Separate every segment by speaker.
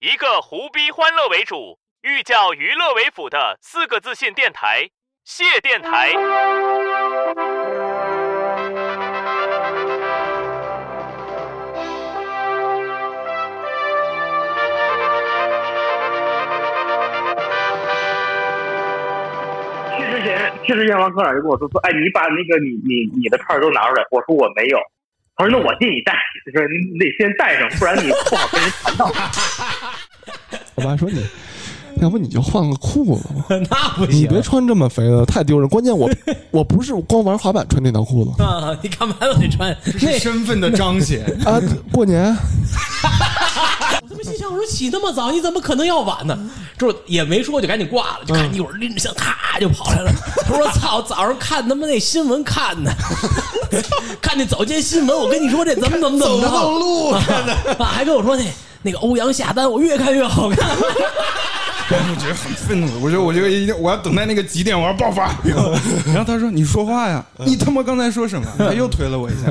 Speaker 1: 一个胡逼欢乐为主、寓教于乐为辅的四个自信电台——谢电台。
Speaker 2: 去之前，去之前，王科长就跟我说说，哎，你把那个你你你的串儿都拿出来。我说我没有。他说那我借你带， 就是你得先带上，不然你不好跟人谈到。
Speaker 3: 我爸说你，要不你就换个裤子吧，
Speaker 4: 那不
Speaker 3: 你
Speaker 4: 行
Speaker 3: 别穿这么肥的，太丢人。关 键我我不是光玩滑板穿这条裤子
Speaker 4: 啊！你干嘛老得穿？
Speaker 5: 这是身份的彰显。
Speaker 3: 啊，过年
Speaker 4: 我他妈心想，我说起那么早，你怎么可能要晚呢？之后也没说，就赶紧挂了。就看一会儿拎着箱，咔就跑来了。 我说操，早上看他妈那新闻看的， 看那早间新闻，我跟你说这怎么怎么怎么着，
Speaker 5: 走不动路
Speaker 4: 啊，还跟我说那那个欧阳下单，我越看越好看。
Speaker 5: 我觉得很愤怒，我觉得我觉得一定我要等待那个几点，我要爆 发。然后他说：“你说话呀，你他妈刚才说什 么？”他又推了我一下。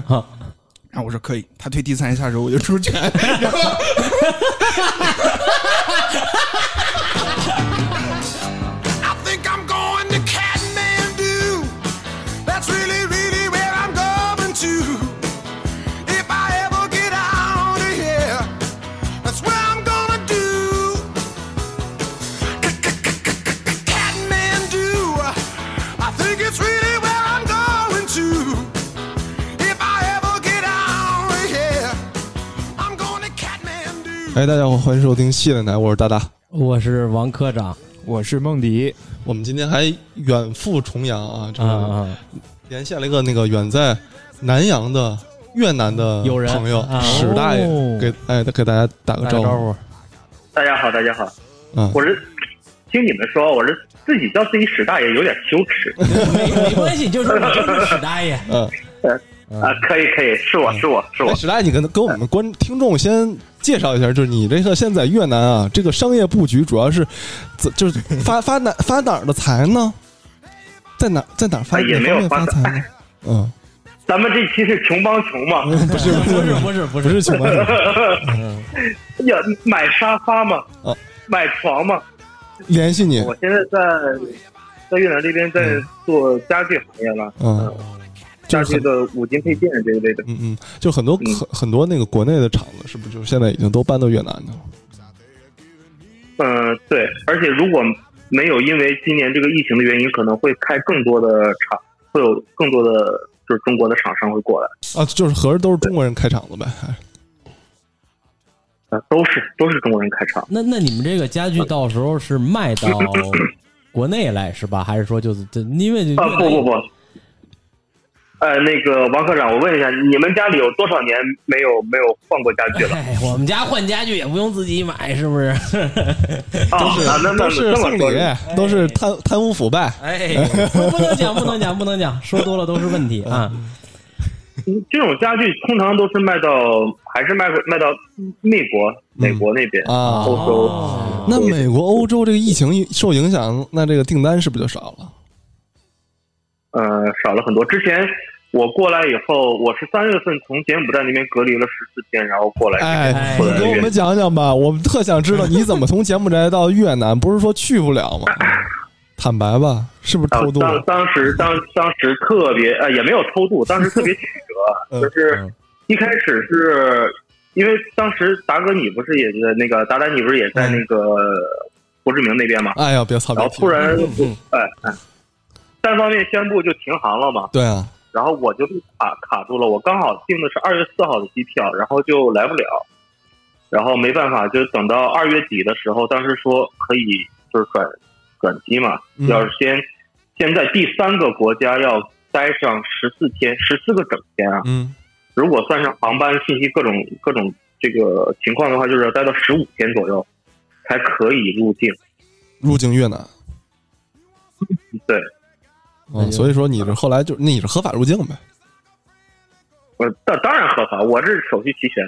Speaker 5: 然后我说可以，他推第三下的时候我就出 拳，然后
Speaker 6: think I'm going to Kathmandu. That's really, really where I'm going to. If I ever get out of here, that's where I'm gonna do. Kathmandu. I think it's really where I'm going to. If I ever get out of here, I'm going to Kathmandu.
Speaker 3: 哎，大家好，欢迎收听谢电台，我是大大。
Speaker 4: 我是王科长
Speaker 7: 我是梦迪
Speaker 3: 我们今天还远赴重洋啊，这
Speaker 4: 啊
Speaker 3: 个
Speaker 4: 啊，
Speaker 3: 连线了一个那个远在南洋的越南的
Speaker 4: 友人
Speaker 3: 朋友
Speaker 4: 啊
Speaker 3: 史大爷
Speaker 7: 哦，
Speaker 3: 给哎给大家打
Speaker 7: 打
Speaker 3: 个
Speaker 7: 个
Speaker 3: 招
Speaker 7: 招
Speaker 3: 呼
Speaker 7: 呼。
Speaker 2: 大家好，大家好，
Speaker 3: 嗯
Speaker 2: 我是听你们说，我是自己叫自己史大爷有点羞耻
Speaker 4: 没没关系，就是你就是史大爷。
Speaker 3: 嗯，
Speaker 2: 啊，可以可以，是我是我是我
Speaker 3: 哎，，史大爷，你跟跟我们的观听众先介绍一下，就是你这个现在越南啊，这个商业布局主要是怎就是发发哪发哪儿的财呢？在哪在哪儿发
Speaker 2: 哎也没有
Speaker 3: 哪方面发
Speaker 2: 发
Speaker 3: 财呢？嗯，
Speaker 2: 咱们这期是穷帮穷嘛，
Speaker 3: 不是不
Speaker 4: 不
Speaker 3: 是
Speaker 4: 是不是不
Speaker 3: 不
Speaker 4: 是
Speaker 3: 是穷光蛋，
Speaker 2: 要买沙发嘛
Speaker 3: 哦，嗯
Speaker 2: 买床嘛，
Speaker 3: 联系你，
Speaker 2: 我现在在在越南这边在做家具行业了，
Speaker 3: 嗯
Speaker 2: 家具的五金配件这一类的。
Speaker 3: 嗯嗯，就很多很很多那个国内的厂子，是不是就是现在已经都搬到越南去了？
Speaker 2: 嗯、对，而且如果没有因为今年这个疫情的原因，可能会开更多的厂，会有更多的就是中国的厂商会过来，
Speaker 3: 啊，就是合着都是中国人开厂子呗？哎
Speaker 2: 啊、都是都是中国人开厂。
Speaker 4: 那那你们这个家具到时候是卖到国内来是吧？还是说就是这？因为
Speaker 2: 啊，不不不，呃，那个王科长，我问一下，你们家里有多少年没有没有换过家具 了？
Speaker 4: 哎，我们家换家具也不用自己买，是不是？
Speaker 2: 啊，啊那那
Speaker 3: 都是
Speaker 2: 这么
Speaker 3: 送
Speaker 2: 说，
Speaker 3: 礼，都是贪贪污腐败。
Speaker 4: 哎，不不能讲，不能讲，不能讲，说多了都是问题啊！
Speaker 2: 嗯这种家具通常都是卖到还是卖卖到美国、美国那边、
Speaker 3: 啊
Speaker 2: 欧洲。
Speaker 4: 哦
Speaker 3: 那美国、欧洲这个疫情一受影响，那这个订单是不是就少了？
Speaker 2: 呃，少了很多。之前我过来以后，我是三月份从柬埔寨那边隔离了十四天，然后过来。啊
Speaker 3: 哎，
Speaker 4: 哎
Speaker 3: 你给我们讲讲吧，我们特想知道你怎么从柬埔寨到越南，不是说去不了吗？坦白吧，是不是
Speaker 2: 啊
Speaker 3: 偷渡
Speaker 2: 当
Speaker 3: 了？
Speaker 2: 当时当当时特别呃也没有偷渡，当时特别曲折，
Speaker 3: 嗯
Speaker 2: 就是一开始是因为当时达哥你不是也在那个达达你不是也在那个胡志明那边嘛，
Speaker 3: 哎呀，别操！
Speaker 2: 然后
Speaker 3: 别提
Speaker 2: 突然
Speaker 3: 嗯
Speaker 2: 哎哎单方面宣布就停航了嘛，
Speaker 3: 对啊，
Speaker 2: 然后我就被卡卡住了，我刚好订的是二月四号的机票，然后就来不了，然后没办法，就等到二月底的时候，当时说可以就是转转机嘛，
Speaker 3: 嗯
Speaker 2: 要是先先在第三个国家要待上十四天，十四个整天啊，
Speaker 3: 嗯，
Speaker 2: 如果算上航班信息各种各种这个情况的话，就是要待到十五天左右才可以入境。
Speaker 3: 入境越南。
Speaker 2: 对，
Speaker 4: 哎
Speaker 3: 嗯，所以说你是后来就你是合法入境呗？
Speaker 2: 呃，当当然合法，我这手续齐全，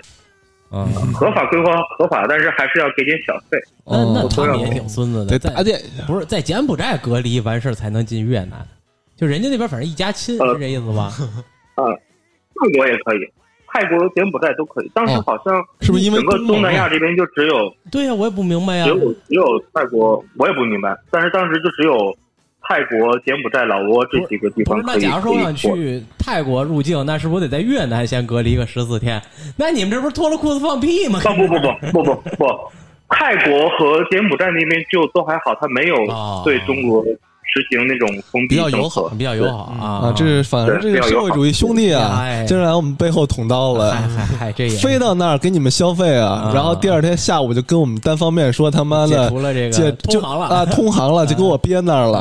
Speaker 4: 啊，
Speaker 2: 合法归合合法，但是还是要给点小费。
Speaker 4: 那那
Speaker 3: 哦
Speaker 4: 他们也挺孙子的，
Speaker 3: 得打
Speaker 4: 在
Speaker 3: 点一下。
Speaker 4: 不是在柬埔寨隔离完事儿才能进越南，就人家那边反正一家亲，
Speaker 2: 呃
Speaker 4: 是这意思吧？
Speaker 2: 泰国也可以，泰国、柬埔寨都可以。当时
Speaker 3: 哦
Speaker 2: 好像
Speaker 3: 是不是因为
Speaker 2: 整个
Speaker 3: 东
Speaker 2: 东
Speaker 3: 盟
Speaker 2: 南
Speaker 3: 啊
Speaker 2: 亚这边就只有
Speaker 4: 对呀、我也不明哎白呀、
Speaker 2: 只有只有泰国，我也不明白。但是当时就只有泰国、柬埔寨、老挝这几个地
Speaker 4: 不
Speaker 2: 方
Speaker 4: 是，
Speaker 2: 可
Speaker 4: 那
Speaker 2: 以
Speaker 4: 假如说我想
Speaker 2: 可以过
Speaker 4: 去泰国入境，那是不是得在越南先隔离个十四天？那你们这不是脱了裤子放屁吗？
Speaker 2: 啊不不不不不不，泰国和柬埔寨那边就都还好，他没有
Speaker 4: 哦
Speaker 2: 对中国实行那种封闭
Speaker 4: 比较友
Speaker 2: 政策
Speaker 4: 好，比较友好啊
Speaker 3: 啊，这是反而这个社会主义兄弟啊
Speaker 4: 哎，
Speaker 3: 竟然我们背后捅刀
Speaker 4: 嗨
Speaker 3: 了。
Speaker 4: 嗨嗨，这也
Speaker 3: 飞到那儿给你们消费啊
Speaker 4: 啊，
Speaker 3: 然后第二天下午就跟我们单方面说他妈
Speaker 4: 解
Speaker 3: 的
Speaker 4: 除了这个
Speaker 3: 解
Speaker 4: 通航了
Speaker 3: 就啊，通航了，就给我憋那儿了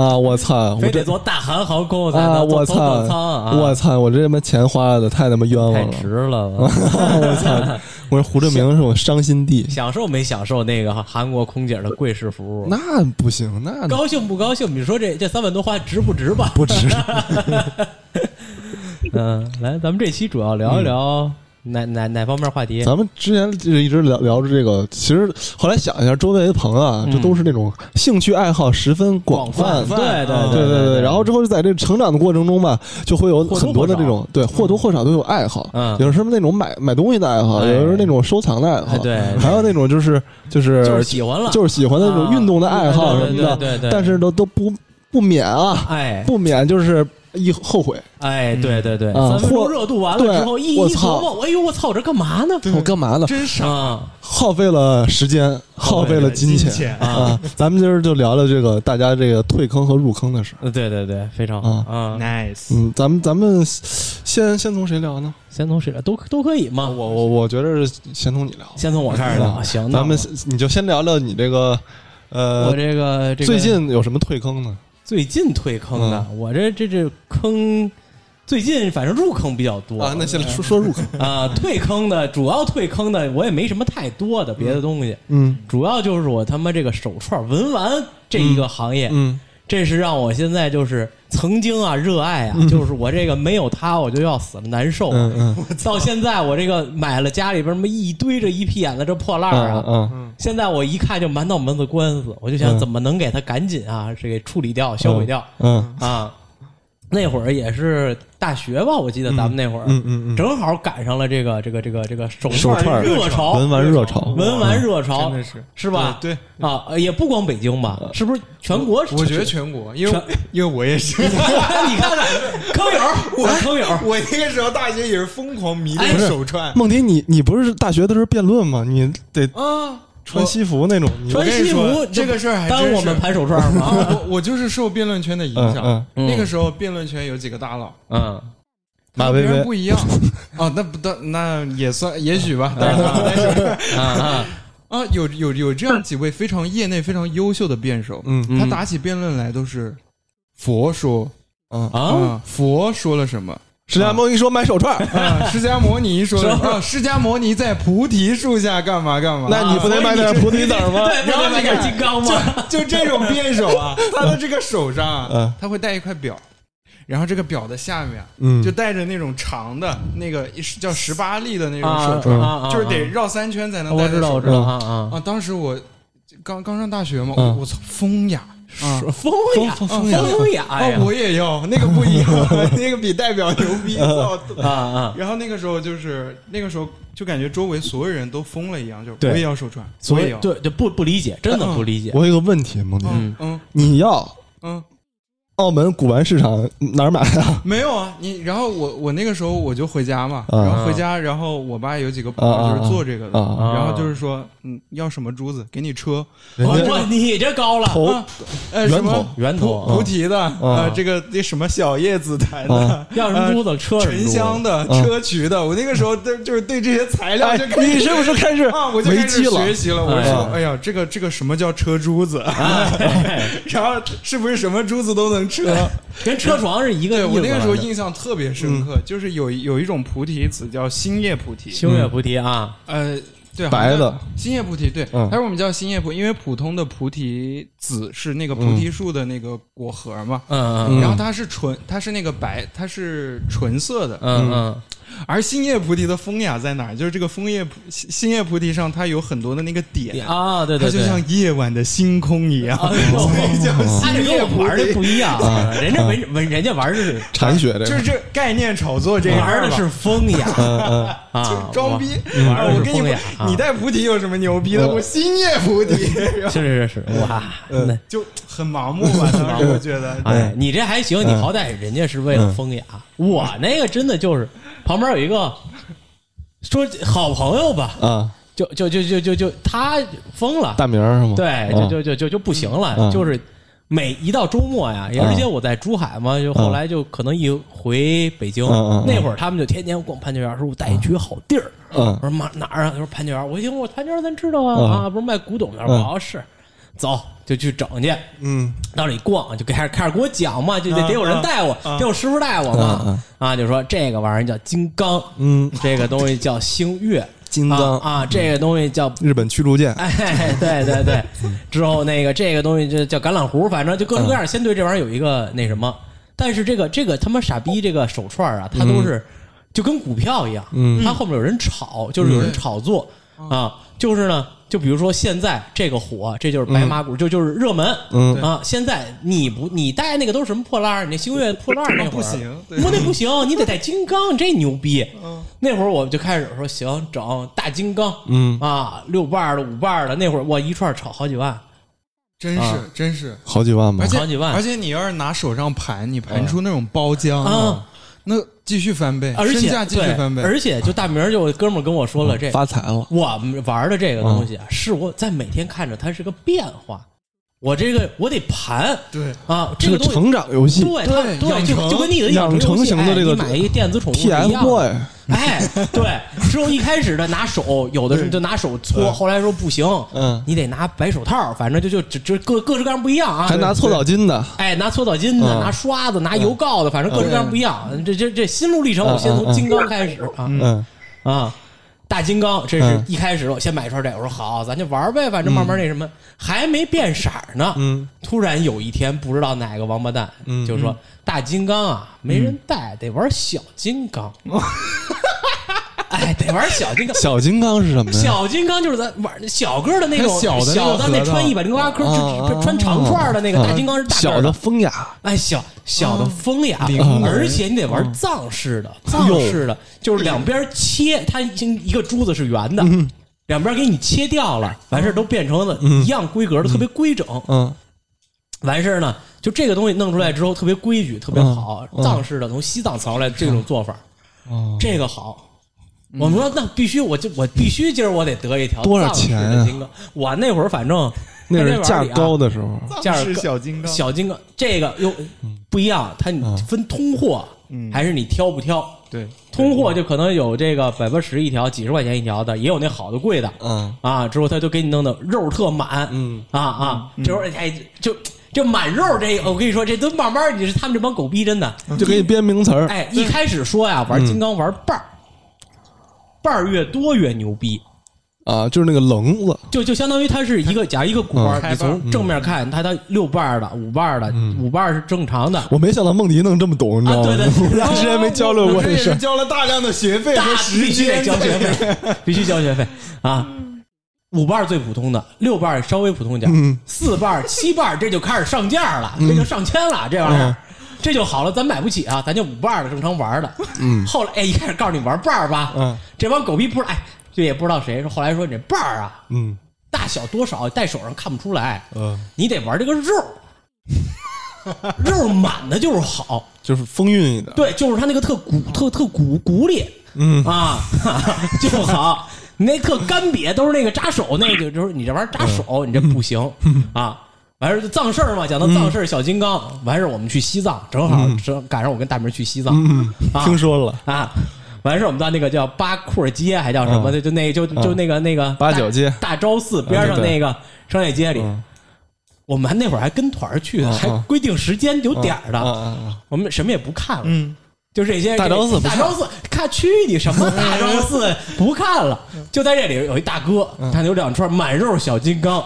Speaker 3: 啊！我操，我
Speaker 4: 非
Speaker 3: 这
Speaker 4: 得坐大韩航空才
Speaker 3: 啊，
Speaker 4: 能
Speaker 3: 我
Speaker 4: 坐
Speaker 3: 操
Speaker 4: 头等舱啊！，
Speaker 3: 我操，我这他妈钱花的太他妈冤枉
Speaker 4: 太
Speaker 3: 了，
Speaker 4: 值了 吧！
Speaker 3: 我操！我说胡志明是我伤心地，
Speaker 4: 享受没享受那个韩国空姐的贵式服务？
Speaker 3: 那不行，那
Speaker 4: 高兴不高兴？你说这这三万多花值不值吧？
Speaker 3: 不 值。
Speaker 4: 嗯，来，咱们这期主要聊一聊哪哪哪方面话题？
Speaker 3: 嗯咱们之前就一直聊聊着这个，其实后来想一下，周围的朋友啊，这都是那种兴趣爱好十分广泛，
Speaker 4: 嗯
Speaker 3: 啊
Speaker 4: 对对
Speaker 3: 对对对对。然后之后就在这个成长的过程中吧，就会有
Speaker 4: 或多
Speaker 3: 很多的这种对或多或少都有爱好，
Speaker 4: 嗯
Speaker 3: 有什么那种买买东西的爱好，
Speaker 4: 哎
Speaker 3: 有人那种收藏的爱
Speaker 4: 哎
Speaker 3: 好，
Speaker 4: 对对
Speaker 3: 还有那种就是就是
Speaker 4: 就是喜欢了
Speaker 3: 就是喜欢的那种
Speaker 4: 啊
Speaker 3: 运动的爱好
Speaker 4: 对
Speaker 3: 什
Speaker 4: 对
Speaker 3: 么的，
Speaker 4: 对对对
Speaker 3: 但是都都不不免啊，
Speaker 4: 哎
Speaker 3: 不免就是一后悔，
Speaker 4: 哎，对对对，
Speaker 3: 啊
Speaker 4: 三分钟
Speaker 3: 或
Speaker 4: 热度完
Speaker 3: 对
Speaker 4: 了之后，一一
Speaker 3: 我
Speaker 4: 琢
Speaker 3: 操
Speaker 4: 磨，哎呦，我操，我这干嘛呢？
Speaker 3: 我干嘛呢？
Speaker 5: 真傻，
Speaker 4: 啊，
Speaker 3: 耗费了时间，耗费了金
Speaker 5: 金钱
Speaker 3: 啊！咱们今儿就聊聊这个大家这个退坑和入坑的事儿。
Speaker 4: 呃对对对，非常好
Speaker 3: 啊
Speaker 4: 啊。
Speaker 5: nice，
Speaker 3: 嗯，咱们咱们先先从谁聊呢？
Speaker 4: 先从谁都都可以嘛，
Speaker 3: 我我我觉得是先从你聊。
Speaker 4: 先从我开始聊。行，那
Speaker 3: 咱们
Speaker 4: 我
Speaker 3: 你就先聊聊你这个呃
Speaker 4: 我这个这个
Speaker 3: 最近有什么退坑呢？
Speaker 4: 最近退坑的，
Speaker 3: 嗯
Speaker 4: 我这这这坑，最近反正入坑比较多
Speaker 3: 啊，那先说说入坑。
Speaker 4: 啊，退坑的主要退坑的我也没什么太多的别的东西，
Speaker 3: 嗯
Speaker 4: 主要就是我他妈这个手串文玩这一个行业，
Speaker 3: 嗯，
Speaker 4: 这是让我现在就是曾经啊热爱啊，就是我这个没有它我就要死了难受，啊
Speaker 3: 嗯嗯
Speaker 4: 到现在我这个买了家里边儿什么一堆这一屁眼子这破烂儿啊，
Speaker 3: 嗯嗯
Speaker 4: 现在我一看就满脑门子官司，我就想
Speaker 3: 嗯
Speaker 4: 怎么能给它赶紧啊这给处理掉销毁掉
Speaker 3: 嗯
Speaker 4: 啊。那会儿也是大学吧，我记得咱们那会儿，
Speaker 3: 嗯嗯嗯
Speaker 4: 正好赶上了这个这个这个这个手
Speaker 3: 手串儿
Speaker 4: 热潮，
Speaker 3: 文玩热潮，
Speaker 4: 文玩热潮，
Speaker 5: 嗯真的是
Speaker 4: 是吧？
Speaker 5: 对
Speaker 4: 啊，呃也不光北京吧，是不是全国？
Speaker 5: 我觉得全国，因为因为我也 是，
Speaker 4: 你看看，坑友儿，我坑友儿，
Speaker 5: 我那个时候大学也是疯狂迷
Speaker 4: 哎
Speaker 5: 恋手 串
Speaker 3: 梦迪，你你不是大学的时候辩论吗？你得
Speaker 5: 啊，
Speaker 3: 穿西服那种。你
Speaker 4: 穿
Speaker 5: 跟你
Speaker 4: 西
Speaker 5: 说
Speaker 4: 服
Speaker 5: 这个事儿还真
Speaker 4: 耽误我
Speaker 5: 是
Speaker 4: 们盘手串儿 吗？
Speaker 5: 啊我我就是受辩论圈的影响
Speaker 3: 嗯，
Speaker 4: 嗯
Speaker 5: 那个时候辩论圈有几个大佬，
Speaker 4: 嗯，
Speaker 3: 马
Speaker 5: 跟
Speaker 3: 薇嗯
Speaker 5: 别人
Speaker 3: 薇
Speaker 5: 不 一样啊，那不那那也算也许吧，但是他们在 手串
Speaker 3: 嗯
Speaker 4: 啊啊，
Speaker 5: 啊，有有有这样几位非常业内非常优秀的辩手，
Speaker 3: 嗯
Speaker 5: 他打起辩论来都是佛说
Speaker 3: 嗯，啊
Speaker 4: 啊，
Speaker 5: 啊，佛说 了什么
Speaker 3: 释迦牟尼说买手串儿，
Speaker 5: 啊，释迦摩尼说了啊，释迦摩尼在菩提树下干嘛干嘛，
Speaker 3: 那你不得买点菩提子儿吗？
Speaker 4: 对，不是买点金刚吗？
Speaker 5: 就这种辩手啊， 他的这个手上
Speaker 3: 嗯
Speaker 5: 啊，他会戴一块表，然后这个表的下面啊
Speaker 3: 嗯
Speaker 5: 就戴着那种长的那个一是叫十八粒的那 种
Speaker 4: 啊
Speaker 5: 手镯，
Speaker 4: 啊啊
Speaker 5: 就是得绕三圈才能戴
Speaker 4: 我
Speaker 5: 的
Speaker 4: 知道，
Speaker 5: 手
Speaker 4: 我
Speaker 5: 镯
Speaker 4: 知道啊啊
Speaker 5: 啊。当时我刚刚上大学嘛，
Speaker 3: 嗯
Speaker 5: 我我操，风雅啊，
Speaker 4: 是风雅，
Speaker 3: 风
Speaker 4: 风
Speaker 3: 雅
Speaker 4: 雅
Speaker 5: 啊
Speaker 4: 哎呀，
Speaker 5: 我也要 那个不 一样，那个比代表牛逼，操！
Speaker 4: 啊啊，
Speaker 5: 然后那个时候就是那个时候就感觉周围所有人都疯了一样，就是
Speaker 4: 对
Speaker 5: 我也要手串，
Speaker 4: 所
Speaker 5: 我也
Speaker 4: 以
Speaker 5: 要，
Speaker 4: 对就不不理解，真的不理解。
Speaker 3: 我有一个问题，蒙迪，
Speaker 5: 嗯嗯
Speaker 3: 你要
Speaker 5: 嗯，
Speaker 3: 澳门古玩市场哪儿买啊？
Speaker 5: 没有啊，你然后我我那个时候我就回家嘛，
Speaker 3: 啊
Speaker 5: 然后回家，然后我爸有几个朋友就是做这个的，
Speaker 3: 啊啊
Speaker 4: 啊
Speaker 5: 然后就是说嗯要什么珠子给你车，
Speaker 3: 人
Speaker 4: 我
Speaker 3: 家
Speaker 4: 说你这高了，
Speaker 3: 头
Speaker 5: 啊呃
Speaker 3: 圆
Speaker 5: 什么
Speaker 3: 筒
Speaker 4: 圆筒
Speaker 5: 菩菩提的
Speaker 3: 啊
Speaker 5: 呃这个那什么小叶紫檀
Speaker 3: 啊
Speaker 5: 的，呃
Speaker 4: 要什么珠子车什么珠
Speaker 5: 沉
Speaker 4: 子
Speaker 5: 香的
Speaker 3: 啊
Speaker 5: 砗磲的，我那个时候就就是对这些材料
Speaker 3: 哎
Speaker 5: 就开始
Speaker 3: 你是不是开始
Speaker 5: 啊，我就开始
Speaker 3: 没机了啊
Speaker 5: 学习了。我就说
Speaker 4: 哎，
Speaker 5: 哎呀，这个这个什么叫车珠子？ 然后是不是什么珠子都能车？
Speaker 4: 跟车床是一个意
Speaker 5: 对
Speaker 4: 思。
Speaker 5: 我那个时 候印象特别深刻，就是有有一种菩提子叫星夜菩提，
Speaker 4: 星月菩提啊，
Speaker 5: 呃，对，
Speaker 3: 白的
Speaker 5: 好像叫星夜菩提，对，
Speaker 3: 嗯
Speaker 5: 它说我们叫星夜菩，因为普通的菩提子是那个菩提树的那个果核嘛。
Speaker 4: 嗯嗯
Speaker 5: 然后它是纯，它是那个白，它是纯色的，
Speaker 4: 嗯嗯，
Speaker 5: 而新叶菩提的风雅在哪儿？就是这个枫叶菩新新叶菩提上，它有很多的那个点，
Speaker 4: 啊，对
Speaker 5: 它
Speaker 4: 对
Speaker 5: 就
Speaker 4: 对，
Speaker 5: 像夜晚的星空一样。
Speaker 4: 哎呦
Speaker 5: 所以叫
Speaker 4: 他这
Speaker 5: 新
Speaker 4: 跟
Speaker 5: 叶
Speaker 4: 我们
Speaker 5: 菩
Speaker 4: 玩的
Speaker 5: 提。
Speaker 4: 不一样，啊人家文文人家玩的 是
Speaker 3: 铲雪这个，嗯
Speaker 5: 就是这概念炒作这一块
Speaker 4: 玩
Speaker 5: 儿
Speaker 4: 的
Speaker 5: 吧
Speaker 4: 是风 雅啊，
Speaker 5: 嗯装逼。
Speaker 4: 玩玩的
Speaker 5: 我
Speaker 4: 是啊
Speaker 5: 跟你
Speaker 4: 风雅
Speaker 5: 说，，你
Speaker 4: 带
Speaker 5: 带菩提有什么牛逼的？
Speaker 3: 嗯
Speaker 5: 我新叶 菩提，
Speaker 4: 是是是
Speaker 5: 嗯
Speaker 4: 是哇，那
Speaker 5: 就很盲目吧？当时我觉 得，
Speaker 4: 哎，你这还行，你
Speaker 5: 嗯
Speaker 4: 好歹人家是为了风雅，我那个真的就是旁边有一个说好朋友吧，
Speaker 3: 啊，
Speaker 4: 就就就就就就他疯了，
Speaker 3: 大名儿是吗？
Speaker 4: 对，
Speaker 3: 啊
Speaker 4: 就就就就就不行了，
Speaker 3: 嗯
Speaker 4: 就是每一到周末呀，而且我在珠海嘛，就后来就可能一回北京，
Speaker 3: 嗯嗯嗯嗯
Speaker 4: 那会儿他们就天天逛潘家园，说我带你去好地儿，
Speaker 3: 嗯
Speaker 4: 我说妈哪儿啊？他说潘家园，我一听我潘家园咱知道啊，
Speaker 3: 嗯
Speaker 4: 啊不是卖古董的，我说是。走，就去整去，
Speaker 3: 嗯，
Speaker 4: 到里逛，就开始开始给我讲嘛，就得
Speaker 5: 嗯
Speaker 4: 得有人带我，
Speaker 5: 嗯
Speaker 4: 得有师傅带我
Speaker 3: 嗯
Speaker 4: 嘛，啊，就说这个玩意儿叫金刚，
Speaker 3: 嗯，
Speaker 4: 这个东西叫星月，
Speaker 3: 金刚
Speaker 4: 啊啊，这个东西叫
Speaker 3: 日本驱逐舰，
Speaker 4: 哎，对对对，之后那个这个东西就叫橄榄核，反正就各种各样，先对这玩意儿有一个那什么。但是这个这个他妈傻逼这个手串啊，它都是就跟股票一样，它后面有人炒，就是有人炒作啊，就是呢，就比如说现在这个火，这就是白马股，就就是热门
Speaker 3: 嗯
Speaker 4: 啊。现在你不你戴那个都是什么破烂儿，你那星月破烂儿那会儿
Speaker 5: 不行对嗯
Speaker 4: 不那不行，你得戴金刚，你这牛逼。那会儿我就开始说行，整大金刚，
Speaker 3: 嗯
Speaker 4: 啊，六瓣儿的、五瓣儿的，那会儿我一串儿炒好几万，
Speaker 5: 真是真是。
Speaker 3: 好几万吧
Speaker 5: 而，且
Speaker 4: 啊好几万嗯
Speaker 5: 而且你要是拿手上盘，你盘出那种包浆
Speaker 4: 啊，
Speaker 5: 那继续翻倍，
Speaker 4: 而
Speaker 5: 哎身
Speaker 4: 且
Speaker 5: 价继续
Speaker 4: 对
Speaker 5: 翻倍，嗯
Speaker 4: 而且就大明儿就哥们儿跟我说了这，
Speaker 3: 发财了，
Speaker 4: 我们玩的这个东
Speaker 3: 嗯
Speaker 4: 西啊，是我在每天看着它是个变化，我这个我得盘
Speaker 5: 对
Speaker 4: 啊，这
Speaker 3: 是
Speaker 4: 个
Speaker 3: 个
Speaker 4: 东西
Speaker 3: 成长游戏
Speaker 4: 对
Speaker 5: 对
Speaker 4: 它对，
Speaker 5: 养
Speaker 4: 就
Speaker 5: 成
Speaker 4: 就跟你的
Speaker 3: 养成
Speaker 4: 游戏
Speaker 3: 型的
Speaker 4: 哎
Speaker 3: 这个
Speaker 4: 你买一电子宠物是一样的
Speaker 3: ，TFBOY，
Speaker 4: 哎，对，只有一开始的拿手，有的是就拿手搓，后来说不行，
Speaker 3: 嗯
Speaker 4: 你得拿白手套，反正就就就就各各式各样不一样啊，
Speaker 3: 还拿搓澡巾的，
Speaker 4: 哎，拿搓澡巾的，
Speaker 3: 嗯
Speaker 4: 拿刷子，拿油膏的，反正各式各样不一样。这这这心路历程，
Speaker 3: 嗯
Speaker 4: 我先从金刚开始啊
Speaker 3: 嗯
Speaker 4: 啊，大金刚，这是
Speaker 3: 嗯
Speaker 4: 一开始我先买一串这，我说好，咱就玩呗，反正慢慢那什么，还没变色儿呢。
Speaker 3: 嗯，
Speaker 4: 突然有一天，不知道哪个王八蛋
Speaker 3: 嗯
Speaker 4: 就说大金刚啊，没人带，得玩小金 刚。哎，得玩小金刚。
Speaker 3: 小金刚是什么呀？
Speaker 4: 小金刚就是咱玩小个儿的那种，
Speaker 5: 小的那个
Speaker 4: 的那
Speaker 5: 盒子
Speaker 4: 穿一百零八颗，
Speaker 3: 啊
Speaker 4: 就穿长串儿的那个
Speaker 3: 啊
Speaker 4: 大金刚是大个儿
Speaker 3: 小
Speaker 4: 的
Speaker 3: 的啊风雅，
Speaker 4: 哎，小小的风雅，
Speaker 5: 门
Speaker 4: 而且你得玩藏式
Speaker 3: 啊
Speaker 4: 的，藏式的就是两边切，它已经一个珠子是圆的，
Speaker 3: 嗯
Speaker 4: 两边给你切掉了，完事儿都变成了一样规格的，特别规整。
Speaker 3: 嗯
Speaker 4: 完事儿呢，就这个东西弄出来之后特别规矩，特别
Speaker 3: 嗯
Speaker 4: 好，藏式的从西藏传过来这种做法，
Speaker 3: 哦
Speaker 4: 这个好。我们说那必须，我就我必须今儿我得得一条
Speaker 3: 多少
Speaker 4: 藏式的
Speaker 3: 钱啊
Speaker 4: 金刚？我那会儿反正
Speaker 3: 那
Speaker 4: 在
Speaker 3: 是
Speaker 4: 玩
Speaker 3: 价
Speaker 4: 里啊
Speaker 3: 高的时候，
Speaker 4: 价
Speaker 5: 是
Speaker 4: 格
Speaker 5: 小金刚，
Speaker 4: 小金刚这个又
Speaker 3: 嗯
Speaker 4: 不一样，它你分通货、还是你挑不挑？
Speaker 5: 对，
Speaker 4: 通货就可能有这个百八十一条，几十块钱一条的，也有那好的贵的，
Speaker 3: 嗯
Speaker 4: 啊，之后他就给你弄的肉特满，
Speaker 3: 嗯
Speaker 4: 啊啊，这会儿哎就这满肉这个，我跟你说，这都慢慢你是他们这帮狗逼真的，
Speaker 3: 就给你编名词儿，
Speaker 4: 哎，一开始说呀玩金刚玩瓣儿，瓣儿越多越牛逼，
Speaker 3: 啊，就是那个棱子，
Speaker 4: 就就相当于它是一个，假如一个鼓包
Speaker 5: 嗯，
Speaker 4: 你从正面看，它它六瓣儿的、五瓣儿的，五瓣儿是正常的，
Speaker 3: 我没想到梦迪能这么懂，你知道吗？
Speaker 4: 啊对对哦对
Speaker 3: 我俩之前没交流
Speaker 5: 我
Speaker 3: 过
Speaker 5: 这
Speaker 3: 这
Speaker 5: 也
Speaker 3: 事
Speaker 5: 是
Speaker 3: 儿。
Speaker 5: 交了大量的学费
Speaker 4: 大
Speaker 5: 和时
Speaker 4: 必须得
Speaker 5: 间，
Speaker 4: 交学费，必须交学费啊！五瓣儿最普通的，六瓣儿稍微普通点儿，四瓣儿、七瓣儿这就开始上价了，这就上千了，这玩意儿。这就好了，咱买不起啊，咱就五瓣儿的正常玩儿的。嗯， 后来哎，一开始告诉你玩瓣儿吧，
Speaker 3: 嗯，
Speaker 4: 这帮狗逼不知道哎，这也不知道谁说，后来说你这瓣儿啊，
Speaker 3: 嗯
Speaker 4: 大小多少戴手上看不出来，
Speaker 3: 嗯，
Speaker 4: 你得玩这个肉，肉满的就是好，
Speaker 3: 就是风韵一点。
Speaker 4: 对，就是它那个特骨特特骨骨力，
Speaker 3: 啊嗯
Speaker 4: 啊， 就好。你那特干瘪，都是那个扎手，那个就是你这玩意儿扎
Speaker 3: 嗯
Speaker 4: 手，你这不行啊。完事儿就藏事儿嘛，讲到藏事儿，小金刚。
Speaker 3: 嗯
Speaker 4: 完事儿我们去西藏，正好正赶上我跟大明去西藏
Speaker 3: 嗯，
Speaker 4: 啊
Speaker 3: 听说了，
Speaker 4: 啊。完事儿我们到那个叫八廓街，还叫什么
Speaker 3: 嗯
Speaker 4: 的？就那就就那个那个
Speaker 3: 八角街
Speaker 4: 大大昭寺边上
Speaker 3: 嗯对
Speaker 4: 那个商业街里
Speaker 3: 嗯。
Speaker 4: 我们还那会儿还跟团儿去的，
Speaker 3: 嗯
Speaker 4: 还
Speaker 3: 嗯
Speaker 4: 规定时间有点儿的。
Speaker 3: 啊啊啊！
Speaker 4: 我们什么也不看了，就这些
Speaker 3: 大昭寺不
Speaker 4: 大
Speaker 3: 看
Speaker 4: 昭寺看去你什么大昭寺不看了，就在这里有一大哥，他有两串满肉小金刚，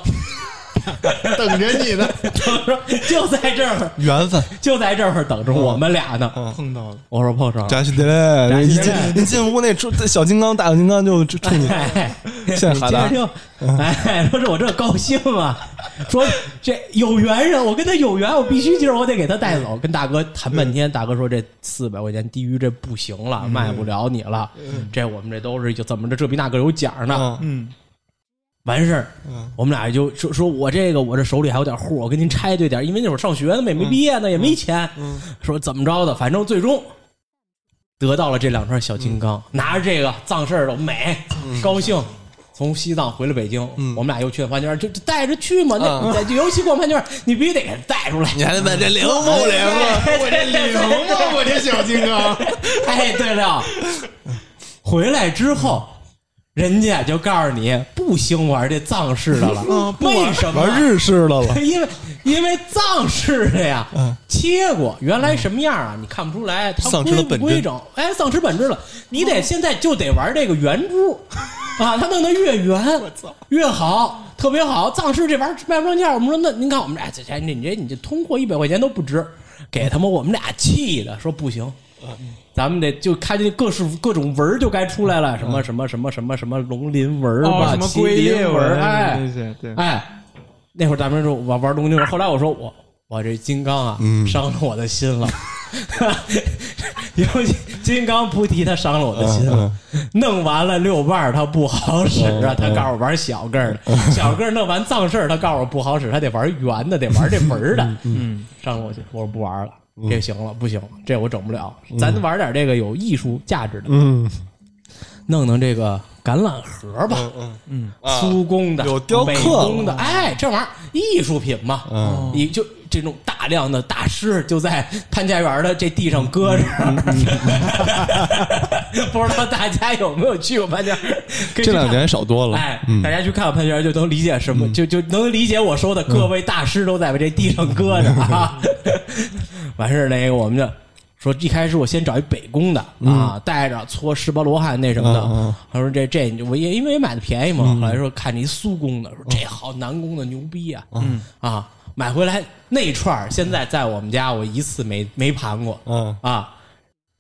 Speaker 7: 等着你 呢。
Speaker 4: 等着，就在这儿，
Speaker 3: 缘分，
Speaker 4: 就在这儿等着我们俩
Speaker 3: 嗯
Speaker 4: 呢。
Speaker 5: 碰到了，
Speaker 4: 我说碰上了，
Speaker 3: 啊扎西德勒，
Speaker 4: 扎
Speaker 3: 一
Speaker 4: 西德
Speaker 3: 进
Speaker 4: 勒
Speaker 3: 一进屋那出小金刚、大小金刚就冲你，
Speaker 4: 哎，
Speaker 3: 现在嗯哈达
Speaker 4: 这就哎，说是我这高兴啊，说这有缘人，我跟他有缘，我必须今儿我得给他带
Speaker 3: 嗯
Speaker 4: 走。跟大哥谈半天，大哥说这四百块钱低于这不行
Speaker 3: 嗯
Speaker 4: 了，卖不了你了。这我们这都是就怎么着，这比那个有奖呢。
Speaker 3: 嗯
Speaker 5: 嗯，
Speaker 4: 完事儿，我们俩就说说我这个我这手里还有点户，我跟您拆对点儿，因为那会儿上学呢嘛，也没毕业呢，也没钱，说怎么着的，反正最终得到了这两串小金刚，拿着这个藏事儿的美高兴。从西藏回了北京，我们俩又去了潘家园，就就带着去嘛。那在尤其逛潘家园，你必须得给他带出来。
Speaker 3: 你还问这灵
Speaker 4: 哎
Speaker 3: 不灵啊？
Speaker 4: 我这领
Speaker 7: 疼 吗？我这小金刚，
Speaker 4: 哎，对了，回来之后，人家就告诉你不兴玩这藏式的了。为什么？
Speaker 3: 玩日式的了，
Speaker 4: 因为因为藏式的呀，切过原来什么样啊，你看不出来，它
Speaker 3: 丧失
Speaker 4: 规
Speaker 3: 了
Speaker 4: 不
Speaker 3: 本
Speaker 4: 规
Speaker 3: 真
Speaker 4: 整？哎，丧失本质了，你得现在就得玩这个圆珠。啊，它弄得越圆越好，特别好。藏式这玩意儿卖不上价，我们说那您看我们俩这这你这你这通货一百块钱都不值，给他们我们俩气的说不行，咱们得就看见各式各种纹儿就该出来了，什么什么什么什么什么龙鳞纹儿
Speaker 5: 哦，
Speaker 4: 吧，
Speaker 5: 什么
Speaker 4: 麒
Speaker 5: 龟
Speaker 4: 麟
Speaker 5: 裂
Speaker 4: 纹儿，
Speaker 5: 纹啊
Speaker 4: 哎，
Speaker 5: 这些对，
Speaker 4: 哎，那会儿大明说玩玩龙筋，后来我说我我这金刚啊，伤了我的心了。 因为金刚菩提，他伤了我的心了。弄完了六瓣儿，他不好使啊。他告诉我玩小个儿的，小个儿弄完藏事儿，他告诉我不好使，他得玩圆的，得玩这门儿的。嗯，伤了我心，我说不玩了，这行了，不行，这我整不了。咱玩点这个有艺术价值的，
Speaker 3: 嗯，
Speaker 4: 弄弄这个橄榄核吧，嗯粗工的，
Speaker 3: 啊有雕刻
Speaker 4: 美工的，哎，这玩意儿艺术品嘛，
Speaker 3: 嗯
Speaker 4: 你就这种大量的大师就在潘家园的这地上搁着，
Speaker 3: 嗯
Speaker 4: 不知道大家有没有去过潘家 园？可以去
Speaker 3: 这两
Speaker 4: 看
Speaker 3: 年少多了，
Speaker 4: 哎，
Speaker 3: 嗯
Speaker 4: 大，家去看看潘家园就能理解什么，就就能理解我说的各
Speaker 3: 嗯
Speaker 4: 位大师都在这地上搁着啊。 完事儿那个我们就说，一开始我先找一北宫的啊，带着搓十八罗汉那什么
Speaker 3: 嗯
Speaker 4: 的
Speaker 3: 嗯。
Speaker 4: 他说这这你就我也因为也买的便宜嘛，后来说看你苏宫的，说这
Speaker 3: 嗯
Speaker 4: 好南宫的牛逼啊，嗯啊，买回来那串儿现在在我们家我一次没没盘过
Speaker 3: 嗯，
Speaker 4: 啊，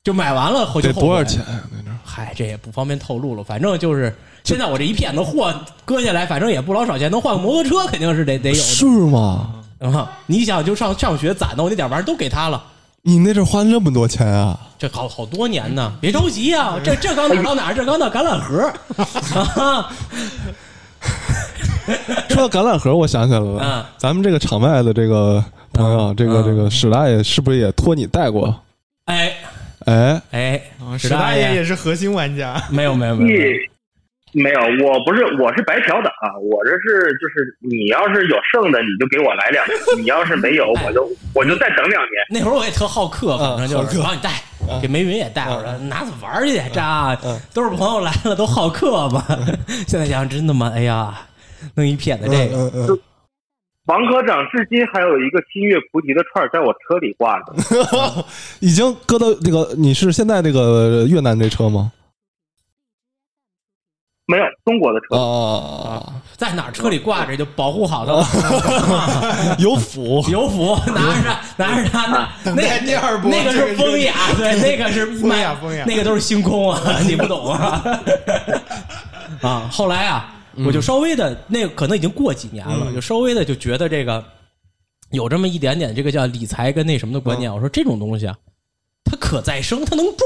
Speaker 4: 就买完了后就
Speaker 3: 得
Speaker 4: 后悔
Speaker 3: 多少钱呀？那阵儿
Speaker 4: 嗨，这也不方便透露了。反正就是现在我这一片子货割下来，反正也不老少钱，能换个摩托车肯定是得得有
Speaker 3: 是
Speaker 4: 的。
Speaker 3: 吗？
Speaker 4: 啊、你想就上上学攒的，我那点玩意儿都给他了，
Speaker 3: 你那阵儿花那么多钱 啊？
Speaker 4: 这好好多年呢。别着急啊，这这刚哪儿到哪儿，这刚到橄榄核啊，
Speaker 3: 说到橄榄核，我想起来了，
Speaker 4: 嗯
Speaker 3: 咱们这个场外的这个朋友，这个
Speaker 4: 嗯
Speaker 3: 这个史大爷是不是也托你带过？
Speaker 4: 哎
Speaker 3: 哎，
Speaker 4: 哎，
Speaker 5: 啊
Speaker 7: 史大爷也是核心玩家，
Speaker 4: 没有没有没有没有，
Speaker 2: 一没有，我不是，我是白嫖的啊！我这是就是，你要是有剩的，你就给我来两个；你要是没有，
Speaker 4: 哎
Speaker 2: 我就我就再等两年。
Speaker 4: 那会儿我也特好客，反正就
Speaker 3: 好
Speaker 4: 是
Speaker 3: 客
Speaker 4: 帮你带。给梅云也带，我说拿走玩儿去，这啊都是朋友来了，都好客嘛。 现在想想真他妈，哎呀，弄一片子这个，
Speaker 3: 嗯嗯
Speaker 2: 王科长至今还有一个新月菩提的串儿在我车里挂着，
Speaker 3: 嗯，已经搁到那个，你是现在这个越南这车吗？
Speaker 2: 没有中国的
Speaker 4: 哦
Speaker 2: 车。
Speaker 3: 啊，
Speaker 4: 在哪儿车里挂着就保护好
Speaker 7: 哦
Speaker 4: 它，
Speaker 3: 有福，
Speaker 4: 有福拿着拿着它，那 那
Speaker 7: 啊第二波
Speaker 4: 那个是风 雅，对，那个是
Speaker 7: 风雅
Speaker 4: 麦
Speaker 7: 风雅
Speaker 4: 那个都是星空 啊，你不懂啊。啊，后来啊，
Speaker 7: 嗯
Speaker 4: 我就稍微的那个可能已经过几年了，就稍微的就觉得这个有这么一点点这个叫理财跟那什么的
Speaker 7: 嗯
Speaker 4: 观念，我说这种东西啊。它可再生，它能种，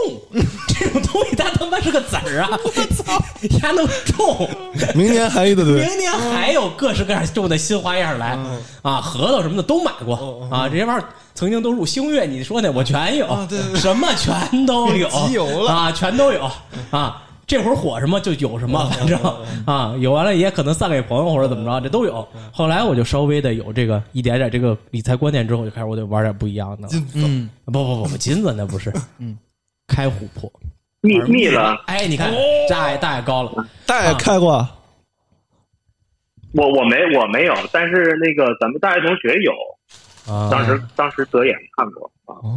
Speaker 4: 这种东西它他妈是个籽儿啊！我操，它能种，
Speaker 3: 明年还一大堆，
Speaker 4: 明年还有各式各样种的新花样来啊，核桃什么的都买过啊，这些玩意儿曾经都入星月，你说那我全有，什么全都有，
Speaker 7: 集邮了
Speaker 4: 啊，全都有啊。这会儿火什么就有什么，反正啊，有完了也可能散给朋友或者怎么着，这都有。后来我就稍微的有这个一点点这个理财观念之后，就开始我得玩点不一样的了。
Speaker 5: 嗯，
Speaker 4: 不不不不，金子那不是，嗯，开琥珀。
Speaker 2: 密密了，
Speaker 4: 哎，你看大爷大爷高了，
Speaker 3: 大爷开过，
Speaker 2: 我我没我没有，但是那个咱们大学同学有，
Speaker 4: 啊
Speaker 2: 当时当时德眼看过。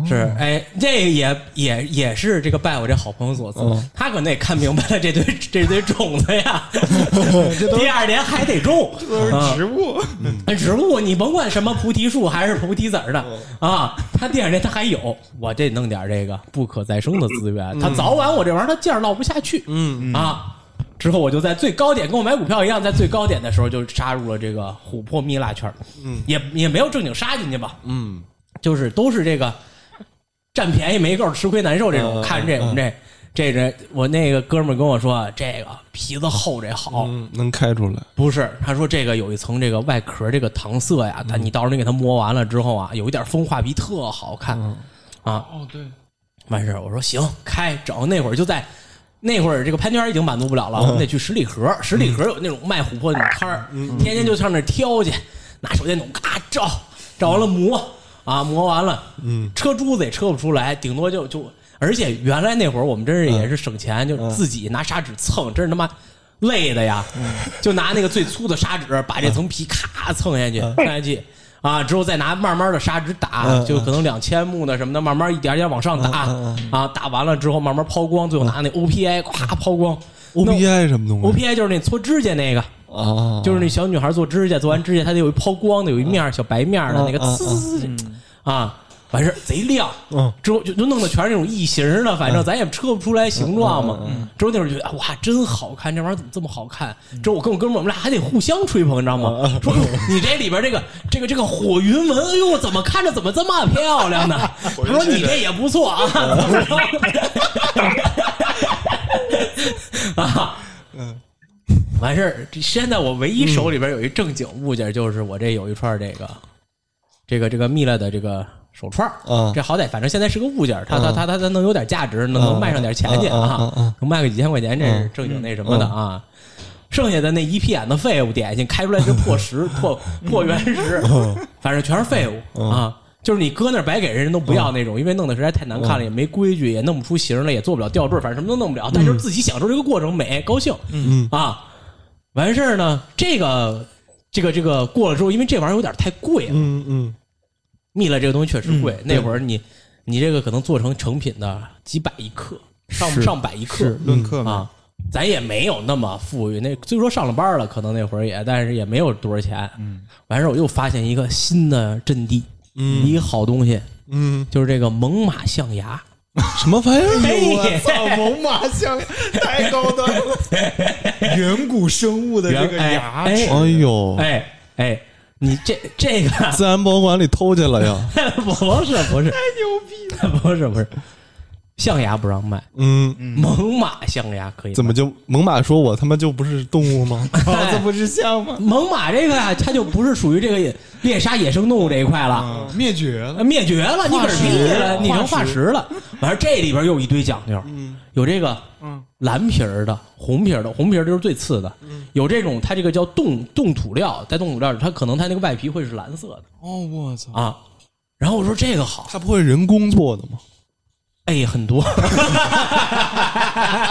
Speaker 4: 是，哎，这个也也也是这个拜我这好朋友所赐，
Speaker 3: 嗯
Speaker 4: 他可能也看明白了这堆这堆种子呀， 第二年还得种，啊
Speaker 7: 植物，
Speaker 4: 植物你甭管什么菩提树还是菩提子儿的
Speaker 3: 嗯
Speaker 4: 啊，他第二年他还有，我这弄点这个不可再生的资
Speaker 3: 嗯
Speaker 4: 源，他早晚我这玩意儿他价儿落不下去，嗯啊。之后我就在最高点，跟我买股票一样，在最高点的时候就杀入了这个琥珀蜜蜡圈儿，嗯，也也没有正经杀进去吧，嗯，就是都是这个占便宜没够，吃亏难受这种。
Speaker 3: 嗯
Speaker 4: 看这我们这这人，我那个哥们儿跟我说，这个皮子厚这好，
Speaker 3: 嗯，能开出来，
Speaker 4: 不是，他说这个有一层这个外壳这个搪塞呀，他你到时候你给它磨完了之后啊，有一点风化皮特好看、啊。
Speaker 5: 哦，对，
Speaker 4: 完事儿我说行，开整。那会儿就在那会儿这个潘家园已经满足不了了，我们得去十里河。十里河有那种卖琥珀的摊儿，
Speaker 3: 嗯
Speaker 4: 天天就上那儿挑去，拿手电筒咔照，照完了磨啊，磨完了，嗯，车珠子也车不出来，顶多就就。而且原来那会儿我们
Speaker 3: 嗯
Speaker 4: 真是也是省钱，就自己拿砂纸蹭，真是他妈累的呀！
Speaker 3: 嗯
Speaker 4: 就拿那个最粗的砂纸把这层皮咔蹭下去，蹭下去啊，之后再拿慢慢的砂纸打，
Speaker 3: 嗯
Speaker 4: 就可能两千目的什么的，慢慢一点点往上打啊，打完了之后慢慢抛光，最后拿那 OPI 咵抛光。
Speaker 3: OPI 什么东西
Speaker 4: OPI 就是那搓指甲那个，
Speaker 3: 啊？
Speaker 4: 就是那小女孩做指甲，做完指甲她得有一抛光的，有一面儿小白面儿的
Speaker 3: 嗯
Speaker 4: 那个
Speaker 3: 嗯
Speaker 4: 呲啊，完事儿贼亮。
Speaker 3: 嗯
Speaker 4: 之后就就弄的全是那种异形儿的，反正咱也测不出来形状嘛。之后那会儿觉得哇，真好看，这玩意儿怎么这么好看？之后我跟我哥们儿我们俩还得互相吹捧，你知道吗？说哟你这里边这个这个这个火云纹，哎呦，怎么看着怎么这么漂亮呢？他说你这也不错啊。怎么 着 啊，完事儿，这现在我唯一手里边有一正经物件，就是我这有一串这个，这个这个蜜蜡的这个手串儿
Speaker 3: 嗯
Speaker 4: 这好歹反正现在是个物件儿，它它它它它能有点价值，能能卖上点钱去
Speaker 3: 嗯嗯嗯嗯
Speaker 4: 啊
Speaker 3: 嗯，
Speaker 4: 能卖个几千块钱，这是正经那什么的啊。剩下的那一屁眼子废物点心，开出来是破石、破破 原石，
Speaker 3: 嗯
Speaker 4: 反正全是废物啊。就是你搁那儿白给人，人都不
Speaker 3: 嗯
Speaker 4: 要那种，因为弄得实在太难看了，也没规矩，也弄不出形儿来，也做不了吊坠儿，反正什么都弄不了。
Speaker 3: 嗯
Speaker 4: 但是自己享受这个过程美，高兴，嗯啊。完事儿呢，这个这个这个过了之后，因为这玩意儿有点太贵了，
Speaker 3: 嗯嗯
Speaker 4: 蜜蜡这个东西确实贵。那会儿你你这个可能做成成品的几百一克，上上百一克，
Speaker 5: 论克嘛，
Speaker 4: 啊，咱也没有那么富裕。那虽说上了班了，可能那会儿也，但是也没有多少钱。嗯，完事儿我又发现一个新的阵地，嗯，一个好东西，
Speaker 3: 嗯，
Speaker 4: 就是这个猛犸象牙。
Speaker 3: 什么玩意儿？
Speaker 7: 哎我操，猛犸象太高端了，远古生物的这个
Speaker 4: 哎
Speaker 7: 牙
Speaker 4: 哎
Speaker 3: 哎呦，
Speaker 4: 哎哎，你这这个
Speaker 3: 自然博物馆里偷去了呀？
Speaker 4: 不是不是太牛逼了， 不是不是，象牙不让卖，
Speaker 3: 嗯，
Speaker 4: 猛犸象牙可以卖。
Speaker 3: 怎么就猛犸说我他妈就不是动物 吗？
Speaker 5: 哎
Speaker 7: 狍子不是象吗？
Speaker 4: 猛犸这个啊，它就不是属于这个猎杀野生动物这一块了。
Speaker 5: 哎
Speaker 7: 啊，灭绝了，
Speaker 4: 灭绝了，你可是灭嗯了，你成化
Speaker 7: 化
Speaker 4: 石嗯了。完事儿这里边又一堆讲究，有这个蓝皮儿的、红皮儿的，红皮儿就是最次的。有这种，它这个叫冻冻土料，在冻土料里，它可能它那个外皮会是蓝色的
Speaker 5: 哦，我操，
Speaker 4: 啊。然后我说这个好，
Speaker 3: 它不会人工做的吗？
Speaker 4: 哎，很多。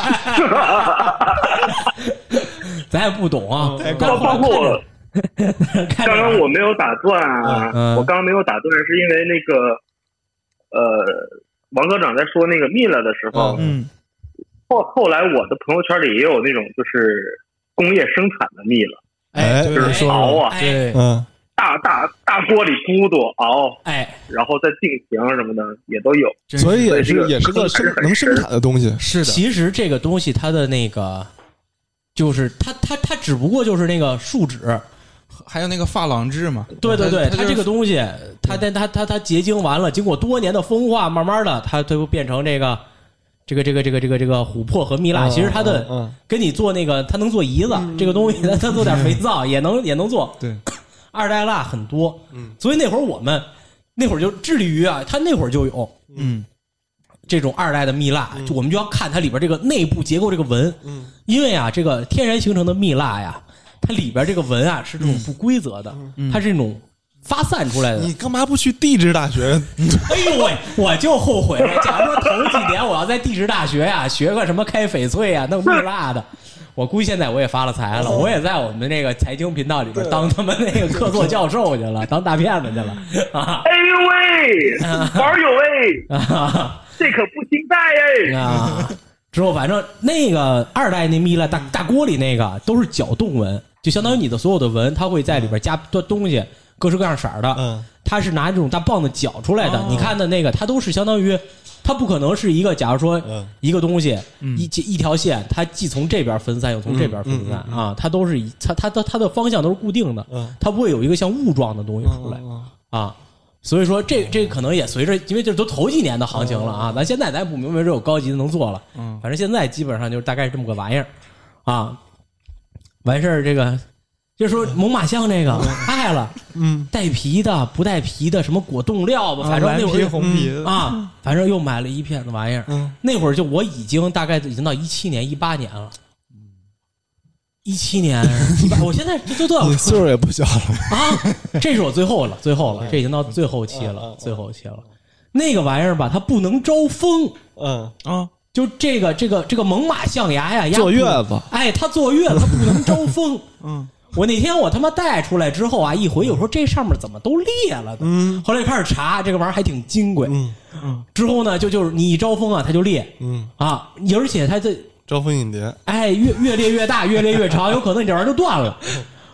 Speaker 4: 咱也不懂啊，但
Speaker 2: 包
Speaker 4: 是后来
Speaker 2: 包
Speaker 4: 看着
Speaker 2: 括
Speaker 4: 看着
Speaker 2: 刚刚我没有打断
Speaker 4: 嗯
Speaker 2: 啊，我刚刚没有打断，是因为那个呃，王科长在说那个蜜了的时
Speaker 5: 哦
Speaker 2: 候，
Speaker 7: 嗯，
Speaker 2: 后后来我的朋友圈里也有那种就是工业生产的蜜了，
Speaker 3: 哎
Speaker 7: 对
Speaker 3: 有人
Speaker 4: 哎
Speaker 3: 说
Speaker 2: 熬啊，
Speaker 4: 哎
Speaker 3: 嗯，
Speaker 2: 大大大锅里咕嘟熬，
Speaker 4: 哎，
Speaker 2: 然后再定型啊什么的也都有。
Speaker 5: 真是
Speaker 3: 所以也
Speaker 2: 对这
Speaker 3: 是
Speaker 2: 个
Speaker 3: 也是个生
Speaker 2: 还是很
Speaker 3: 能生产的东西。
Speaker 5: 是的，
Speaker 4: 其实这个东西它的那个，就是它它它只不过就是那个树脂，
Speaker 5: 还有那个珐琅质嘛，
Speaker 4: 对对对，
Speaker 5: 它
Speaker 4: 它
Speaker 5: 就是
Speaker 4: 这个东西，它但它它它结晶完了，经过多年的风化，慢慢的它它会变成这个。这个这个这个这个这个琥珀和蜜蜡，
Speaker 3: 嗯
Speaker 4: 其实它的
Speaker 3: 嗯嗯
Speaker 4: 跟你做那个，它能做胰子这个东西，它它做点肥皂也能也能做
Speaker 5: 对，
Speaker 4: 二代蜡很多，所以那会儿我们那会儿就致力于啊，它那会儿就有
Speaker 5: 嗯，
Speaker 4: 这种二代的蜜蜡，就我们就要看它里边这个内部结构这个纹，嗯，因为啊，这个天然形成的蜜蜡呀，它里边这个纹啊是这种不规则的，它是这种发散出来的。
Speaker 3: 你干嘛不去地质大学？
Speaker 4: 哎呦喂，我就后悔了。假如说头几年我要在地质大学呀、学个什么开翡翠啊，弄蜜蜡的，我估计现在我也发了财了，我也在我们这个财经频道里边当他们那个客座教授去了，当大骗子去了啊
Speaker 2: 哎呦喂，玩儿有喂，
Speaker 4: 啊
Speaker 2: 这可不清淡哎！
Speaker 4: 啊！之后反正那个二代那蜜蜡大大锅里那个都是搅动纹，就相当于你的所有的纹，它会在里边加多东西，各式各样色儿的。
Speaker 3: 嗯，哦
Speaker 4: 它是拿这种大棒子搅出来的。你看的那个，它都是相当于，它不可能是一个，假如说
Speaker 3: 嗯
Speaker 4: 一个东西、一一条线，它既从这边分散又从这
Speaker 3: 嗯
Speaker 4: 边分散、啊，它都是一它它它它的方向都是固定的，
Speaker 3: 嗯哦
Speaker 4: 它不会有一个像雾状的东西出来、啊。所以说这这可能也随着，因为这都头几年的行情了
Speaker 7: 哦
Speaker 4: 啊，咱现在咱也不明白这有高级的能做了，
Speaker 7: 嗯
Speaker 4: 反正现在基本上就是大概这么个玩意儿啊。完事儿这个就说猛犸象这 个爱了，
Speaker 3: 嗯，
Speaker 4: 带皮的不带皮的，什么果冻料吧，反正
Speaker 7: 啊蓝
Speaker 4: 那会
Speaker 7: 皮
Speaker 4: 儿
Speaker 7: 红皮
Speaker 5: 嗯
Speaker 7: 的，
Speaker 4: 啊，反正又买了一片子玩意儿。
Speaker 3: 嗯
Speaker 4: 那会儿就我已经大概已经到一七年、一八年了。一七 年，18我现在这都多少
Speaker 3: 你岁数也不小了，
Speaker 4: 啊？这是我最后了，最 后了，这已经到最后期
Speaker 3: 嗯嗯嗯
Speaker 4: 了
Speaker 3: 嗯，
Speaker 4: 最后期了。那个玩意儿吧，它不能招风，
Speaker 3: 嗯，
Speaker 7: 啊，
Speaker 4: 就这个这个这个猛犸象牙呀，鸭
Speaker 3: 坐
Speaker 4: 不
Speaker 3: 月子，
Speaker 4: 哎，它坐月，它不能招 风。
Speaker 7: 嗯，
Speaker 4: 我那天我他妈带出来之后啊，一回我说这上面怎么都裂了呢？
Speaker 3: 嗯
Speaker 4: 后来就开始查，这个玩意儿还挺金贵。
Speaker 3: 嗯
Speaker 4: 之后呢，就就是你一招风啊，它就裂
Speaker 3: 嗯，
Speaker 4: 啊，而且它这
Speaker 3: 招蜂引蝶，
Speaker 4: 哎越越裂越大，越裂越长，有可能你这玩意儿就断了。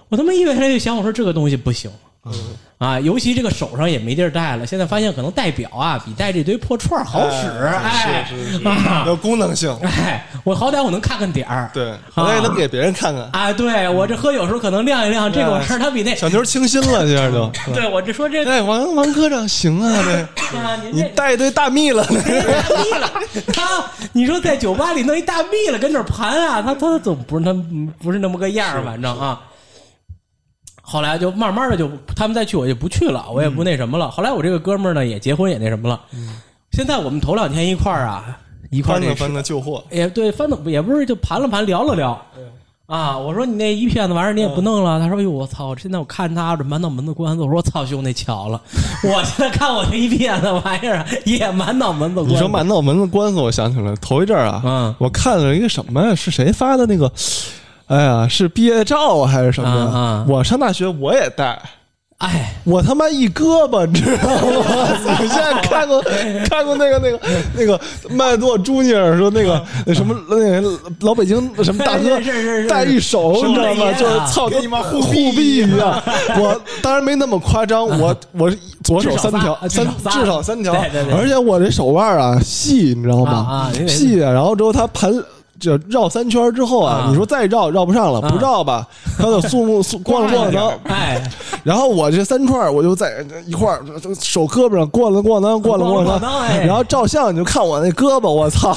Speaker 4: 我他妈越来越想，我说这个东西不行。
Speaker 3: 嗯
Speaker 4: 啊，尤其这个手上也没地儿戴了，现在发现可能戴表啊比戴这堆破串儿好使，哎，
Speaker 3: 是是
Speaker 4: 啊
Speaker 3: 有功能性，
Speaker 4: 哎，我好歹我能看看点儿，
Speaker 3: 对，好歹也能给别人看看，
Speaker 4: 啊，对我这喝酒时候可能亮一亮，这个玩意儿它比那，
Speaker 3: 小妞清新了，这样就，
Speaker 4: 对我这说这
Speaker 3: 哎，王王科长行啊，这
Speaker 4: 啊，您
Speaker 3: 你
Speaker 4: 这
Speaker 3: 带一堆大蜜 了，
Speaker 4: 大蜜了， 他你说在酒吧里弄一大蜜了，跟那儿盘啊，他他总不是他不是那么个样儿，反正啊。后来就慢慢的就他们再去我就不去了，我
Speaker 3: 嗯
Speaker 4: 也不那什么了。后来我这个哥们儿呢也结婚也那什么了，现在我们头两天一块儿啊一块儿
Speaker 3: 翻
Speaker 4: 那
Speaker 3: 着
Speaker 4: 吃
Speaker 3: 翻着旧货，
Speaker 4: 也对，翻腾也不是就盘了盘，聊了聊。啊，我说你那一片子玩意儿你也
Speaker 3: 嗯
Speaker 4: 不弄了，他说哟哎我操，现在我看他这满脑门子官司，我说我操兄弟巧了，我现在看我这一片子玩意儿啊也满脑门子官司。
Speaker 3: 你说满脑门子官司，我想起来了，头一阵儿啊，
Speaker 4: 嗯
Speaker 3: 我看了一个什么呀？是谁发的那个？哎呀，是毕业照啊还是什么呀？
Speaker 4: 啊啊
Speaker 3: 我上大学我也戴，
Speaker 4: 哎，
Speaker 3: 我他妈一胳膊，你知道吗？你现在看 过看过那个那个那个麦垛朱尼尔说那个那什么那个老北京什么大哥
Speaker 4: 啊哎是是是是
Speaker 3: 戴一手，
Speaker 4: 是
Speaker 3: 你知道吗？
Speaker 4: 我的爷啊
Speaker 3: 就是操
Speaker 7: 跟你妈
Speaker 3: 护
Speaker 7: 护臂
Speaker 3: 臂一样。我当然没那么夸张，我我 左手三条，
Speaker 4: 至
Speaker 3: 三
Speaker 4: 少仨
Speaker 3: 至少三条，
Speaker 4: 对对对
Speaker 3: 而且我这手腕啊细，你知道
Speaker 4: 啊
Speaker 3: 吗
Speaker 4: 啊没？没
Speaker 3: 细啊，然后之后它盘。这绕三圈之后啊
Speaker 4: 啊，
Speaker 3: 你说再绕绕不上了，
Speaker 4: 啊
Speaker 3: 不绕吧，它就速目 速逛着逛着，
Speaker 4: 哎，
Speaker 3: 然后我这三串儿我就在一块儿手胳膊上逛了逛当，逛了
Speaker 4: 逛了
Speaker 3: 当
Speaker 4: 逛当，哎
Speaker 3: 然后照相你就看我那胳膊，我 操，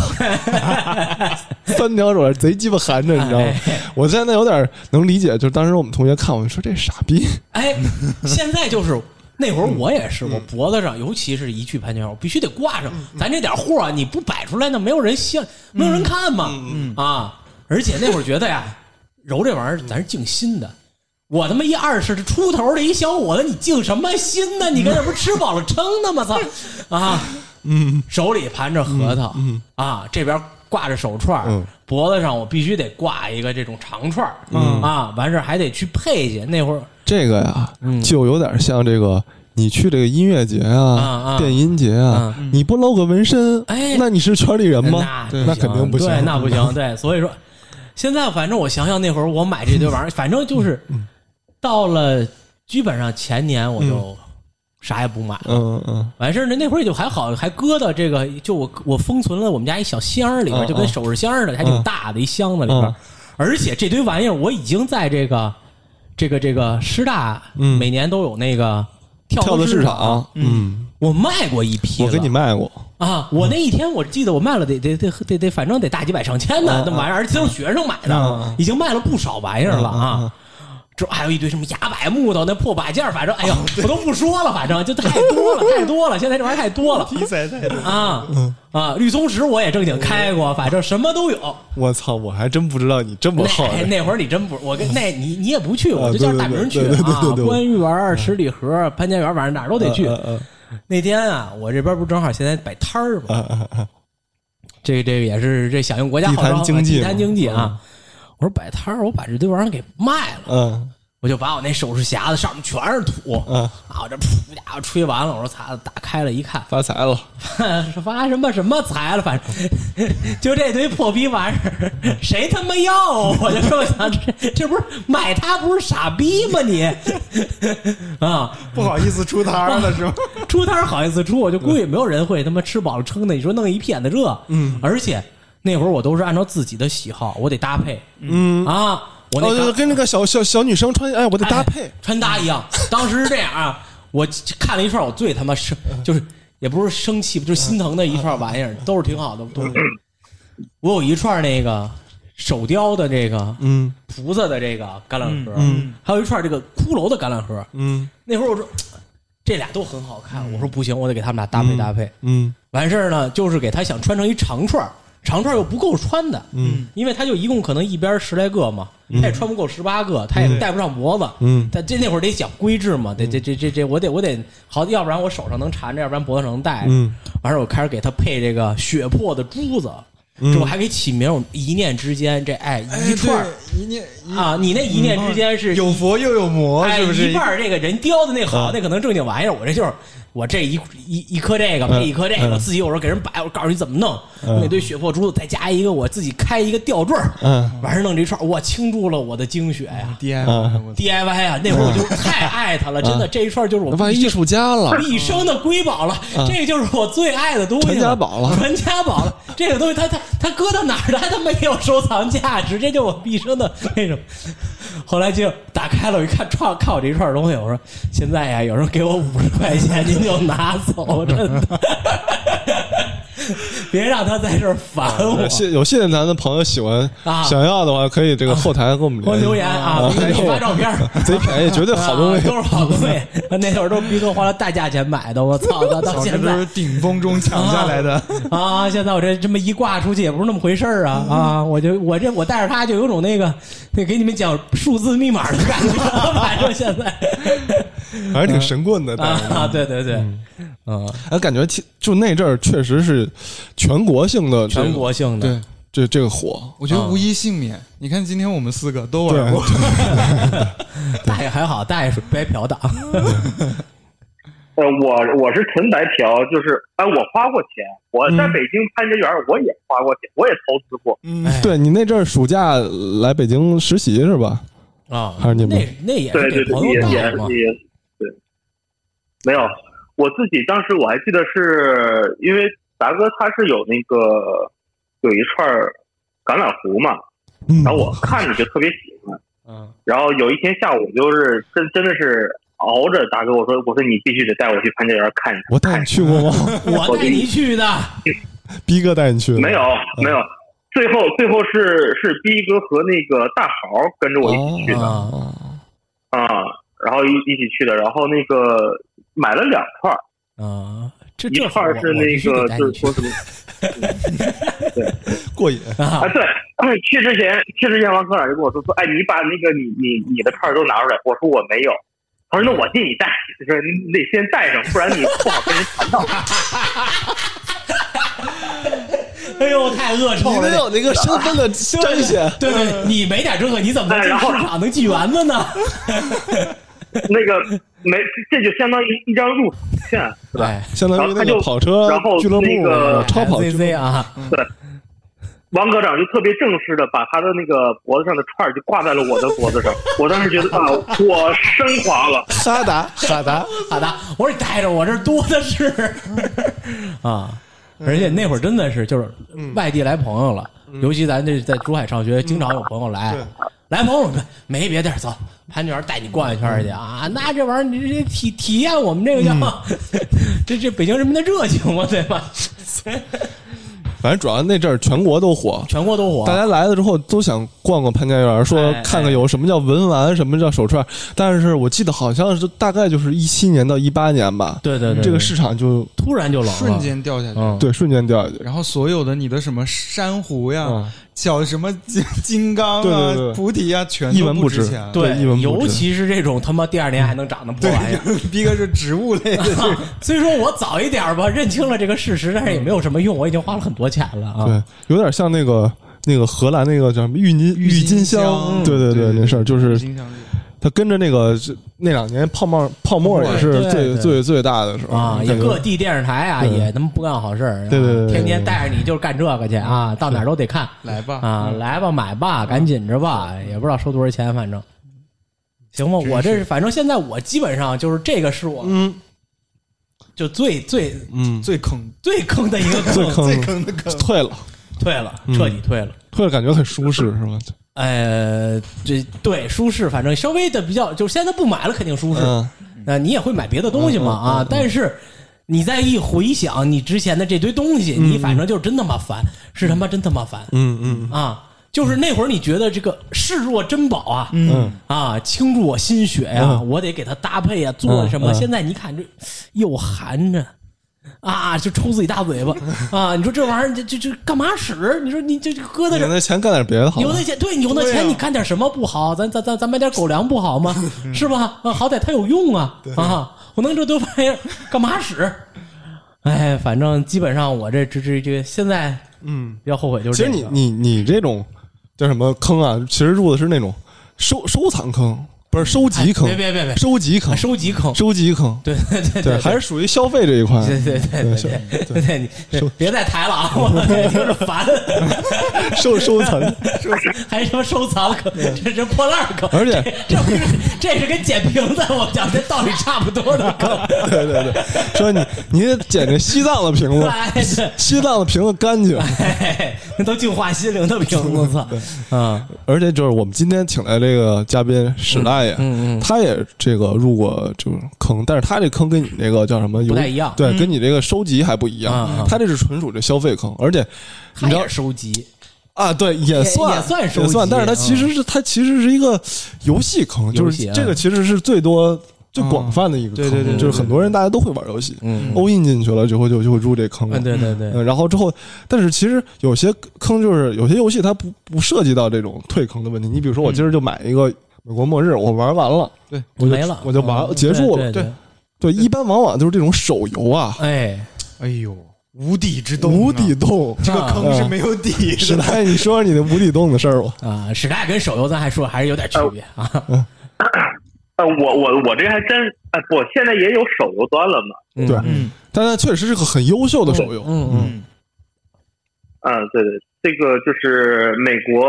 Speaker 3: 三条手贼鸡巴寒碜，你知道吗？我现在有点能理解，就是当时我们同学看我说这傻逼，
Speaker 4: 哎，现在就是那会儿我也是，我脖子上，尤其是一去盘旋，我必须得挂上。咱这点货啊，你不摆出来，那没有人信，没有人看嘛。啊，而且那会儿觉得呀，揉这玩意儿咱是静心的。我他妈一二十出头的一小伙子，你静什么心呢？你跟这不是吃饱了撑的吗？操啊！嗯，手里盘着核桃，嗯啊，这边挂着手串儿，
Speaker 3: 嗯
Speaker 4: 脖子上我必须得挂一个这种长串儿，嗯啊，完事儿还得去配去。那会儿
Speaker 3: 这个呀，就有点像这个。你去这个音乐节啊
Speaker 4: 啊，
Speaker 3: 电音节啊，你不露个纹身，
Speaker 4: 哎
Speaker 3: 那你是圈里人吗？
Speaker 4: 那
Speaker 3: 那肯定不
Speaker 4: 行，
Speaker 3: 行，嗯
Speaker 4: 对，那不行，对，所以说现在反正我想想那会儿我买这堆玩意儿，反正就是
Speaker 3: 嗯
Speaker 4: 到了基本上前年我就啥也不买了。
Speaker 3: 嗯嗯
Speaker 4: 完事儿呢，那会儿也就还好，还搁到这个，就我我封存了我们家一小箱儿里边
Speaker 3: 嗯
Speaker 4: 儿，就跟
Speaker 3: 嗯
Speaker 4: 首饰箱儿似的，还挺大的一箱子里边
Speaker 3: 嗯
Speaker 4: 儿。而且这堆玩意儿我已经在这个这个这个师大
Speaker 3: 嗯
Speaker 4: 每年都有那个
Speaker 3: 嗯，
Speaker 4: 跳
Speaker 3: 跳蚤
Speaker 4: 蚤
Speaker 3: 市
Speaker 4: 市
Speaker 3: 场，，嗯，
Speaker 4: 我卖过一批
Speaker 3: 我
Speaker 4: 了，
Speaker 3: 给你卖过，
Speaker 4: 啊！我
Speaker 3: 嗯
Speaker 4: 那一天我记得我卖了得得得得得，反正得大几百上千的 那玩意儿，而且都是学生买的
Speaker 3: 嗯，
Speaker 4: 已经卖了不少玩意儿了啊。这还有一堆什么牙摆木头那破摆件儿，反正
Speaker 3: 哦
Speaker 4: 哎呦，我都不说了，反正就太多了，太多了。现在这玩意儿太多 了
Speaker 7: 题材太多，
Speaker 4: 啊
Speaker 3: 嗯
Speaker 4: 啊！绿松石我也正经开过，反正什么都有。
Speaker 3: 我操，我还真不知道你这么好
Speaker 4: 那
Speaker 3: 人。
Speaker 4: 那会儿你真不，我跟那你你也不去，我
Speaker 3: 啊
Speaker 4: 就叫大明去
Speaker 3: 对对对对
Speaker 4: 啊
Speaker 3: 对对，对
Speaker 4: 观玉园、十里河、潘家园，反正哪儿都得去。
Speaker 3: 嗯嗯
Speaker 4: 那天啊，我这边不正好现在摆摊儿嘛，
Speaker 3: 嗯嗯嗯
Speaker 4: 这个这个也是这响应国家号召
Speaker 3: 地
Speaker 4: 啊
Speaker 3: 摊经济嘛
Speaker 4: 地摊经济啊。我说摆摊儿，我把这堆玩意儿给卖了，
Speaker 3: 嗯
Speaker 4: 我就把我那手术匣子上面全是土，
Speaker 3: 嗯
Speaker 4: 啊，我这噗家伙吹完了，我说擦，打开了一看，
Speaker 3: 发财了，
Speaker 4: 发什么什么财了，反正 就这堆破逼玩意儿，谁他妈要啊？我就这么想，这这不是买它不是傻逼吗你？ 啊，
Speaker 7: 不好意思出摊儿了是 吧？
Speaker 4: 出摊儿好意思出，我就
Speaker 3: 嗯
Speaker 4: 估计没有人会他妈吃饱了撑的。你说弄一片子这，嗯，而且那会儿我都是按照自己的喜好，我得搭配，嗯啊，我那
Speaker 3: 哦，
Speaker 4: 刚
Speaker 3: 就跟那个小小小女生穿，哎，我得搭配
Speaker 4: 哎，穿搭一样。当时是这样啊，我看了一串，我最他妈生
Speaker 3: 嗯
Speaker 4: 就是也不是生气，就是心疼的一串玩意儿，都是挺好的东西。我有一串那个手雕的这个
Speaker 3: 嗯
Speaker 4: 菩萨的这个橄榄核，
Speaker 3: 嗯
Speaker 4: 还有一串这个骷髅的橄榄核。
Speaker 3: 嗯
Speaker 4: 那会儿我说这俩都很好看，我说不行，我得给他们俩搭配搭配。
Speaker 3: 嗯
Speaker 4: 完事儿呢，就是给他想穿成一长串儿，长串儿又不够穿的，
Speaker 3: 嗯，
Speaker 4: 因为他就一共可能一边儿十来个嘛，他也穿不够十八个，他也戴不上脖子，
Speaker 3: 嗯
Speaker 4: 但这那会儿得讲规制嘛，得这这这这我得我得好，要不然我手上能缠着，要不然脖子上能戴，
Speaker 3: 嗯，
Speaker 4: 完事儿我开始给他配这个血泊的珠子，
Speaker 3: 嗯
Speaker 4: 这我还给起名儿，我一念之间这哎一串儿
Speaker 7: 对一念一
Speaker 4: 啊，你那一念之间是
Speaker 7: 有佛又有
Speaker 3: 哦
Speaker 7: 魔，
Speaker 4: 哎，
Speaker 7: 是不是
Speaker 4: 一？半儿这个人雕的那
Speaker 3: 嗯
Speaker 4: 好，那可能正经玩意儿，我这就是我这一一一颗这个配一颗这个，
Speaker 3: 嗯
Speaker 4: 自己有时候给人摆，我告诉你怎么弄，
Speaker 3: 嗯
Speaker 4: 那堆血泊珠子再加一个我自己开一个吊坠儿，
Speaker 3: 嗯
Speaker 4: 完事儿弄这一串儿，我倾注了我的精血呀
Speaker 7: 颠
Speaker 3: 嗯
Speaker 4: ，DIY 啊，那会儿我就太爱它了，真的这一串儿就是我
Speaker 3: 那嗯万一艺术家了，
Speaker 4: 一生的瑰宝了，
Speaker 3: 嗯
Speaker 4: 这就是我最爱的东西了，
Speaker 3: 传家宝了
Speaker 4: 传家宝了。这个东西它它它搁到哪儿它它没有收藏价值，这就是我毕生的那种。后来就打开了，我一看串看我这一串东西，我说现在呀，有人给我五十块钱，您就拿走，真的，别让他在这儿烦我
Speaker 3: 呃。谢有谢谢咱的朋友喜欢
Speaker 4: 啊
Speaker 3: 想要的话，可以这个后台给我们
Speaker 4: 给我留言啊，
Speaker 3: 啊
Speaker 4: 给我发照片儿。
Speaker 3: 贼便宜，绝对好东
Speaker 4: 啊
Speaker 3: 西
Speaker 4: 都。是好东西。那会儿都是逼哥花了大价钱买的，我操！到到
Speaker 7: 早知
Speaker 4: 现在
Speaker 7: 都是顶峰中抢下来的，
Speaker 4: 啊，现在我这这么一挂出去也不是那么回事儿啊啊！我就我这我带着它就有种那个那给你们讲数字密码的感觉， 反正现在
Speaker 3: 还是挺神棍的。但是
Speaker 4: 啊，对对对，嗯，
Speaker 3: 哎，感觉其就那阵儿确实是全国性的这个，
Speaker 4: 全国性的
Speaker 5: 对，
Speaker 3: 这这个火，
Speaker 5: 我觉得无一幸免。你看今天我们四个都
Speaker 3: 对
Speaker 5: 玩过，
Speaker 4: 大爷还好，大爷是白嫖的，嗯
Speaker 2: 呃，我我是纯白嫖，就是哎，我花过钱，我在
Speaker 4: 嗯
Speaker 2: 北京潘家园儿我也花过钱，我也投资过。
Speaker 7: 嗯，
Speaker 4: 哎
Speaker 5: 哎
Speaker 3: 对你那阵儿暑假来北京实习是吧？
Speaker 4: 啊，
Speaker 3: 还是你们
Speaker 4: 那那也
Speaker 2: 对
Speaker 4: 是
Speaker 2: 对
Speaker 4: 给
Speaker 2: 对，
Speaker 4: 朋
Speaker 2: 也
Speaker 4: 友
Speaker 2: 也
Speaker 4: 带的嘛，
Speaker 2: 也对，没有，我自己当时我还记得是因为达哥他是有那个有一串儿橄榄核嘛，
Speaker 3: 嗯
Speaker 2: 然后我看着就特别喜欢，
Speaker 4: 嗯
Speaker 2: 然后有一天下午就是真真的是熬着达哥，我说我说你必须得带我去潘家园儿看一
Speaker 3: 我带你去过吗？
Speaker 4: 我带你去的，
Speaker 3: 逼哥带你去的
Speaker 4: 嗯
Speaker 2: 看，没有没有。最后，最后是是逼哥和那个大豪跟着我一起去的，
Speaker 3: 哦
Speaker 4: 啊
Speaker 2: 啊、然后一一起去的，然后那个买了两块儿，
Speaker 4: 啊，这
Speaker 2: 一
Speaker 4: 这
Speaker 2: 块儿
Speaker 4: 我
Speaker 2: 是
Speaker 4: 我必
Speaker 2: 那
Speaker 4: 须得
Speaker 2: 个
Speaker 4: 带
Speaker 2: 就
Speaker 4: 你
Speaker 2: 是
Speaker 4: 去
Speaker 2: 说什么
Speaker 3: 过瘾。
Speaker 4: 啊
Speaker 2: 啊？对，哎去之前去之前，王科长就跟我说说，哎，你把那个你你你的票儿都拿出来，我说我没有。他说：“那我替你带，就是你得先带上，不然你不好跟人谈到。
Speaker 4: 哎呦，太恶臭
Speaker 3: 你
Speaker 4: 了
Speaker 3: 得。有 那个身份的彰显。
Speaker 4: 对对，你没点这个，你怎么能
Speaker 2: 哎
Speaker 4: 进
Speaker 2: 然
Speaker 4: 市
Speaker 2: 后
Speaker 4: 场能进园子呢？
Speaker 2: 那个没，这就相当于一张入场券，是吧？
Speaker 4: 哎
Speaker 3: 相当于那
Speaker 2: 然后他
Speaker 3: 个
Speaker 2: 就
Speaker 3: 跑车
Speaker 2: 然后
Speaker 3: 俱乐部
Speaker 2: 那个
Speaker 3: 超跑俱乐
Speaker 4: ZZ 啊，
Speaker 2: 王科长就特别正式的把他的那个脖子上的串儿就挂在了我的脖子上。我当时觉得啊，我升华了。
Speaker 3: 部哈 达哈达，
Speaker 4: 好的，我说你带着我这儿多 的是啊，而
Speaker 3: 嗯
Speaker 4: 且那会儿真的是就是外地来朋友了，尤其咱这在珠海上
Speaker 3: 嗯
Speaker 4: 学，经常有朋友来。来朋友们，没别地儿，走，潘娟带你逛一圈
Speaker 3: 嗯
Speaker 4: 儿去啊！那这玩意儿，你这体体验我们这个叫、 这这北京人民的热情嘛，对吧？
Speaker 3: 反正主要那阵儿全国都火，
Speaker 4: 全国都火，
Speaker 3: 大家来了之后都想逛逛潘家园，说
Speaker 4: 哎
Speaker 3: 看看有什么叫文玩，什么叫手串。但是我记得好像是大概就是一七年到一八年吧，
Speaker 4: 对对对，
Speaker 3: 这个
Speaker 4: 对
Speaker 3: 市场就
Speaker 4: 突然就冷了，
Speaker 5: 瞬间掉下去。
Speaker 4: 嗯，
Speaker 3: 对瞬间掉下去。
Speaker 5: 然后所有的你的什么珊瑚呀
Speaker 3: 嗯、
Speaker 5: 小什么金金刚
Speaker 3: 对
Speaker 5: 啊
Speaker 3: 对对、
Speaker 5: 菩提呀，全
Speaker 3: 一
Speaker 5: 都
Speaker 3: 文不值
Speaker 5: 值
Speaker 7: 啊
Speaker 5: 钱。
Speaker 3: 对一文不值
Speaker 4: 尤其是这种他妈第二年还能长那破
Speaker 5: 对
Speaker 4: 玩意儿。，
Speaker 5: 逼哥是植物类的，
Speaker 4: 啊 虽说我早一点吧认清了这个事实，但是也没有什么用，我已经花了很多钱了啊。
Speaker 3: 对，有点像那个那个荷兰那个叫什么郁金郁金香，对对对，那事儿 就是他跟着那个是那两年泡沫泡沫也是
Speaker 4: 对
Speaker 3: 最
Speaker 4: 对
Speaker 3: 最最大的时候
Speaker 4: 啊，也
Speaker 3: 感觉
Speaker 4: 各地电视台啊，
Speaker 3: 嗯对
Speaker 4: 也他妈不干好事儿，啊
Speaker 3: 对对对对
Speaker 4: 天天带着你就是干这个去啊，到哪儿都得看，
Speaker 5: 来吧
Speaker 4: 啊，来吧，买吧，赶紧着吧，也不知道收多少钱，反正行吧，我这是反正现在我基本上就是这个是我
Speaker 3: 嗯
Speaker 4: 就最最
Speaker 3: 嗯
Speaker 5: 最坑，
Speaker 4: 最坑的一个
Speaker 3: 最
Speaker 4: 坑，
Speaker 3: 坑嗯
Speaker 7: 最坑的坑，
Speaker 3: 退了
Speaker 4: 退了，彻底退了。
Speaker 3: 退了，感觉很舒
Speaker 4: 嗯
Speaker 3: 适是吧？
Speaker 4: 呃，这对舒适，反正稍微的比较，就是现在不买了肯定舒适，
Speaker 3: 嗯
Speaker 4: 那你也会买别的东西嘛啊，但是你再一回想你之前的这堆东西，你反正就是真他妈烦，是他妈真他妈烦
Speaker 3: 嗯嗯
Speaker 4: 啊！就是那会儿你觉得这个视若珍宝啊，
Speaker 3: 嗯
Speaker 4: 啊，倾注我心血呀、
Speaker 3: 嗯
Speaker 4: 我得给它搭配啊，做什么？
Speaker 3: 嗯嗯
Speaker 4: 现在你看这又含着。啊！就抽自己大嘴巴啊！你说这玩意儿，这这这干嘛使？你说你这这搁
Speaker 3: 嗯，
Speaker 4: 在这
Speaker 3: 有
Speaker 4: 儿
Speaker 3: 那钱干点别的好了啊
Speaker 4: 有那钱，对，有那钱你干点什么不好？咱咱咱咱买点狗粮不 好吗？
Speaker 3: 嗯
Speaker 4: 是吧？啊，好歹它有用啊啊！我弄这堆玩意儿干嘛使？哎，反正基本上我这这这这现在
Speaker 3: 嗯。
Speaker 4: 比较后悔就是
Speaker 3: 其实
Speaker 4: 这个、
Speaker 3: 你你你这种叫什么坑啊？其实入的是那种收收藏坑，不是收集坑，
Speaker 4: 哎别别别别
Speaker 3: 收集坑，
Speaker 4: 收集坑，
Speaker 3: 收集坑，
Speaker 4: 对对对
Speaker 3: 对，还是属于消费这一块。
Speaker 4: 对对对
Speaker 3: 对
Speaker 4: 对
Speaker 3: 是
Speaker 4: 对对对，你别再抬了啊！我有点烦，
Speaker 3: 收收藏，
Speaker 4: 还什么收藏可，这这破烂儿可，
Speaker 3: 而且
Speaker 4: 这这不是这是跟捡瓶子，我讲这道理差不多的 可。
Speaker 3: 对对对，说你你得捡这西藏的瓶 子，
Speaker 4: 哎对
Speaker 3: 西藏的瓶子干净。
Speaker 4: 哎， 那都净化心灵的瓶子，我操！嗯，
Speaker 3: 而且就是我们今天请来这个嘉宾史大爷，
Speaker 4: 嗯嗯嗯
Speaker 3: 他也这个入过就是坑，但是他这坑跟你那个叫什么有
Speaker 4: 不太一样
Speaker 3: 对，跟你这个收集还不一样，
Speaker 4: 啊啊
Speaker 3: 他这是纯属这消费坑，而且你
Speaker 4: 他
Speaker 3: 知道
Speaker 4: 也收集，
Speaker 3: 啊，对，也算
Speaker 4: 也算收
Speaker 3: 也算，
Speaker 4: 集啊
Speaker 3: 但是它其实是、它其实是一个游戏坑，就
Speaker 4: 游
Speaker 3: 是
Speaker 4: 戏
Speaker 3: 这个
Speaker 4: 嗯
Speaker 3: 其实是最多最广泛的一个坑，
Speaker 5: 嗯对对对对
Speaker 3: 就是很多人大家都会玩游戏，
Speaker 4: 嗯
Speaker 3: 欧印进去了之后就就会入这坑了，
Speaker 4: 嗯，对对对，
Speaker 3: 嗯然后之后，但是其实有些坑就是有些游戏它不不涉及到这种退坑的问题，你比如说我今儿就买一个美国末日，我玩完了，我就
Speaker 4: 没了，
Speaker 3: 我就完了
Speaker 4: 嗯
Speaker 3: 结束了
Speaker 4: 对，对
Speaker 3: 对，一般往往就是这种手游啊，
Speaker 4: 哎，
Speaker 7: 哎呦，无底之洞啊，
Speaker 3: 无底 洞。
Speaker 7: 这个坑是没有底
Speaker 3: 史
Speaker 7: 的。
Speaker 3: 大爷，你说说你的无底洞的事儿吧。
Speaker 4: 啊，史大跟手游咱还说还是有点区别啊，
Speaker 2: 呃，我我我这还真哎不，现在也有手游端了嘛。
Speaker 4: 嗯
Speaker 3: 对
Speaker 4: 嗯
Speaker 3: 但它确实是个很优秀的手游，
Speaker 4: 嗯
Speaker 5: 嗯，
Speaker 2: 嗯，对对，这个就是美国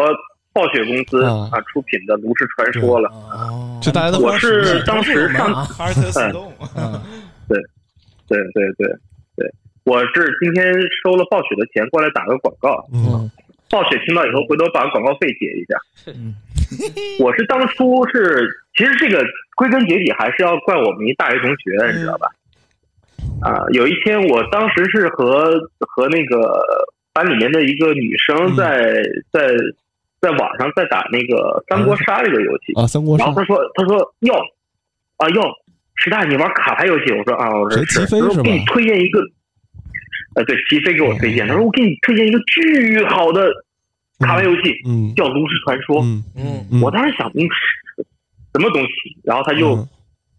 Speaker 2: 暴雪公司
Speaker 3: 啊
Speaker 4: 嗯
Speaker 2: 啊出品的《炉石传说》了。
Speaker 4: 哦
Speaker 3: 就大家都
Speaker 2: 我
Speaker 3: 非常熟悉
Speaker 2: 是当时
Speaker 4: 我们
Speaker 2: 上，
Speaker 4: 啊，
Speaker 5: Heart Stone，
Speaker 4: 嗯
Speaker 2: 对对对对，我是今天收了暴雪的钱过来打个广告。
Speaker 3: 嗯
Speaker 2: 暴雪听到以后，回头把广告费结一下。我是当初是，其实这个归根结底还是要怪我们一大学同学，你知道吧？啊，有一天我当时是和和那个班里面的一个女生在、在在网上在打那个三国杀这个游戏，
Speaker 3: 啊，三国
Speaker 2: 然
Speaker 3: 杀
Speaker 2: 后她说她说哟啊哟，石大你玩卡牌游戏？我说啊，我说
Speaker 3: 谁
Speaker 2: 是，
Speaker 3: 齐飞
Speaker 2: 她说
Speaker 3: 是
Speaker 2: 我
Speaker 3: 吧
Speaker 2: 给你推荐一个，呃，对，齐飞给我推荐，她说我给你推荐一个巨好的卡牌游戏，
Speaker 3: 嗯
Speaker 2: 叫《炉石传说》。
Speaker 3: 嗯
Speaker 4: 嗯
Speaker 3: 嗯
Speaker 2: 我当时想，嗯，什么东西？然后他就
Speaker 3: 嗯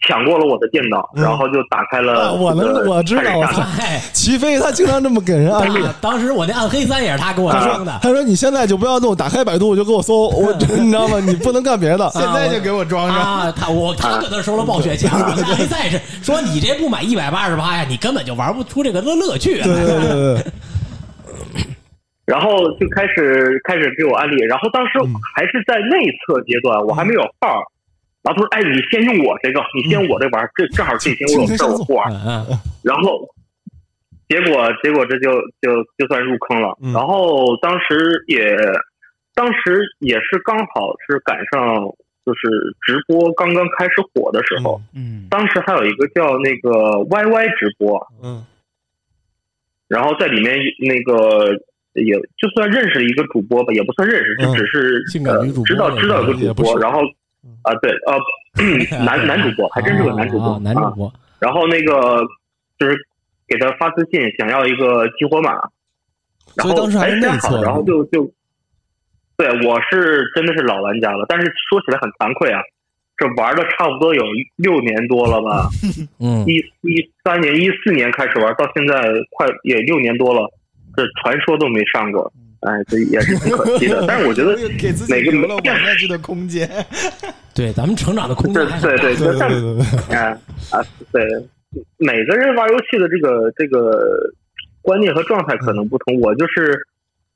Speaker 2: 抢过了我的电脑，
Speaker 3: 嗯
Speaker 2: 然后就打开
Speaker 3: 啊，
Speaker 2: 了这个、
Speaker 3: 我能我知道，我操
Speaker 2: 了。，
Speaker 4: 哎，
Speaker 3: 齐飞他经常这么给人安利。
Speaker 4: 大当时我那暗黑三也是他给我装的，
Speaker 3: 他说：“你现在就不要弄，打开百度就给我搜，我你知道吗？你不能干别的。
Speaker 7: 现在就给我装上，
Speaker 4: 啊，他我他搁那收了暴雪啊钱，现在是说你这不买一百八十八呀，你根本就玩不出这个乐乐趣啊。
Speaker 3: 对对对 对对，
Speaker 2: 然后就开始开始给我安利。然后当时还是在内测阶段，我还没有号。然后他说：“哎，你先用我这个，你先用我这玩，这正好这天我有事儿我不玩。”
Speaker 4: 嗯
Speaker 2: 然后结果结果这就就就算入坑了。
Speaker 3: 嗯
Speaker 2: 然后当时也当时也是刚好是赶上就是直播刚刚开始火的时候，
Speaker 5: 嗯，
Speaker 2: 当时还有一个叫那个 YY 直播，
Speaker 3: 嗯
Speaker 2: 然后在里面那个。也就算认识一个主播吧，也不算认识，就
Speaker 3: 嗯
Speaker 2: 只是、
Speaker 4: 性感女主播
Speaker 2: 呃、知道知道有个
Speaker 3: 也
Speaker 2: 主
Speaker 3: 不
Speaker 2: 播，
Speaker 3: 是嗯
Speaker 2: 然后啊、对呃 男男主播，还真是个男主播，
Speaker 4: 啊啊男主
Speaker 2: 啊
Speaker 4: 播，
Speaker 2: 然后那个就是给他发私信，想要一个激活码，然
Speaker 3: 所以
Speaker 2: 后
Speaker 3: 当时还
Speaker 2: 哎
Speaker 3: 是
Speaker 2: 这样
Speaker 3: 内测
Speaker 2: 好
Speaker 3: 是
Speaker 2: 了然后
Speaker 3: 吗
Speaker 2: 就就对我是真的是老玩家了，但是说起来很惭愧啊，这玩了差不多有六年多了吧，
Speaker 4: 嗯
Speaker 2: 一一三
Speaker 3: 嗯
Speaker 2: 年一四年开始玩，到现在快也六年多了，这传说都没上过，哎，这也是挺可惜的。但是我 觉得
Speaker 7: 给自己
Speaker 2: 每个
Speaker 7: 留了玩下去的空间。
Speaker 4: 对，咱们成长的空间
Speaker 2: 对
Speaker 4: 还
Speaker 2: 对
Speaker 4: 很大。
Speaker 2: 对，但
Speaker 3: 对对对对，
Speaker 2: 啊啊，对，每个人玩游戏的这个这个观念和状态可
Speaker 3: 嗯
Speaker 2: 能不同。我就是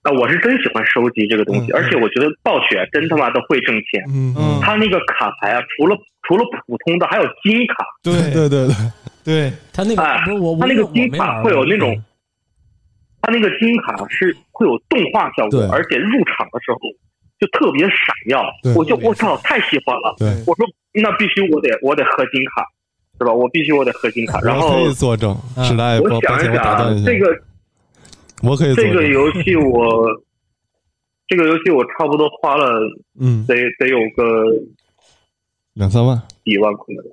Speaker 2: 啊，我是真喜欢收集这个东西，
Speaker 3: 嗯嗯
Speaker 2: 而且我觉得暴雪真他妈的会挣钱。
Speaker 3: 嗯
Speaker 7: 嗯
Speaker 3: 嗯，
Speaker 2: 他那个卡牌啊，除了除了普通的，还有金卡。
Speaker 7: 对
Speaker 3: 对对对，
Speaker 7: 对，
Speaker 4: 他那
Speaker 2: 哎
Speaker 4: 个不是我，
Speaker 2: 他那个
Speaker 4: 我
Speaker 2: 金
Speaker 4: 没玩
Speaker 2: 卡
Speaker 4: 过
Speaker 2: 会有那种，他那个金卡是会有动画效果
Speaker 3: 对，
Speaker 2: 而且入场的时候就特别闪耀
Speaker 3: 对。
Speaker 2: 我就我操，太喜欢了！
Speaker 3: 对
Speaker 2: 我说那必须我得我得合金卡，是吧？我必须我得合金卡。然
Speaker 3: 我可
Speaker 2: 后
Speaker 3: 以作证，史大爷，
Speaker 2: 我
Speaker 3: 抱
Speaker 2: 想
Speaker 3: 抱
Speaker 2: 一
Speaker 3: 歉，
Speaker 2: 想
Speaker 3: 我打断
Speaker 2: 啊
Speaker 3: 一，下，
Speaker 2: 这个
Speaker 3: 我可以作
Speaker 2: 这个
Speaker 3: 证，
Speaker 2: 游戏我。这个游戏我差不多花了
Speaker 3: 嗯，
Speaker 2: 得得有个
Speaker 3: 两三万，
Speaker 2: 几万块钱，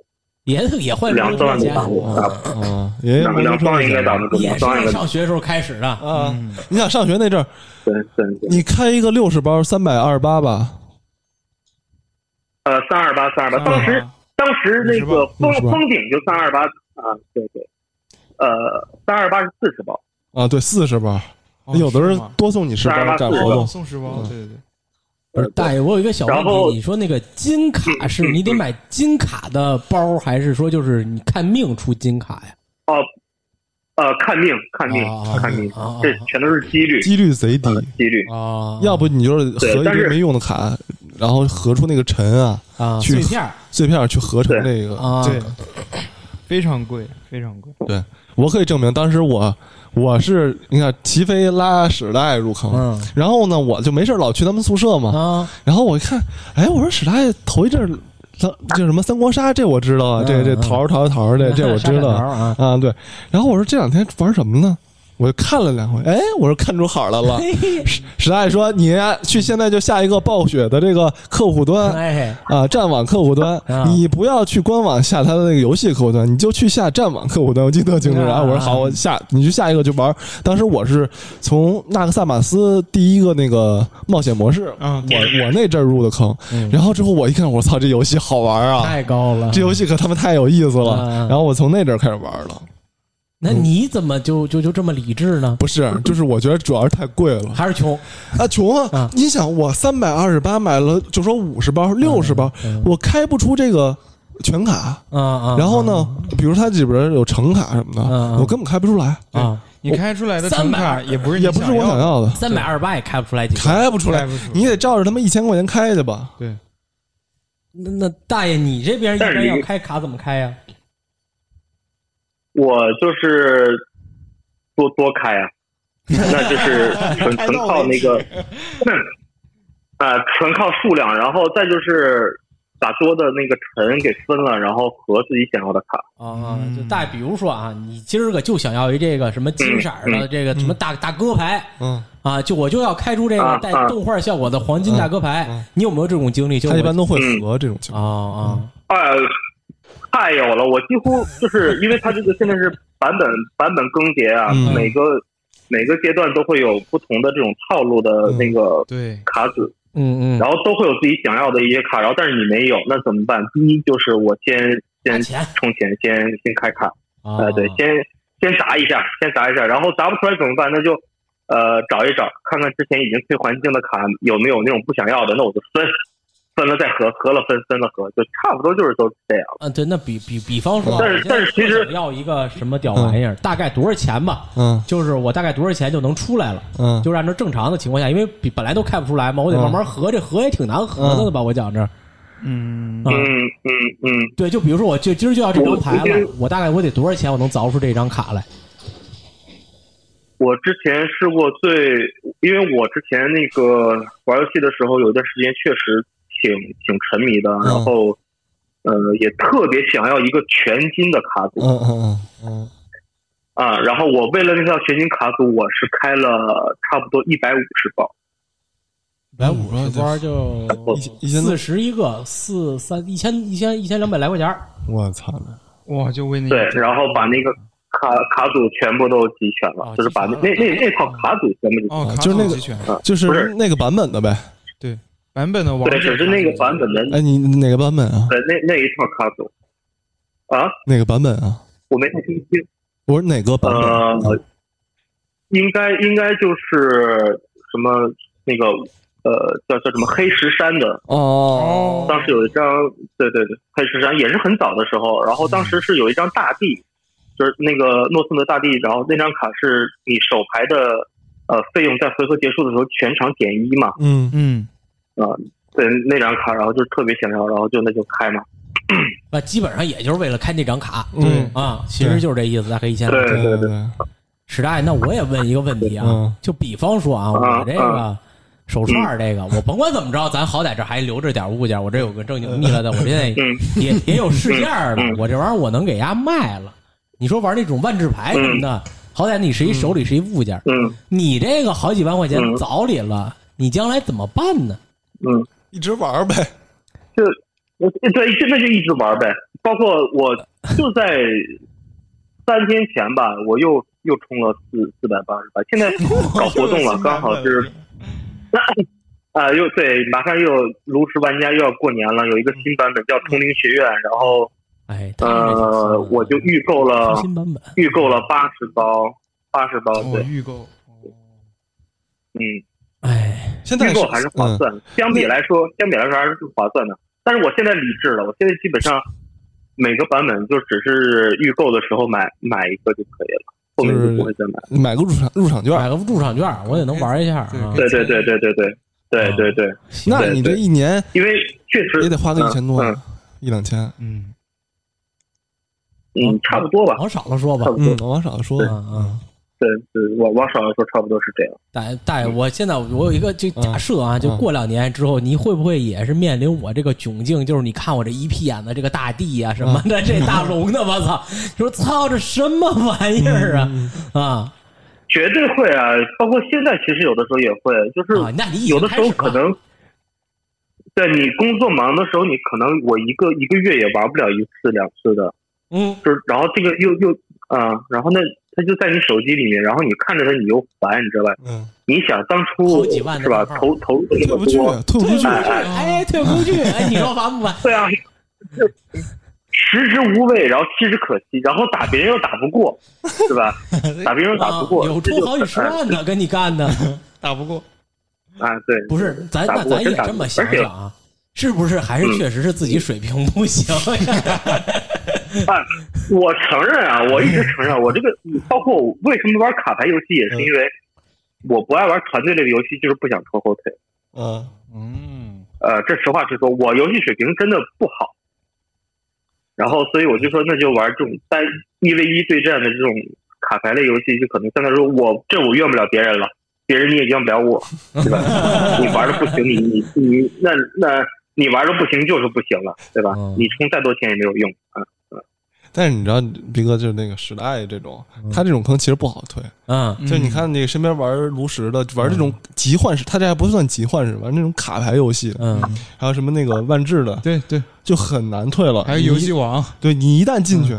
Speaker 4: 也也换成
Speaker 2: 两三万
Speaker 4: 玩家
Speaker 2: 吧，我打
Speaker 3: 啊，爷爷
Speaker 2: 两两方应该打不住，
Speaker 4: 也
Speaker 2: 两
Speaker 4: 是
Speaker 2: 方应
Speaker 4: 在
Speaker 2: 该打
Speaker 4: 上学时候开始的。
Speaker 3: 啊，你想上学那阵儿，
Speaker 2: 对对对。
Speaker 3: 你开一个六十包三百二十八吧，
Speaker 2: 呃，三二八，三二八，当时当时那个
Speaker 3: 五
Speaker 2: 封
Speaker 3: 十包
Speaker 2: 封顶就三二八啊，对对，呃，三二八是四十包，
Speaker 3: 啊，对，四十包，
Speaker 7: 哦
Speaker 3: 有的
Speaker 7: 是
Speaker 3: 人
Speaker 7: 吗
Speaker 3: 多送你十包
Speaker 2: 28
Speaker 3: 赶
Speaker 2: 四
Speaker 3: 活动，嗯
Speaker 7: 送十包，对对对，
Speaker 4: 不是大爷，我有一个小问
Speaker 2: 然后嗯
Speaker 4: 题，你说那个金卡是你得买金卡的包，还是说就是你看命出金卡呀？
Speaker 2: 哦，呃，看命，看命
Speaker 4: 啊，
Speaker 2: 看命
Speaker 4: 啊啊，
Speaker 2: 这全都是几率，
Speaker 3: 几率贼低，
Speaker 2: 呃几率。
Speaker 4: 啊，
Speaker 3: 要不你就是合
Speaker 2: 对
Speaker 3: 一
Speaker 2: 但
Speaker 3: 堆
Speaker 2: 是
Speaker 3: 没用的卡，然后合出那个尘啊
Speaker 4: 啊
Speaker 3: 去
Speaker 4: 碎片儿
Speaker 3: 碎片儿去合成这个，
Speaker 4: 啊，
Speaker 7: 对，非常贵，非常贵。
Speaker 3: 对我可以证明，当时我我是你看齐飞拉史大爷入坑，
Speaker 4: 嗯
Speaker 3: 然后呢我就没事儿老去他们宿舍嘛，
Speaker 4: 啊，
Speaker 3: 然后我一看，哎，我说史大爷头一阵儿三叫什么三国杀，这我知道啊，这这
Speaker 4: 嗯嗯
Speaker 3: 桃儿桃儿桃儿这这我知道
Speaker 4: 杀砍
Speaker 3: 啊
Speaker 4: 桃
Speaker 3: 对。然后我说这两天玩什么呢？我就看了两回，哎，我说看出好来 了。史史大爷说你呀去现在就下一个暴雪的这个客户端。
Speaker 4: 哎，
Speaker 3: 啊，战网客户端，
Speaker 4: 啊
Speaker 3: 你不要去官网下它的那个游戏客户端，你就去下战网客户端。我记得特清楚。
Speaker 4: 啊
Speaker 3: 然后我说好，我下，你去下一个就玩。当时我是从纳克萨马斯第一个那个冒险模式，
Speaker 7: 啊
Speaker 3: 我我那阵儿入的坑，然后之后我一看，我操，这游戏好玩啊！
Speaker 4: 嗯太高了
Speaker 3: 这。游戏可他妈太有意思了。
Speaker 4: 啊
Speaker 3: 然后我从那阵儿开始玩了，
Speaker 4: 那你怎么就就就这么理智呢？
Speaker 3: 不是，就是我觉得主要是太贵了
Speaker 4: 还是穷？
Speaker 3: 啊，穷啊
Speaker 4: 啊！
Speaker 3: 你想，我三百二十八买了，就说五十包、六十包，
Speaker 4: 嗯
Speaker 3: 我开不出这个全卡。
Speaker 4: 啊啊！
Speaker 3: 然后呢，比如它里边有橙卡什么的
Speaker 4: 嗯，嗯
Speaker 3: 我根本开不出来，
Speaker 4: 啊，
Speaker 7: 你开出来的橙卡也不是
Speaker 3: 也不是我
Speaker 7: 要，
Speaker 3: 想要的，
Speaker 4: 三百二十八也开不出来几个。
Speaker 3: 开不出来
Speaker 7: 开不出来。
Speaker 3: 你得照着他们一千块钱开去吧。
Speaker 7: 对，
Speaker 4: 那那大爷，你这边一
Speaker 2: 但是
Speaker 4: 般
Speaker 2: 你
Speaker 4: 要开卡怎么开呀？
Speaker 2: 我就是多多开啊，那就是纯纯靠那个， 啊，纯靠数量，然后再就是把多的那个尘给分了，然后合自己想要的卡。
Speaker 4: 啊，
Speaker 7: 嗯
Speaker 4: 就大，比如说啊，你今儿个就想要一这个什么金色儿的
Speaker 2: 嗯
Speaker 4: 这个什么大大哥牌
Speaker 3: 嗯，
Speaker 4: 啊，就我就要开出这个
Speaker 2: 啊
Speaker 4: 带
Speaker 2: 啊
Speaker 4: 动画效果的黄金大哥
Speaker 3: 嗯嗯
Speaker 4: 牌，你有没有这种经历？就
Speaker 3: 他
Speaker 4: 我
Speaker 3: 一般都会合这种情
Speaker 4: 啊
Speaker 3: 况。
Speaker 4: 啊
Speaker 2: 哎，太有了！我几乎就是因为它这个现在是版本版本更迭啊，
Speaker 3: 嗯
Speaker 2: 每个每个阶段都会有不同的这种套路的那个
Speaker 7: 对，
Speaker 2: 卡子，
Speaker 4: 嗯嗯嗯，
Speaker 2: 然后都会有自己想要的一些卡，然后但是你没有，那怎么办？第一就是我先
Speaker 4: 拿
Speaker 2: 先
Speaker 4: 钱
Speaker 2: 充钱，先先开卡，
Speaker 4: 啊
Speaker 2: 呃，对，先先砸一下，先砸一下，然后砸不出来怎么办？那就呃找一找，看看之前已经退还清的卡有没有那种不想要的，那我就分，分了再合，合了分，分了合，就差不多就是都是这样。
Speaker 4: 啊，对，那比比比方说啊，
Speaker 2: 但是
Speaker 4: 我现在
Speaker 2: 但是其实
Speaker 4: 想要一个什么屌玩意儿，大概多少钱吧？
Speaker 3: 嗯
Speaker 4: 就是我大概多少钱就能出来了，
Speaker 3: 嗯，
Speaker 4: 就是按照正常的情况下，因为比本来都开不出来嘛，我得慢慢合，这合也挺难合的吧？我讲这儿，
Speaker 7: 嗯
Speaker 2: 嗯
Speaker 4: 啊
Speaker 2: 嗯嗯，
Speaker 4: 对，就比如说我就今儿就要这张牌
Speaker 2: 我
Speaker 4: 了，我大概我得多少钱我能凿出这张卡来？
Speaker 2: 我之前试过最，因为我之前那个玩游戏的时候，有一段时间确实挺挺沉迷的，然后。呃，也特别想要一个全金的卡组
Speaker 3: 嗯嗯嗯
Speaker 2: 啊，然后我为了那套全金卡组，我是开了差不多一百五十包，
Speaker 4: 一百五十包就
Speaker 3: 嗯，一一千多
Speaker 4: 四，十一个，四三一千一千一千两百来块钱儿
Speaker 3: 我操！
Speaker 7: 哇，就为那
Speaker 2: 对，
Speaker 5: 嗯
Speaker 2: 然后把那个卡卡组全部都集全了，
Speaker 4: 哦
Speaker 2: 就是把那那
Speaker 4: 集全
Speaker 2: 那
Speaker 4: 了
Speaker 2: 那套卡组全部集全了。
Speaker 7: 哦，
Speaker 3: 啊
Speaker 7: 卡
Speaker 3: 就是那
Speaker 7: 组
Speaker 3: 个
Speaker 7: 集全
Speaker 3: 就是
Speaker 2: 不是
Speaker 3: 那个版本的呗。
Speaker 7: 对版本的王者
Speaker 2: 对，只是那个版本的，
Speaker 3: 哎，你哪个版本啊？
Speaker 2: 呃，那那一套卡组啊，
Speaker 3: 哪个版本啊？
Speaker 2: 我没太听清。
Speaker 3: 我说哪个版本？
Speaker 2: 呃，应该应该就是什么那个呃叫叫什么黑石山的，
Speaker 3: 哦，
Speaker 2: 当时有一张对对对黑石山也是很早的时候，然后当时是有一张大地，就是那个诺森的大地，然后那张卡是你首排的呃费用在回合结束的时候全场减一嘛，
Speaker 3: 嗯，
Speaker 5: 嗯，
Speaker 2: 对那张卡，然后就特别想要，然后就那就开嘛，
Speaker 4: 啊，基本上也就是为了开那张卡
Speaker 3: 嗯
Speaker 4: 啊，其实就是这意思，大概一千
Speaker 2: 对
Speaker 3: 对对对，
Speaker 4: 史大爷，那我也问一个问题啊
Speaker 3: 嗯，
Speaker 4: 就比方说啊，
Speaker 2: 嗯
Speaker 4: 我这个手串儿这个，我甭管怎么着，咱好歹这还留着点物件，我这有个正经蜜了的，我现在
Speaker 2: 嗯
Speaker 4: 也也有市价儿了
Speaker 2: 嗯，嗯
Speaker 4: 我这玩意儿我能给伢卖了。你说玩那种万智牌什么的，好歹你是一手里是一物件，
Speaker 2: 嗯
Speaker 4: 你这个好几万块钱
Speaker 2: 嗯
Speaker 4: 早里了，你将来怎么办呢？
Speaker 2: 嗯。
Speaker 3: 一直玩儿呗，
Speaker 2: 就我对，现在就一直玩呗。包括我就在三天前吧，我又又充了四四百八十八，现在搞活动了，刚好是啊、又对，马上又炉石玩家又要过年了，有一个新版本叫《通灵学院》，然后
Speaker 4: 哎，太没意思
Speaker 2: 呃
Speaker 4: 了，
Speaker 2: 我就预购了
Speaker 4: 出新版本，
Speaker 2: 预购了八十包，八十包，
Speaker 5: 我
Speaker 2: 对，
Speaker 5: 哦预购，
Speaker 2: 嗯，
Speaker 4: 哎，
Speaker 3: 现在
Speaker 2: 预购还是
Speaker 3: 嗯
Speaker 2: 划算，相比来说，相比来说还是划算的。但是我现在理智了，我现在基本上每个版本就只是预购的时候买买一个就可以了，后面就不会再买。
Speaker 3: 嗯，买个入场入场券，
Speaker 4: 买个入场券，我也能玩一下啊。
Speaker 2: 对对对对对对对对对，
Speaker 3: 那你这一年
Speaker 2: 因为确实
Speaker 3: 嗯也得花个一千多啊
Speaker 2: 嗯，
Speaker 3: 一两千，
Speaker 5: 嗯，
Speaker 2: 嗯，差不多吧。
Speaker 4: 往少了说吧
Speaker 2: 差，不多
Speaker 3: 嗯，，往少说，啊
Speaker 4: 嗯嗯。
Speaker 2: 对对，往往少了说，差不多是这样。
Speaker 4: 大大爷，我现在我有一个就假设啊，就过两年之后，你会不会也是面临我这个窘境？就是你看我这一屁眼子，这个大地啊什么的，这大龙的，我操！你 说操，这什么玩意儿啊
Speaker 3: 嗯
Speaker 4: 啊
Speaker 2: 绝对会啊！包括现在，其实有的时候也会，就是
Speaker 4: 啊！那你已
Speaker 2: 有
Speaker 4: 经
Speaker 2: 的时
Speaker 4: 开
Speaker 2: 候
Speaker 4: 始
Speaker 2: 可
Speaker 4: 了
Speaker 2: 能，对你工作忙的时候，你可能我一个一个月也玩不了一次两次的，
Speaker 4: 嗯，
Speaker 2: 就是然后这个又又啊、然后那它就在你手机里面，然后你看着它，你又烦，你知道吧？
Speaker 3: 嗯，
Speaker 2: 你想当初
Speaker 4: 好几万的
Speaker 2: 是吧？
Speaker 4: 账号
Speaker 2: 投投入
Speaker 3: 退
Speaker 2: 那
Speaker 3: 不
Speaker 2: 么
Speaker 3: 去啊
Speaker 2: 多，，
Speaker 3: 退不
Speaker 4: 退不
Speaker 3: 去
Speaker 4: 去，，哎，退不去，哎，你说烦不 烦？
Speaker 2: 对啊，就食之无味，然后弃之可惜，然后打别人又打不 过，是吧？打别人又打不过，
Speaker 4: 啊有
Speaker 2: 这
Speaker 4: 出
Speaker 2: 就
Speaker 4: 好几十 万呢，跟你干的。
Speaker 7: 打不过，
Speaker 2: 啊！对，
Speaker 4: 不是，咱
Speaker 2: 打
Speaker 4: 那
Speaker 2: 不过
Speaker 4: 咱
Speaker 2: 真
Speaker 4: 也
Speaker 2: 打
Speaker 4: 这
Speaker 2: 不
Speaker 4: 么
Speaker 2: 过
Speaker 4: 想
Speaker 2: 而且
Speaker 4: 想啊，是不是还
Speaker 3: 嗯
Speaker 4: 是确实是自己水平不行 呀？
Speaker 2: 啊，我承认啊，我一直承认，我这个包括我为什么玩卡牌游戏，也是因
Speaker 4: 嗯
Speaker 2: 为我不爱玩团队类的游戏，就是不想拖后腿。
Speaker 3: 嗯，
Speaker 5: 嗯，
Speaker 2: 呃，这实话实说，我游戏水平真的不好。然后，所以我就说，那就玩这种单一 v 一对战的这种卡牌类游戏，就可能相对来说，我这我怨不了别人了，别人你也怨不了我，对吧？你玩的不行，你你你那那你玩的不行就是不行了，对吧
Speaker 4: 嗯？
Speaker 2: 你充再多钱也没有用啊。
Speaker 3: 但是你知道，斌哥就是那个史大爷这种，他这种坑其实不好退。
Speaker 4: 嗯，
Speaker 3: 就是你看那个身边玩炉石的，玩这种集幻式，他这还不算集幻式，玩那种卡牌游戏，
Speaker 4: 嗯，
Speaker 3: 还有什么那个万智的，
Speaker 5: 对对，
Speaker 3: 就很难退了。
Speaker 5: 还有游戏
Speaker 3: 你，
Speaker 5: 王
Speaker 3: 对你一旦进去，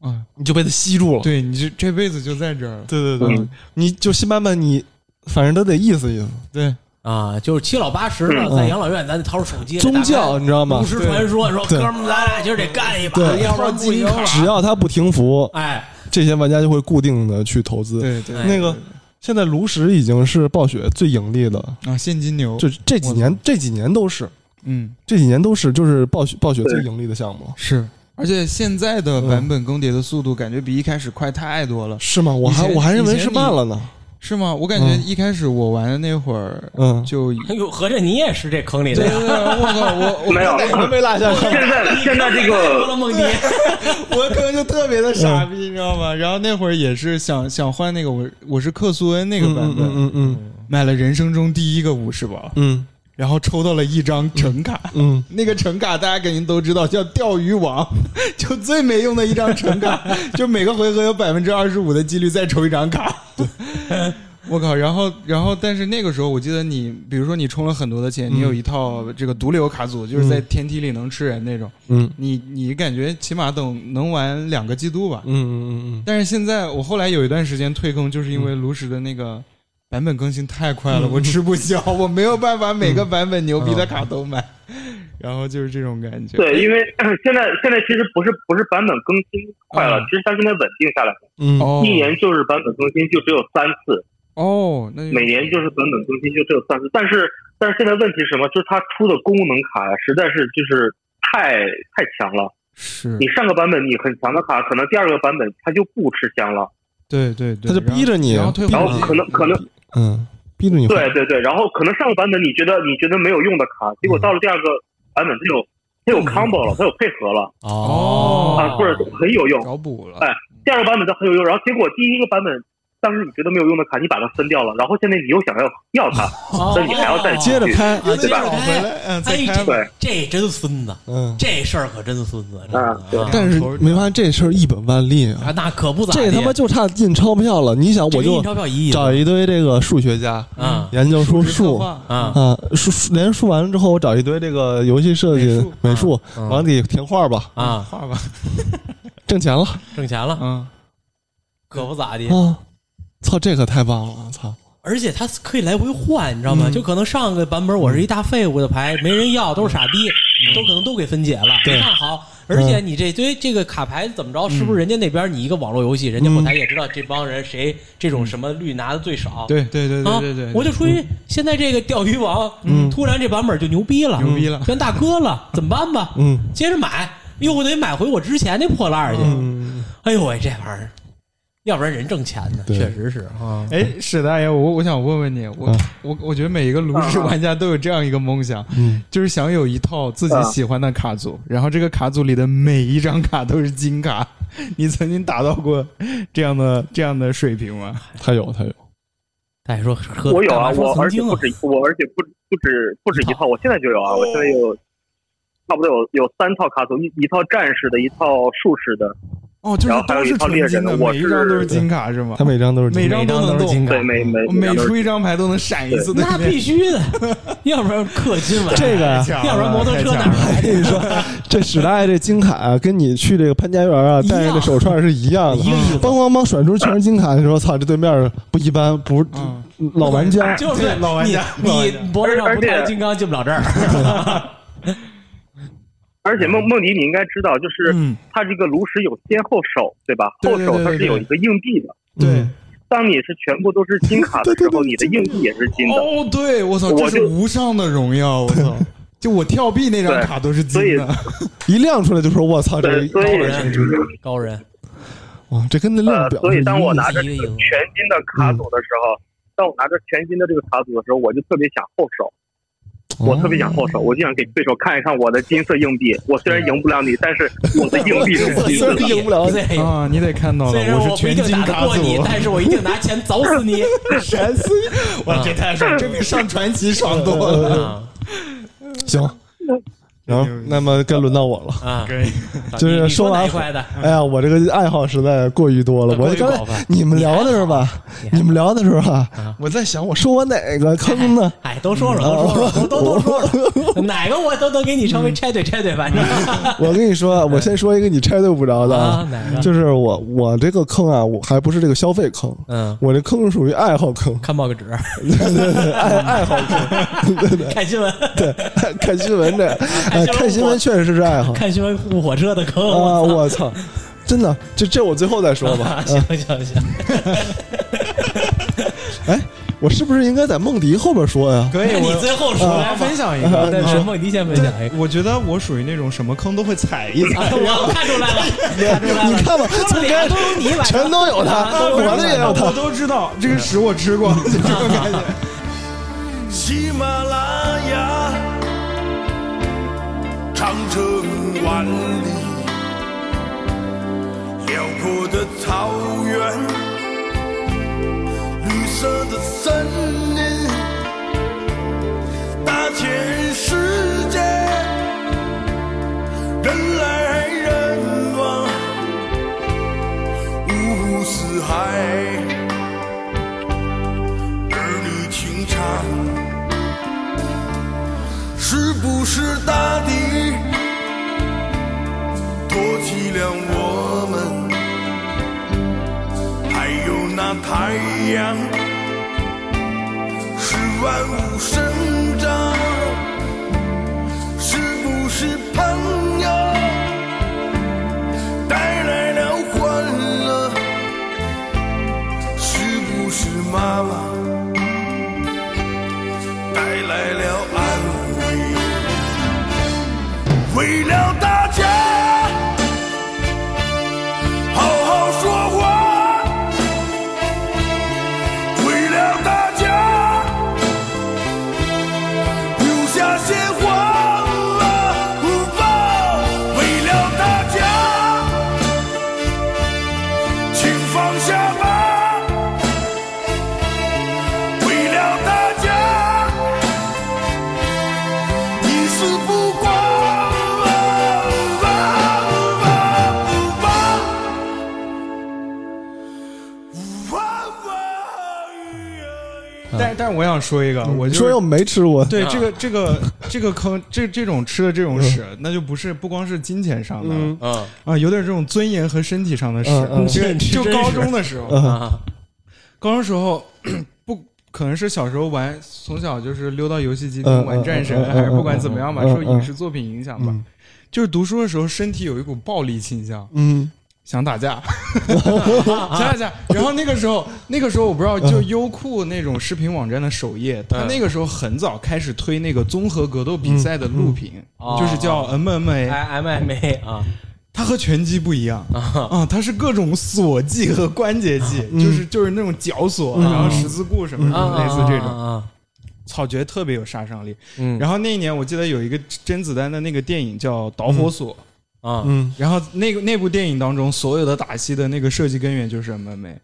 Speaker 5: 啊，
Speaker 3: 你就被他吸住了。
Speaker 5: 对你这这辈子就在这儿了，
Speaker 3: 对对对
Speaker 2: 嗯，
Speaker 3: 你就新版本你。反正都得意思意思，
Speaker 5: 对，
Speaker 4: 啊，就是七老八十的，
Speaker 3: 嗯
Speaker 4: 在养老院，咱得掏出手机来打
Speaker 3: 宗
Speaker 4: 开。
Speaker 3: 教你知道吗
Speaker 4: 巫？师传说说，
Speaker 3: 对
Speaker 4: 哥们儿，咱俩今儿得干一把，
Speaker 3: 对
Speaker 4: 要不然不赢了。
Speaker 3: 只要他不停服，
Speaker 4: 哎，
Speaker 3: 这些玩家就会固定的去投资。
Speaker 5: 对对
Speaker 3: 那个现在炉石已经是暴雪最盈利的，
Speaker 5: 啊，现金流，
Speaker 3: 就这几年这几年都是，
Speaker 5: 嗯
Speaker 3: 这几年都是就是暴雪暴雪最盈利的项目了，
Speaker 5: 是，而且现在的版本更迭的速度感觉比一开始快太多了，
Speaker 3: 嗯是吗？我还
Speaker 5: 以前
Speaker 3: 我还认为是慢了呢。
Speaker 5: 是吗？我感觉
Speaker 3: 嗯
Speaker 5: 一开始我玩的那会儿
Speaker 3: 嗯，
Speaker 5: 就。
Speaker 4: 哎呦，合着你也是这坑里的
Speaker 5: 对
Speaker 4: 呀
Speaker 5: 对？对，我靠， 我我
Speaker 2: 没有，
Speaker 3: 没落下
Speaker 2: 现在现在这
Speaker 4: 多
Speaker 2: 个
Speaker 4: 了梦迪，
Speaker 5: 我可能就特别的
Speaker 3: 嗯
Speaker 5: 傻逼，你知道吗？然后那会儿也是想想换那个我我是克苏恩那个版
Speaker 3: 嗯
Speaker 5: 本，
Speaker 3: 嗯嗯
Speaker 5: 买了人生中第一个五十宝，
Speaker 3: 嗯
Speaker 5: 然后抽到了一张橙卡。
Speaker 3: 嗯
Speaker 5: 那个橙卡大家肯定都知道，叫钓鱼王， 就最没用的一张橙 卡，就每个回合有百分之二十五的几率再抽一张卡。 我靠！然后，然后，但是那个时候，我记得你，比如说你充了很多的钱，你
Speaker 3: 嗯
Speaker 5: 有一套这个毒瘤卡组，就是在天梯里能吃人那种。
Speaker 3: 嗯
Speaker 5: 你你感觉起码等能玩两个季度吧
Speaker 3: 嗯。嗯嗯
Speaker 5: 但是现在我后来有一段时间退坑，就是因
Speaker 3: 嗯
Speaker 5: 为炉石的那个版本更新太快了，我吃不消，我没有办法
Speaker 3: 嗯
Speaker 5: 每个版本牛
Speaker 3: 哦
Speaker 5: 逼的卡都买，然后就是这种感觉。
Speaker 2: 对，因为现在现在其实不是不是版本更新快了，
Speaker 5: 嗯
Speaker 2: 其实它现在稳定下来了，
Speaker 3: 嗯，
Speaker 5: 哦，
Speaker 2: 一年就是版本更新就只有三次，
Speaker 5: 哦，那就
Speaker 2: 每年就是等等更新，就这个算是。但是但是现在问题是什么？就是它出的功能卡呀，实在是就是太太强了。
Speaker 5: 是
Speaker 2: 你上个版本你很强的卡，可能第二个版本它就不吃香了。
Speaker 5: 对对对，
Speaker 3: 他就逼着你
Speaker 5: 然后退
Speaker 2: 然
Speaker 5: 货
Speaker 2: 后可能可能
Speaker 3: 嗯，逼着你换
Speaker 2: 对对对，然后可能上个版本你觉得你觉得没有用的卡，结果到了第二个版本它有它有 combo 了，它有配合了
Speaker 5: 哦
Speaker 2: 啊，或者很有用。
Speaker 5: 找补了，
Speaker 2: 哎第二个版本它很有用，然后结果第一个版本当时你觉得没有用的卡，你把它分掉了，然后现在你又想要要它，那你还要再
Speaker 3: 哦接着
Speaker 2: 去
Speaker 5: 啊
Speaker 3: 拍，
Speaker 7: 又得
Speaker 2: 对吧
Speaker 7: 找回来，嗯，再
Speaker 4: 哎，
Speaker 7: 开吧。
Speaker 4: 这这真孙子，
Speaker 3: 嗯，
Speaker 4: 这事儿可真孙子，真
Speaker 2: 啊
Speaker 4: 的啊
Speaker 3: 但是没发现这事儿一本万利啊，
Speaker 4: 啊，那可不咋
Speaker 3: 这
Speaker 4: 地。
Speaker 3: 他妈就差印钞票了。你想，
Speaker 4: 这
Speaker 3: 我
Speaker 4: 跟
Speaker 3: 就
Speaker 4: 印钞票一意思
Speaker 3: 找一堆这个数学家
Speaker 4: 啊
Speaker 3: 研究出数
Speaker 5: 啊，
Speaker 4: 啊
Speaker 3: 啊，数数连数完了之后，我找一堆这个游戏设计美术，
Speaker 4: 嗯
Speaker 3: 往里填画吧，
Speaker 4: 啊，
Speaker 5: 画吧，
Speaker 3: 挣钱了
Speaker 4: 挣钱了，
Speaker 5: 嗯，
Speaker 4: 可不咋地。
Speaker 3: 啊！操，这可太棒了！操，
Speaker 4: 而且它可以来回换，你知道
Speaker 5: 嗯
Speaker 4: 吗？就可能上个版本我是一大废物的牌，没人要，都是傻逼，
Speaker 5: 嗯
Speaker 4: 都可能都给分解了。
Speaker 3: 对
Speaker 4: 你看好，而且你这堆这个卡牌怎么着，是
Speaker 5: 嗯
Speaker 4: 不是人家那边你一个网络游戏，人家后台也知道这帮人谁这种什么绿拿的最少？
Speaker 5: 对对对
Speaker 4: 啊
Speaker 5: 对对嗯对，，
Speaker 4: 我就出于现在这个钓鱼王，嗯突然这版本就牛逼了，嗯
Speaker 5: 牛逼了
Speaker 4: 变大哥了，怎么办吧？
Speaker 3: 嗯，
Speaker 4: 接着买，又得买回我之前那破烂儿去。
Speaker 5: 嗯
Speaker 4: 哎呦喂，这玩意儿，要不然人挣钱呢，
Speaker 3: 嗯对
Speaker 4: 确实是嗯啊。
Speaker 5: 嗯哎，史大爷，我我想问问你，我、
Speaker 3: 啊
Speaker 5: 我我觉得每一个炉石
Speaker 2: 嗯
Speaker 5: 玩家都有这样一个梦想，
Speaker 3: 嗯
Speaker 5: 就是想有一套自
Speaker 2: 嗯
Speaker 5: 己喜欢的卡组，然后这个卡组里的每一张卡都是金卡。 你曾经达到过这样的这样的水平吗？
Speaker 3: 他有他有，
Speaker 4: 大爷说，喝
Speaker 2: 我有啊，
Speaker 4: 干嘛说
Speaker 2: 我而
Speaker 4: 曾
Speaker 2: 且
Speaker 4: 经啊
Speaker 2: 不止我，而且不不止不止一套，我现在就有啊，我现在有差不多有有三套卡组，一一套战士的，一套术士的，
Speaker 5: 哦，就是
Speaker 2: 然后还有
Speaker 5: 都
Speaker 2: 一
Speaker 5: 是
Speaker 2: 套
Speaker 5: 纯
Speaker 2: 猎
Speaker 5: 金
Speaker 2: 人
Speaker 5: 的，
Speaker 2: 的我
Speaker 5: 每一张
Speaker 2: 是
Speaker 5: 都是金卡是吗？
Speaker 3: 他每张都是
Speaker 5: 每张
Speaker 4: 每
Speaker 5: 都
Speaker 4: 张
Speaker 5: 能
Speaker 4: 都是
Speaker 3: 嗯
Speaker 4: 金
Speaker 5: 动，
Speaker 4: 卡
Speaker 2: 对，，每每
Speaker 5: 我每
Speaker 2: 都
Speaker 5: 出
Speaker 2: 是
Speaker 5: 一张牌都能闪一次的
Speaker 4: 那
Speaker 5: 那
Speaker 4: 必须的， 要不然氪金玩
Speaker 3: 这个 呀
Speaker 5: 强了
Speaker 4: 要不然摩托车哪
Speaker 5: 啊太强
Speaker 4: 来
Speaker 5: 了
Speaker 4: 的？
Speaker 3: 这史大爷这金卡啊，跟你去这个潘家园啊
Speaker 4: 一样
Speaker 3: 戴着这手串是一样的，
Speaker 4: 一个意思
Speaker 3: 梆梆梆甩出全是金卡的时候，操，这对面不一般，不是
Speaker 5: 嗯
Speaker 3: 老玩家，
Speaker 4: 就是
Speaker 5: 对老玩家
Speaker 4: 你
Speaker 5: 老玩
Speaker 4: 你
Speaker 5: 家
Speaker 4: 脖子上
Speaker 2: 而
Speaker 4: 不
Speaker 2: 且
Speaker 4: 带金刚进不了这儿。
Speaker 2: 而且梦梦迪，你应该知道，就是
Speaker 5: 嗯
Speaker 2: 它这个炉石有先后手，对吧？
Speaker 5: 对
Speaker 2: 后
Speaker 5: 对
Speaker 2: 手它
Speaker 5: 对
Speaker 2: 是有
Speaker 5: 对
Speaker 2: 一个硬币的。
Speaker 4: 嗯
Speaker 5: 对。
Speaker 2: 当你是全部都是金卡的时候，你的硬币也是金的。
Speaker 5: 哦，对，我操，
Speaker 2: 我
Speaker 5: 这是
Speaker 2: 就
Speaker 5: 无上的荣耀，我操！就我跳币那张
Speaker 2: 对
Speaker 5: 卡都是
Speaker 2: 所
Speaker 5: 金
Speaker 2: 以
Speaker 5: 的，
Speaker 3: 一亮出来就说我操，这
Speaker 2: 对，所以
Speaker 4: 高人，
Speaker 3: 哇，啊这跟那量
Speaker 2: 呃，
Speaker 3: 表
Speaker 2: 所以当我拿
Speaker 4: 是
Speaker 2: 着
Speaker 4: 一个
Speaker 2: 这
Speaker 4: 意
Speaker 2: 个
Speaker 4: 思
Speaker 2: 全金的卡
Speaker 3: 嗯
Speaker 2: 组的时候，当我拿着全金的这个卡组的时候，我就特别想后手，我特别想后手，我就想给对手看一看我的金色硬币。我虽然赢不了你，但是我的硬币是金
Speaker 3: 虽
Speaker 2: 色
Speaker 3: 然
Speaker 2: 的。
Speaker 3: 赢不了
Speaker 4: 对。
Speaker 5: 啊，你得看到了，
Speaker 4: 虽然我
Speaker 5: 是
Speaker 4: 不一
Speaker 5: 全
Speaker 4: 定
Speaker 5: 金
Speaker 4: 打得
Speaker 5: 卡
Speaker 4: 过你
Speaker 5: 组，，
Speaker 4: 但是我一定拿钱凿死你。
Speaker 5: 闪死！哇，这太爽，这比上传奇爽多了。
Speaker 4: 啊
Speaker 3: 行，然后那么该轮到我了。
Speaker 4: 啊！
Speaker 5: 可以，
Speaker 3: 就是
Speaker 4: 你你
Speaker 3: 说
Speaker 4: 说
Speaker 3: 完
Speaker 4: 哪一块的？
Speaker 3: 哎呀，我这个爱好实在过于多了。
Speaker 4: 过于
Speaker 3: 我刚
Speaker 4: 广
Speaker 3: 才
Speaker 4: 泛
Speaker 3: 你们聊的时候吧，你们聊的时候啊，我在想我说我哪个坑呢？
Speaker 4: 哎，都说说，都说说，都都说说，哪个我都能给你稍微拆对拆对，反正
Speaker 3: 我跟你说啊，我先说一个你拆对不着的
Speaker 4: 啊哪 个
Speaker 3: 就是我我这个坑啊，我还不是这个消费坑，
Speaker 4: 嗯，
Speaker 3: 我这坑是属于爱好坑
Speaker 4: 看报个纸，
Speaker 3: 爱爱好坑，对 对
Speaker 4: 看新闻，
Speaker 3: 对，看新闻这，哎，看新闻确实是爱好
Speaker 4: 看新闻误火车的坑。
Speaker 3: 啊！
Speaker 4: 我
Speaker 3: 我操，真的，这这我最后再说吧
Speaker 4: 操。行行行，
Speaker 3: 哎，我是不是应该在梦迪后边说呀？
Speaker 5: 呃可以，
Speaker 4: 那你
Speaker 5: 哎我呃
Speaker 4: 最后
Speaker 5: 我
Speaker 4: 说
Speaker 5: 来
Speaker 4: 来
Speaker 5: 分
Speaker 4: 分
Speaker 5: 享一个，嗯但
Speaker 4: 但
Speaker 5: 是
Speaker 4: 是梦迪先分享一
Speaker 5: 对
Speaker 4: 个，
Speaker 5: 我觉得我属于那种什么坑都会踩一踩。
Speaker 4: 我看出来了，看出来了，
Speaker 3: 你看吧，
Speaker 4: 说
Speaker 3: 从
Speaker 4: 了
Speaker 3: 开始
Speaker 4: 俩都有你，晚
Speaker 3: 全
Speaker 4: 上
Speaker 3: 都有他，
Speaker 4: 都
Speaker 3: 我这也有他
Speaker 5: 我。都知道这个屎我吃过，就这种感觉。
Speaker 6: 喜马拉雅，长城万里，辽阔的草原，绿色的森林，大千世界，人来人往，五湖四海。儿女情长，是不是大地托起了我们？还有那太阳，是万物生长，是不是朋友带来了欢乐？是不是妈妈？为了大家好好说话，为了大家留下鲜花。为了大家，请放下吧。为了大家，一丝不挂。哎
Speaker 5: 但但是我想嗯说一个，我就
Speaker 3: 说
Speaker 5: 是
Speaker 3: 又没吃过，
Speaker 4: 啊
Speaker 5: 对这个这个这个坑，这这种吃的这种屎，那就不是不光是金钱上的
Speaker 3: 嗯
Speaker 4: 嗯
Speaker 5: 啊，有点这种尊严和身体上的屎
Speaker 3: 嗯嗯。
Speaker 5: 这个
Speaker 4: 这
Speaker 5: 就
Speaker 4: 真是
Speaker 5: 高中的时候，
Speaker 4: 啊，
Speaker 5: 高中时候不可能是小时候玩，从小就是溜到游戏机
Speaker 3: 嗯
Speaker 5: 厅玩战神啊
Speaker 3: 嗯嗯，嗯
Speaker 5: 还是不管怎么样吧，
Speaker 3: 嗯嗯
Speaker 5: 受影视作品影响吧
Speaker 3: 嗯。
Speaker 5: 就是读书的时候，身体有一股暴力倾向，
Speaker 3: 嗯
Speaker 5: 想打架， 想打架。然后那个时候，那个时候我不知道，就优酷那种视频网站的首页，
Speaker 4: 嗯
Speaker 5: 它那个时候很早开始推那个综合格斗比赛的录屏
Speaker 4: 嗯，
Speaker 5: 就是叫 MMA。
Speaker 4: 哎 MMA 啊
Speaker 5: 它和拳击不一样啊，它是各种锁技和关节技，
Speaker 4: 嗯
Speaker 5: 就是就是那种绞索，然后十字固什么什么类似这种。
Speaker 4: 啊，
Speaker 5: 草觉得特别有杀伤力。
Speaker 4: 嗯
Speaker 5: 然后那一年我记得有一个甄子丹的那个电影叫《导火索》，
Speaker 4: 啊
Speaker 3: 嗯
Speaker 5: 然后那个那部电影当中所有的打戏的那个设计根源就是 MMA。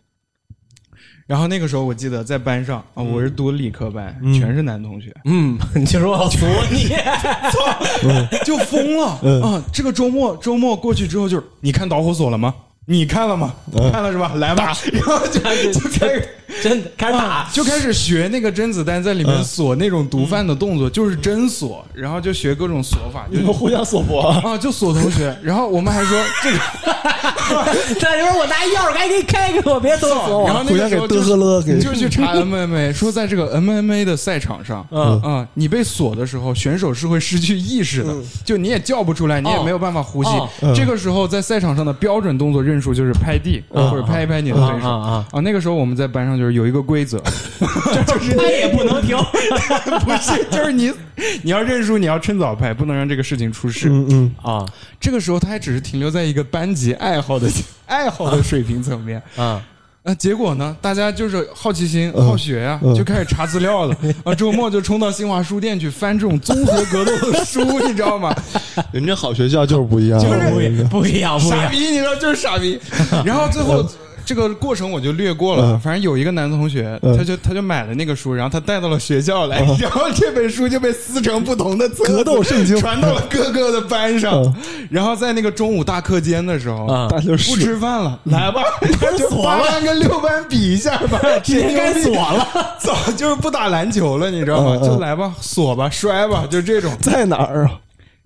Speaker 5: 然后那个时候我记得在班上啊，我是读理科班，全是男同学，
Speaker 4: 嗯， 你就说我服你，
Speaker 5: 就疯了、啊！这个周末周末过去之后就是，你看《导火索》了吗？你看了吗？看了是吧？来吧， 然后就就开始。
Speaker 4: 真的开始打
Speaker 5: 啊，就开始学那个甄子丹在里
Speaker 3: 嗯
Speaker 5: 面锁那种毒贩的动作，就是真锁，然后就学各种锁法，就
Speaker 3: 互相索搏，
Speaker 5: 啊，就锁同 学。然后我们还说这个，
Speaker 4: 这一会儿我拿钥匙赶紧给你开开，我别动我。
Speaker 5: 然后那个时候就
Speaker 3: 互相给嘚呵勒给
Speaker 5: 是你就去 查 MMA，说在这个 MMA 的赛场上，
Speaker 4: 嗯
Speaker 5: 啊，你被锁的时候，选手是会失去意识
Speaker 3: 嗯
Speaker 5: 的，就你也叫不出来，你也没有办法呼吸
Speaker 4: 哦。
Speaker 5: 这个时候在赛场上的标准动作认数就是拍地
Speaker 3: 嗯
Speaker 5: 或者拍一拍你的对手
Speaker 4: 啊啊
Speaker 5: 啊。那个时候我们在班上就是有一个规则，
Speaker 4: 就是拍也不能停，
Speaker 5: 不 是，就是你，你要认输，你要趁早拍，不能让这个事情出事。
Speaker 3: 嗯嗯
Speaker 4: 啊
Speaker 5: 这个时候，他还只是停留在一个班级爱好的爱好的水平层面。
Speaker 4: 啊
Speaker 5: 啊，结果呢，大家就是好奇心、
Speaker 3: 嗯
Speaker 5: 好学呀、就开始查资料了。啊，周末就冲到新华书店去翻这种综合格斗 的书，你知道吗？
Speaker 3: 人家好学校就是不一样，
Speaker 5: 就是
Speaker 3: 我
Speaker 4: 不
Speaker 3: 跟你
Speaker 4: 一
Speaker 3: 讲
Speaker 4: 不一样，不一
Speaker 5: 傻
Speaker 4: 样
Speaker 5: 逼，你知道，就是 傻逼。然后最后。这个过程我就略过了，
Speaker 3: 嗯
Speaker 5: 反正有一个男同学，他就他就买了那个书，然后他带到了学校来，然后这本书就被撕成不同的册子
Speaker 3: 嗯格斗圣经嗯
Speaker 5: 传到了各个的班上，然后在那个中午大课间的时候，
Speaker 4: 啊！
Speaker 3: 大家就是
Speaker 5: 不吃饭了，来 吧，就
Speaker 4: 锁
Speaker 5: 八
Speaker 4: 了
Speaker 5: 班跟六班比一下 吧，
Speaker 4: 直接该锁了。
Speaker 5: 早就是不打篮球了，你知道吗？
Speaker 3: 嗯嗯
Speaker 5: 就来吧，锁吧，摔吧，就这种。
Speaker 3: 在哪儿啊？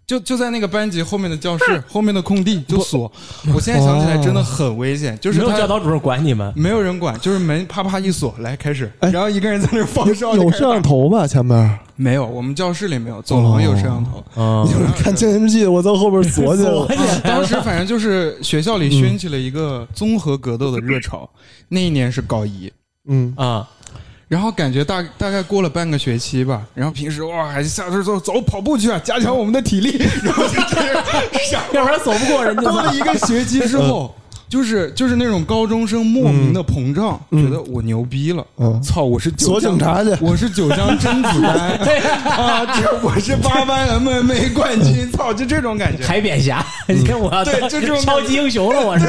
Speaker 5: 就就在那个班级后面的教室，后面的空地就锁。我现在想起来真的很危险，就是
Speaker 4: 没有
Speaker 5: 他
Speaker 4: 教导主任管你们，
Speaker 5: 没有人管，就是门啪啪一锁，来开始，然后一个人在那儿啊放哨。就
Speaker 3: 有
Speaker 5: 开始
Speaker 3: 摄
Speaker 5: 打
Speaker 3: 像头吧？前面
Speaker 5: 没有？我们教室里没有，走廊有摄像头。啊
Speaker 4: 嗯
Speaker 3: 你们看《监视器》，我到后边锁去了
Speaker 4: 锁。起来
Speaker 5: 当时反正就是学校里掀起了一个综合格斗的热潮，那一年是高一，
Speaker 3: 嗯，
Speaker 4: 啊
Speaker 5: 然后感觉大大概过了半个学期吧，然后平时哇，还下课之后走跑步去啊，加强我们的体力， 然后就这样想。
Speaker 4: 要不然锁不过人家。
Speaker 3: 嗯
Speaker 5: 过了一个学期之后，就是就是那种高中生莫名的膨胀，觉得我牛逼了，
Speaker 3: 嗯
Speaker 5: 操，我是九
Speaker 3: 锁
Speaker 5: 江
Speaker 3: 警察去
Speaker 5: 我是九江甄子丹 啊，这我是八班 MMA 冠军，
Speaker 3: 嗯
Speaker 5: 操，就这种感觉。
Speaker 4: 海扁侠，你看我要
Speaker 5: 嗯对
Speaker 4: 当
Speaker 5: 就这种感觉
Speaker 4: 超级英雄了，我是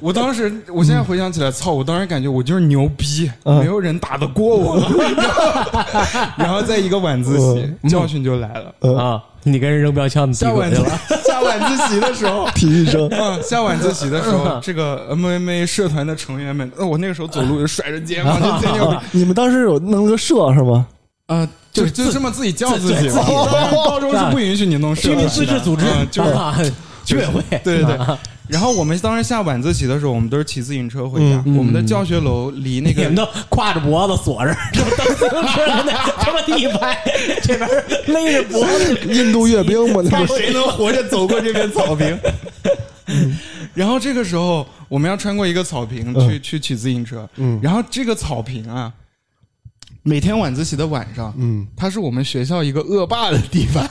Speaker 5: 我当时，我现在回想起来，操！我当时感觉我就是牛逼，
Speaker 3: 嗯
Speaker 5: 没有人打得 过我。然后，然后在一个晚自
Speaker 3: 嗯
Speaker 5: 习，教训就来了。
Speaker 4: 啊！你跟人扔标枪，你自己
Speaker 5: 下
Speaker 4: 滚
Speaker 5: 晚
Speaker 4: 去
Speaker 5: 自
Speaker 4: 了。
Speaker 5: 下晚自习的时候，
Speaker 3: 体育生，
Speaker 5: 嗯，下晚自习的时
Speaker 4: 嗯
Speaker 5: 候，这个 MMA 社团的成员们，呃我那个时候走路就甩着
Speaker 4: 嗯
Speaker 5: 肩膀，就在那边，
Speaker 3: 啊你们当时有弄个社是吗？
Speaker 5: 啊，就就这么自己叫自己
Speaker 4: 自己
Speaker 5: 嘛。当然高中是不允许你弄社
Speaker 4: 居
Speaker 5: 团
Speaker 4: 民
Speaker 5: 的，
Speaker 4: 自治组织
Speaker 5: 嗯就是
Speaker 4: 啊，居委会，嗯
Speaker 5: 对对对。然后我们当时下晚自习的时候，我们都是骑自行车回家。
Speaker 4: 嗯
Speaker 5: 我们的教学楼离那
Speaker 4: 你
Speaker 5: 个
Speaker 4: 们都挎着脖子锁着， 这么蹬自行车 呢，他妈第一排这边勒着脖子，
Speaker 3: 印度阅兵吗？ 那
Speaker 5: 看
Speaker 3: 不是
Speaker 5: 谁能活着走过这片草 坪。嗯然后这个时候，我
Speaker 3: 嗯
Speaker 5: 们要穿过一个草坪去、去取自行车。然后这个草坪啊，每天晚自习的晚上，
Speaker 3: 嗯，啊
Speaker 5: 它是我们学校一个恶霸的地方。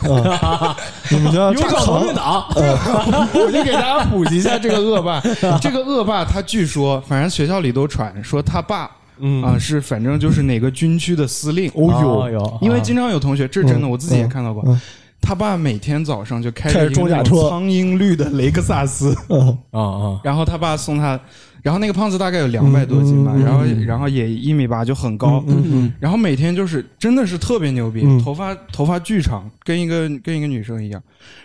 Speaker 3: 你们家
Speaker 4: 有搞革命党，
Speaker 5: 嗯我就给大家普及一下这个恶霸。这个恶霸他据说，反正学校里都传说他爸，
Speaker 3: 嗯
Speaker 5: 啊是反正就是哪个军区的司令。啊
Speaker 3: 哦呦，
Speaker 4: 有
Speaker 5: 因为经常有同学，这是真的，我自己也看到过
Speaker 3: 嗯嗯。
Speaker 5: 他爸每天早上就开
Speaker 3: 开着
Speaker 5: 着一个
Speaker 3: 装甲
Speaker 5: 那种
Speaker 3: 车
Speaker 5: 苍蝇绿的雷克 萨斯，
Speaker 3: 嗯
Speaker 4: 啊啊
Speaker 5: 然后他爸送他，然后那个胖子大概有两
Speaker 3: 嗯
Speaker 5: 百多斤吧，然后然后也一米八，就很高，然后每天就是真的是特别牛逼，
Speaker 3: 嗯
Speaker 5: 头发头发巨长，跟一个跟一个女生一样，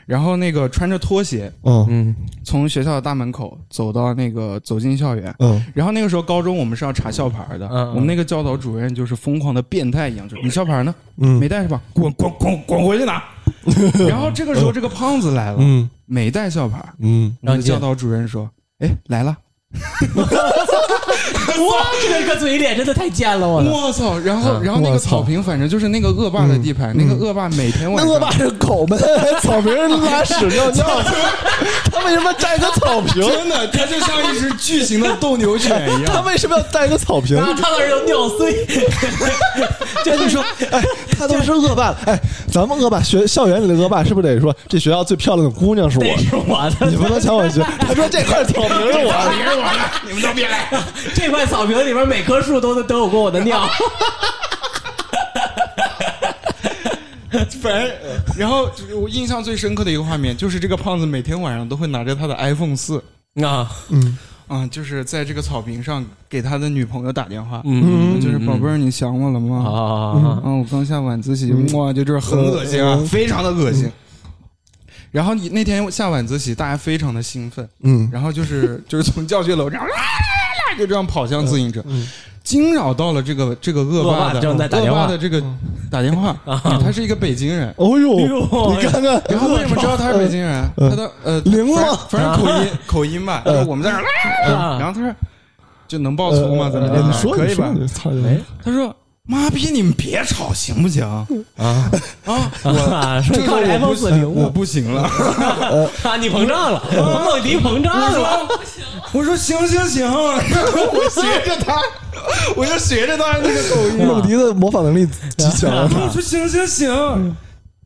Speaker 5: 然后那个穿着拖鞋
Speaker 3: 嗯
Speaker 4: 嗯
Speaker 5: 从学校的大门口走到那个走进校园。
Speaker 3: 嗯，
Speaker 5: 然后那个时候高中我们是要查校牌的，
Speaker 4: 嗯嗯
Speaker 5: 我们那个教导主任就是疯狂的变态一样，就是你校牌呢？
Speaker 3: 嗯
Speaker 5: 没带是吧？滚滚滚滚回去拿！ 然后这个时候这个胖子来了，
Speaker 3: 嗯
Speaker 5: 没带校牌，
Speaker 3: 嗯，
Speaker 4: 让
Speaker 5: 然后
Speaker 4: 你进
Speaker 5: 教导主任说：“哎，来了。”
Speaker 4: 哇，这个嘴脸真的太贱了，我的
Speaker 5: 我操！然后，然后
Speaker 3: 我
Speaker 5: 那个
Speaker 3: 操
Speaker 5: 草坪，反正就是那个恶霸的地盘，那个恶霸每天晚
Speaker 3: 那恶霸
Speaker 5: 上。
Speaker 3: 是狗们 草坪上拉屎尿尿去， 他为什么占一个草坪？
Speaker 5: 真的，他就像一只巨型的斗牛犬一
Speaker 3: 他
Speaker 5: 样。
Speaker 3: 为什么要占一个草坪
Speaker 4: 然？
Speaker 5: 嗯
Speaker 4: 后他那儿就尿碎，
Speaker 3: 这就说，哎，他都是恶霸了，哎，咱们恶霸学校园里的恶霸是不是得说这学校最漂亮的姑娘是我
Speaker 4: 这
Speaker 3: 的？
Speaker 4: 是我
Speaker 3: 你
Speaker 4: 的。
Speaker 3: 不能抢 我学。哎他说这块草坪是 我
Speaker 5: 别是我的， 你们都别来！
Speaker 4: 这块草坪里边每棵树都都有过我的尿，
Speaker 5: 反正，然后就是我印象最深刻的一个画面，就是这个胖子每天晚上都会拿着他的 iPhone 四，
Speaker 4: 啊，
Speaker 5: 啊，就是在这个草坪上给他的女朋友打电话，
Speaker 4: 嗯
Speaker 5: 就是宝贝儿，你想我了吗？
Speaker 4: 啊，
Speaker 5: 啊，我刚下晚自习，哇，就这很恶心啊，非常的恶心。然后你那天下晚自习，大家非常的兴奋，
Speaker 3: 嗯
Speaker 5: 然后就是就是从教学楼然后啦啦啦就这样跑向自行车，惊扰到了这个这个恶霸
Speaker 4: 恶霸
Speaker 5: 的
Speaker 4: 正在打电话啊
Speaker 5: 恶霸的这个打电话，他是一个北京人。
Speaker 3: 哦
Speaker 4: 哎
Speaker 3: 呦，
Speaker 4: 呦
Speaker 3: 你看看，
Speaker 5: 然后为什么知道他是北京人？
Speaker 3: 嗯
Speaker 5: 他的呃
Speaker 3: 灵吗
Speaker 5: 反正反正口音口音吧，就是我们在那儿啦啦啦
Speaker 4: 啊
Speaker 5: 然后他说就能爆粗啊吗？咱们
Speaker 3: 呃
Speaker 5: 电
Speaker 3: 你
Speaker 5: 台
Speaker 3: 说
Speaker 5: 可
Speaker 3: 你
Speaker 5: 以吧哎
Speaker 3: 说？你操你
Speaker 5: 他说：“妈逼，你们别吵，行不行？”啊啊！我
Speaker 4: 说
Speaker 5: 这个
Speaker 4: 靠着
Speaker 5: 我
Speaker 4: iPhone
Speaker 5: 不
Speaker 4: 四零
Speaker 5: 行，我不行了。
Speaker 4: 啊，你膨胀了，我梦迪膨胀了，
Speaker 5: 我嗯说行行行，我学着他，我就学着他那个口音。
Speaker 3: 梦迪的模仿能力极强，啊
Speaker 5: 我说行行行，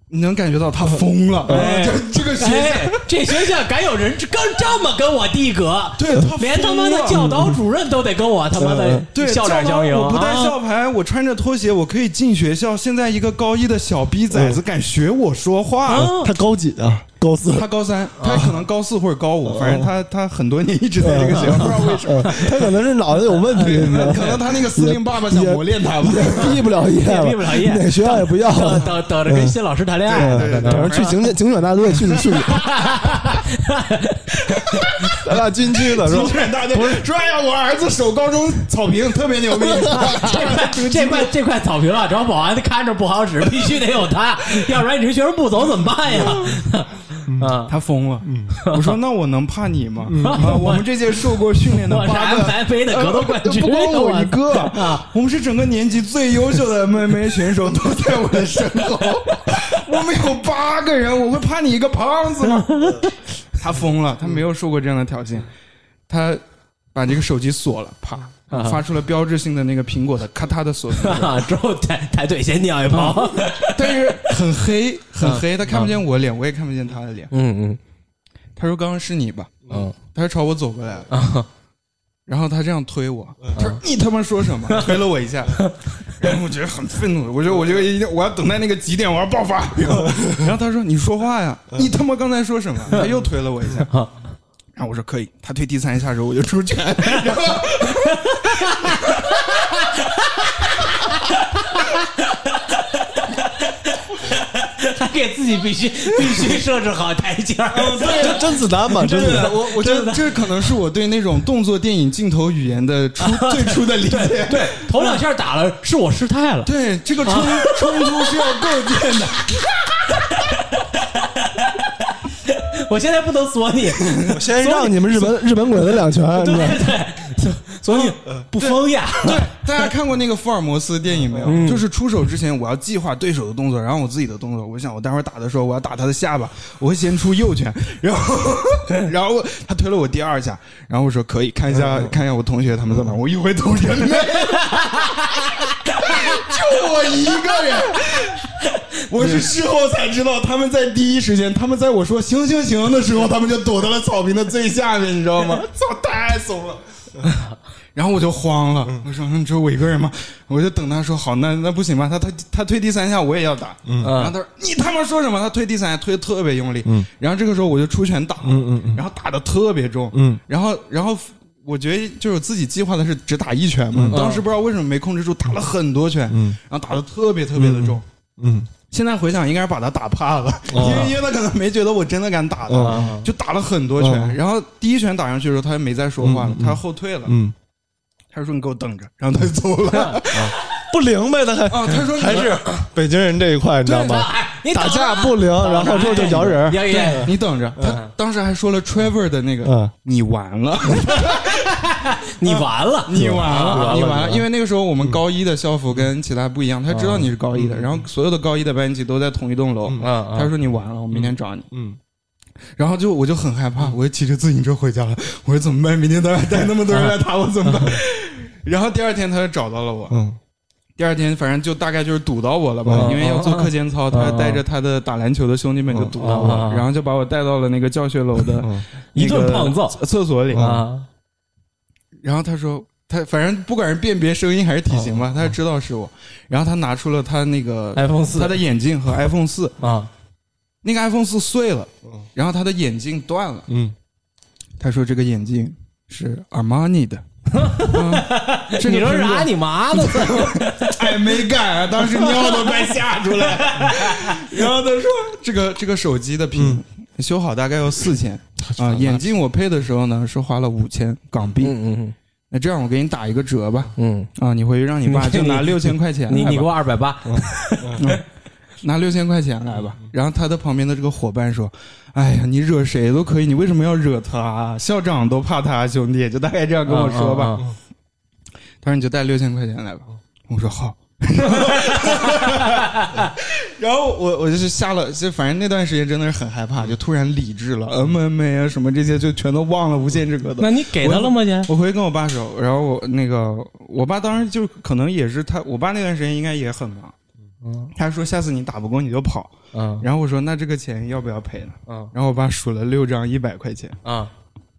Speaker 5: 你能感觉到他疯了，
Speaker 4: 哎
Speaker 5: 就这个学
Speaker 4: 哎
Speaker 5: 校，
Speaker 4: 这学校敢有人跟这么跟我递格？
Speaker 5: 对他疯了嗯
Speaker 4: 连他妈的教导主任都得跟我他妈的
Speaker 5: 对
Speaker 4: 校长相迎
Speaker 5: 我不带
Speaker 4: 啊
Speaker 5: 校牌，我穿着拖鞋，我可以进学校。现在一个高一的小逼崽
Speaker 3: 嗯
Speaker 5: 子敢学我说话。
Speaker 3: 他高几啊？高四。
Speaker 5: 他高三，他可能高四或者高五，反正他他很多年一直在这个学校，不 知道为什么。
Speaker 3: 哦嗯，他可能是脑袋有问题，你知道吗？
Speaker 5: 可能哎他那个司令爸爸想磨练他吧。
Speaker 3: 也毕不了业了，
Speaker 4: 也毕不了业
Speaker 3: 哪学校也不要
Speaker 4: 等
Speaker 3: 了。
Speaker 4: 等等着跟新老师谈恋爱，
Speaker 5: 对对
Speaker 3: 等嗯着去警检警犬大队去去你，咱俩军区的是吧？
Speaker 5: 劝 大家说：“哎呀，我儿子守高中草坪特别 牛逼。
Speaker 4: 这块这块这块草坪啊，只要保安看着不好使，必须得有他，要不然你这学生不走怎么办呀？
Speaker 5: 嗯
Speaker 4: 啊”，
Speaker 5: 他疯了。嗯我说：“那我能怕你
Speaker 3: 嗯
Speaker 5: 吗？啊我们这届受过训练的
Speaker 4: 我是
Speaker 5: 八个。”
Speaker 4: MFA 的格斗冠军，
Speaker 5: 呃不光我一个
Speaker 4: 啊！
Speaker 5: 我们是整个年级最优秀的 MMA 选手都在我的身后，我们有八个人，我会怕你一个胖子吗？ 他疯了，他没有受过这样的挑衅，他把这个手机锁了，啪，发出了标志性的那个苹果的咔嗒的锁屏，
Speaker 4: 啊，之后抬抬腿先尿一泡，
Speaker 5: 但是很黑很黑，他看不见我脸，我也看不见他的脸。
Speaker 4: 嗯嗯
Speaker 5: 他说：“刚刚是你吧？”
Speaker 4: 嗯，
Speaker 5: 他就朝我走过来了，然后他这样推我，他说：“你他妈说什么？”推了我一下，然后我觉得很愤怒，我说：“我觉得一定我要等待那个几点，我要爆发。”然后他说：“你说话呀，你他妈刚才说什么？”他又推了我一下，然后我说：“可以。”他推第三下的时候我就出拳，然后。
Speaker 4: 还给自己必须必须设置好台阶儿。
Speaker 5: 嗯
Speaker 3: 真真子弹嘛，真
Speaker 5: 对
Speaker 3: 子
Speaker 5: 的，
Speaker 3: 弹。
Speaker 5: 我我觉得这可能是我对那种动作电影镜头语言的初最初的理解。对
Speaker 4: 头两下打了，是我失态了。
Speaker 5: 对，这个冲冲突是要构建的。
Speaker 4: 我现在不能锁 你，
Speaker 3: 我先让你们日本日本鬼子两拳，
Speaker 4: 对
Speaker 3: 你知道吗
Speaker 4: 对对，所以不疯呀。
Speaker 5: 对，大家看过那个福尔摩斯电影没有？就是出手之前，我要计划对手的动作，然后我自己的动作。我想，我待会儿打的时候，我要打他的下巴，我会先出右拳，然后，然后我他推了我第二下，然后我说可以看一下，看一下我同学他们在哪儿。我一回头人没了，
Speaker 7: 就我一个人。我是事后才知道，他们在第一时间，他们在我说“行行行”的时候，他们就躲到了草坪的最下面，你知道吗？ 操，太怂了。
Speaker 5: 然后我就慌了，我说嗯只有我一个人吗？我就等他说好，那那不行吧？他他他推第三下，我也要打。
Speaker 7: 嗯
Speaker 5: 然后他说你他妈说什么？他推第三下推得特别用力。
Speaker 7: 嗯
Speaker 5: 然后这个时候我就出拳打，然后打的特别重。
Speaker 7: 嗯
Speaker 5: 然后然后我觉得就是自己计划的是只打一拳
Speaker 7: 嗯
Speaker 5: 嘛，当时不知道为什么没控制住，打了很多拳，然后打的特别特别的重。
Speaker 3: 嗯，
Speaker 5: 现在回想，应该是把他打怕了，因为因为他可能没觉得我真的敢打
Speaker 3: 哦
Speaker 5: 他，就打了很多拳。然后第一拳打上去的时候，他也没再说话了，他后退了。
Speaker 3: 嗯，
Speaker 5: 他说：“你给我等着。”然后他就走了。
Speaker 3: 不灵呗，他还
Speaker 5: 啊，他说：“
Speaker 3: 嗯还是北京人这一块，你知道吗？
Speaker 4: 哎你哎
Speaker 3: 打
Speaker 4: 等着
Speaker 3: 架
Speaker 4: 啊
Speaker 3: 不灵，然后之后就摇人
Speaker 5: 哎
Speaker 4: 摇人，
Speaker 5: 你等着。”他当时还说了 Trevor 的那个
Speaker 3: 嗯，
Speaker 5: 你完了，
Speaker 4: 你完了，
Speaker 5: 你完了， 你完
Speaker 3: 完
Speaker 5: 了。
Speaker 3: 了
Speaker 5: 因为那个时候我们高一的校服跟其他不一样，他知道你是高一的，然后所有的高一的班级都在同一栋楼。
Speaker 4: 嗯嗯
Speaker 5: 他说：“你完了，我明天找你。”
Speaker 3: 嗯，
Speaker 5: 然后就我就很害
Speaker 4: 嗯
Speaker 5: 怕，我就骑着自行车回家了。 我说怎么办？明天带带那么多人来打我怎么办？
Speaker 4: 嗯
Speaker 5: 然后第二天他就找到了我。
Speaker 3: 嗯，
Speaker 5: 第二天反正就大概就是堵到我了吧，
Speaker 4: 嗯
Speaker 5: 因为要做课间操，
Speaker 4: 哦
Speaker 5: 他带着他的打篮球的兄弟们就堵到
Speaker 4: 嗯嗯
Speaker 5: 我了，
Speaker 4: 嗯
Speaker 5: 然后就把我带到了那个教学楼的
Speaker 3: 嗯
Speaker 4: 哦一顿
Speaker 5: 那个
Speaker 4: 胖揍
Speaker 5: 厕所里。
Speaker 4: 啊，
Speaker 5: 然后他说，他反正不管是辨别声音还是体型吧，他就知道是我。然后他拿出了他那
Speaker 4: 哦
Speaker 5: 个
Speaker 4: iPhone 4
Speaker 5: 他的眼镜和 iPhone 四，
Speaker 4: 啊，
Speaker 5: 那个 iPhone 四碎了，
Speaker 4: 嗯
Speaker 5: 然后他的眼镜断了。
Speaker 3: 嗯，
Speaker 5: 他说这个眼镜是 Armani 的。啊这个
Speaker 4: 你说
Speaker 5: 苹果
Speaker 4: 啥？你妈 的！
Speaker 5: 哎，没敢啊，当时尿都 快吓出来。然后他说：“这个这个手机的屏、
Speaker 4: 嗯
Speaker 5: 修好大概要四千啊，眼镜我配的时候呢是花了五千港币。
Speaker 4: 嗯
Speaker 5: 那这样我给你打一个折吧，
Speaker 4: 嗯
Speaker 5: 啊，你回去让你爸就拿六千块钱来
Speaker 4: 嗯，
Speaker 5: 吧，
Speaker 4: 你你给我二百八，
Speaker 5: 嗯拿六千块钱来吧。然后他的旁边的这个伙伴说：“哎呀，你惹谁都可以，你为什么要惹他啊？校长都怕他，兄弟，就大概这样跟我说吧。
Speaker 4: 嗯嗯
Speaker 5: 他说：“你就带六千块钱来吧。”我说：“好。”然后我我就是下了，就反正那段时间真的是很害怕，就突然理智了，MMA 啊什么这些就全都忘了，无限制格斗。
Speaker 4: 那你给他了吗？钱？
Speaker 5: 我回去跟我爸说，然后我那个我爸当时就可能也是他，我爸那段时间应该也很忙。他说下次你打不过你就跑。
Speaker 4: 嗯
Speaker 5: 然后我说那这个钱要不要赔呢？
Speaker 4: 嗯
Speaker 5: 然后我爸数了六张一百块钱。
Speaker 4: 啊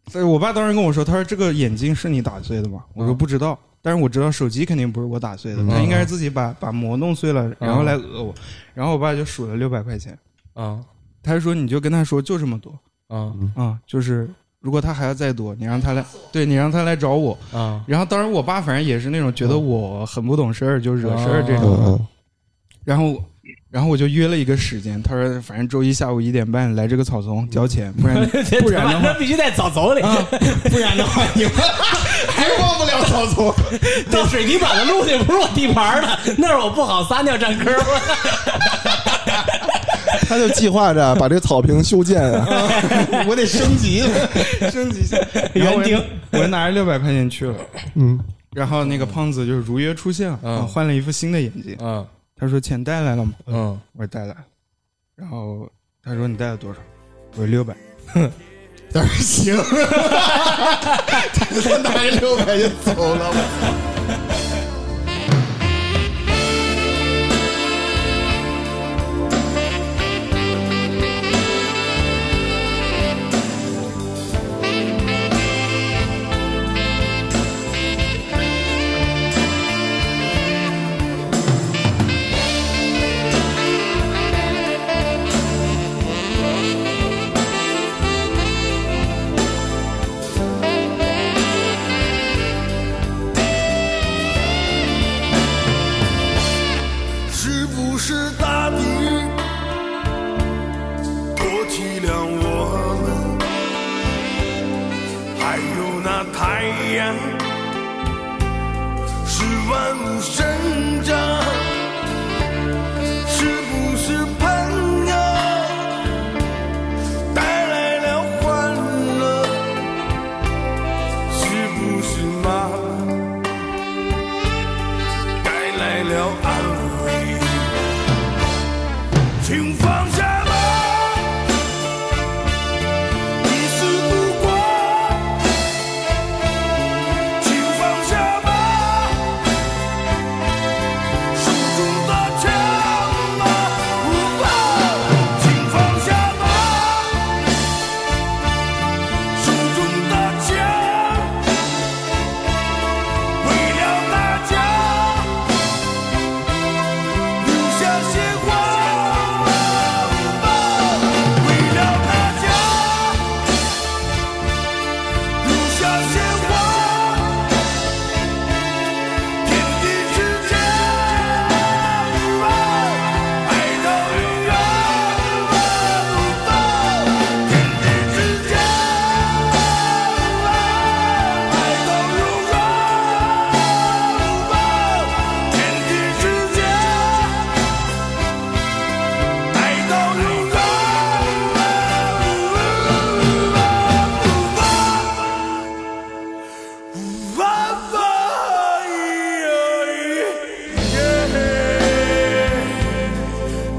Speaker 5: 所以我爸当时跟我说，他说这个眼镜是你打碎的吗？
Speaker 4: 嗯
Speaker 5: 我说不知道，但是我知道手机肯定不是我打碎的，他应该是自己把把膜弄碎
Speaker 4: 嗯
Speaker 5: 了，然后来讹我。然后我爸就数了六百块钱，
Speaker 4: 啊
Speaker 5: 他说你就跟他说就这么多
Speaker 4: 啊
Speaker 5: 啊，就是如果他还要再多，你让他来，对你让他来找我。
Speaker 4: 啊！
Speaker 5: 然后当然我爸反正也是那种觉得我很不懂事儿，就惹
Speaker 4: 啊
Speaker 5: 事儿这
Speaker 3: 嗯
Speaker 5: 种。
Speaker 3: 嗯
Speaker 5: 然后，然后我就约了一个时间，他说反正周一下午一点半来这个草丛交钱，不然不然的话。啊
Speaker 4: 必须在草丛里，
Speaker 7: 不然的话，你们还忘不了草丛。
Speaker 4: 到水泥板的路去，不是我地盘的，那儿我不好撒尿占坑。
Speaker 3: 他就计划着把这个草坪修建啊，
Speaker 7: 我得升级了。
Speaker 5: 升级一 下。然后我
Speaker 4: 园
Speaker 5: 就我就拿着六百块钱去了。
Speaker 3: 嗯，
Speaker 5: 然后那个胖子就是如约出现了，
Speaker 4: 嗯
Speaker 5: 啊换了一副新的眼镜。
Speaker 4: 嗯
Speaker 5: 他说钱带来了吗？
Speaker 4: 嗯
Speaker 5: 我说带来了。然后他说你带了多少？我说六百。
Speaker 7: 他说行，他拿着六百就走了。
Speaker 6: 是不是大地多体谅我们？还有那太阳是万物生长，是不是朋友带来了欢乐？是不是妈妈？带来了安慰。请放下吧，一丝不挂。请放下吧，手中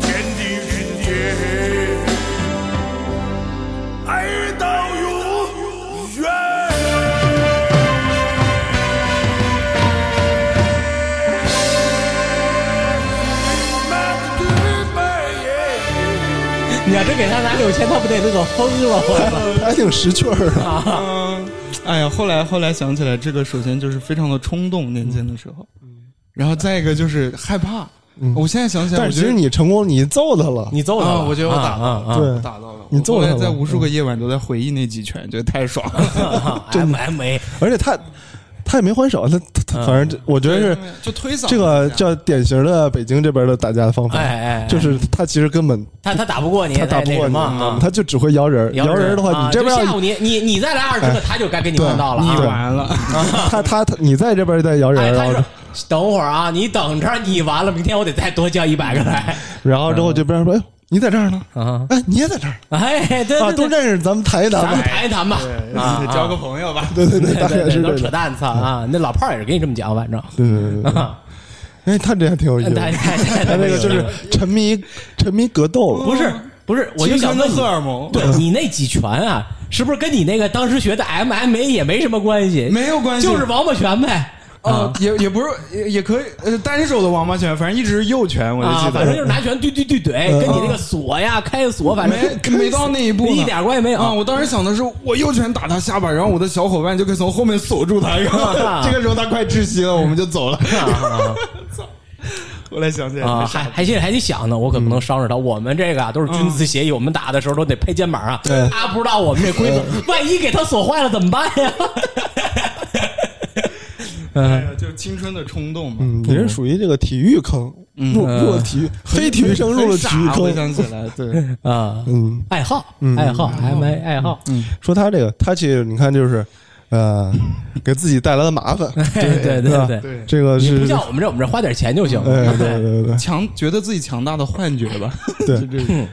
Speaker 6: 天地云间，爱到永远。
Speaker 4: 你要真给他拿六千，他不得乐疯了？ 我
Speaker 3: 还挺识趣儿啊的。
Speaker 5: 嗯，哎呀，后来后来想起来，这个首先就是非常的冲动，年轻的时候，
Speaker 3: 嗯
Speaker 5: 嗯然后再一个就是害怕。我现在想起来，
Speaker 3: 但
Speaker 5: 我
Speaker 3: 是
Speaker 5: 觉
Speaker 3: 其
Speaker 5: 得
Speaker 3: 实你成功，你揍他了，
Speaker 4: 你揍他
Speaker 5: 啊
Speaker 4: 吧，
Speaker 5: 我觉得我打
Speaker 4: 啊啊啊
Speaker 3: 对
Speaker 5: 打到了，
Speaker 3: 你揍
Speaker 5: 我
Speaker 3: 他
Speaker 5: 后来
Speaker 3: 了嗯
Speaker 5: 在无数个夜晚都在回忆那几拳，觉得太爽了。
Speaker 4: M M A，
Speaker 3: 而且他他也没还手，他他他反
Speaker 4: 嗯
Speaker 3: 正这我觉得是
Speaker 5: 就推搡
Speaker 3: 这个叫典型的北京这边的打架方
Speaker 4: 哎
Speaker 3: 法，
Speaker 4: 哎，
Speaker 3: 啊
Speaker 4: 哎
Speaker 3: 就是他其实根本
Speaker 4: 他他打不过你，
Speaker 3: 他打不
Speaker 4: 那
Speaker 3: 过
Speaker 4: 什
Speaker 3: 你，
Speaker 4: 么啊
Speaker 3: 嗯他就只会摇人儿，摇人儿的话，
Speaker 4: 啊
Speaker 3: 你这边
Speaker 4: 就
Speaker 3: 要哎
Speaker 4: 下午你你你再来二十个，他就该给你
Speaker 5: 对
Speaker 4: 换到了
Speaker 5: 你
Speaker 4: 啊。
Speaker 5: 完了，
Speaker 3: 他他他你在这边再摇人
Speaker 4: 哎，
Speaker 3: 儿，
Speaker 4: 他
Speaker 3: 然
Speaker 4: 说
Speaker 3: 后
Speaker 4: 等会儿啊，你等着，你完了，明天我得再多叫一百个来。
Speaker 3: 然后之后这边说，哎呦，你在这儿呢，哎，你也在这儿
Speaker 4: 哎，嗯啊对
Speaker 3: 啊，
Speaker 4: 对
Speaker 3: 都
Speaker 4: 对，
Speaker 3: 认识，咱们谈一
Speaker 4: 咱
Speaker 3: 谈
Speaker 4: 们
Speaker 3: 吧，
Speaker 4: 谈一谈吧。啊，
Speaker 5: 交个朋友吧。
Speaker 3: 对对对，
Speaker 4: 对
Speaker 3: 大概
Speaker 4: 对
Speaker 3: 是嗯这
Speaker 4: 对，都
Speaker 3: 个
Speaker 4: 扯，淡，操啊！那老炮儿也是跟你这么讲，反正。
Speaker 3: 对对对对对，
Speaker 4: 啊
Speaker 3: 哎，他这还挺有意思 的
Speaker 4: 太，太太
Speaker 3: 他这个就是沉迷沉迷格斗了，
Speaker 4: 不是不是，我就想问你
Speaker 5: 青春的荷尔蒙
Speaker 4: 对你那几拳啊，是不是跟你那个当时学的 MMA 也没什么关系？
Speaker 5: 没有关系
Speaker 4: 就是王八拳呗。
Speaker 5: 啊，也也不是，也也可以，呃，单手的王八拳，反正一直是右拳，我就
Speaker 4: 啊，
Speaker 5: 记得。
Speaker 4: 反
Speaker 5: 嗯
Speaker 4: 正就是拿拳对对对怼，跟你那个锁呀、开锁，反正
Speaker 5: 没没到那一步呢，
Speaker 4: 一点关系没有
Speaker 5: 啊！我当时想的是，我右拳打他下巴，然后我的小伙伴就可以从后面锁住他，然后 这个时候他快窒息了，我们就走了。 后来想起来
Speaker 4: 啊，还还现在还得想呢，我可不
Speaker 5: 嗯
Speaker 4: 能伤着他。我们这个啊都是军资协议，我们打的时候都得拍肩膀啊。
Speaker 3: 对
Speaker 4: 他不知道我们这规则，
Speaker 5: 嗯
Speaker 4: 万一给他锁坏了怎么办 呀？
Speaker 5: 哎呀就是青春的冲动嘛，
Speaker 3: 嗯，你是属于这个体育坑，
Speaker 4: 嗯
Speaker 3: 入入了体育，非体育生入了体育
Speaker 5: 很傻我
Speaker 3: 坑。
Speaker 5: 想起来， 对，
Speaker 4: 啊，
Speaker 3: 嗯，
Speaker 4: 爱好，爱好，M
Speaker 5: 嗯
Speaker 4: A 爱好，
Speaker 3: 说他这个，他其实你看就是，呃，给自己带来的麻烦，
Speaker 4: 对对
Speaker 3: 吧
Speaker 4: 对对，
Speaker 5: 对
Speaker 3: 这个
Speaker 4: 你不
Speaker 3: 是，
Speaker 4: 像我们这，我们这花点钱就行
Speaker 3: 哎，
Speaker 4: 了。
Speaker 3: 对对对 对
Speaker 5: 强觉得自己强大的幻觉吧，
Speaker 3: 对
Speaker 5: 就这种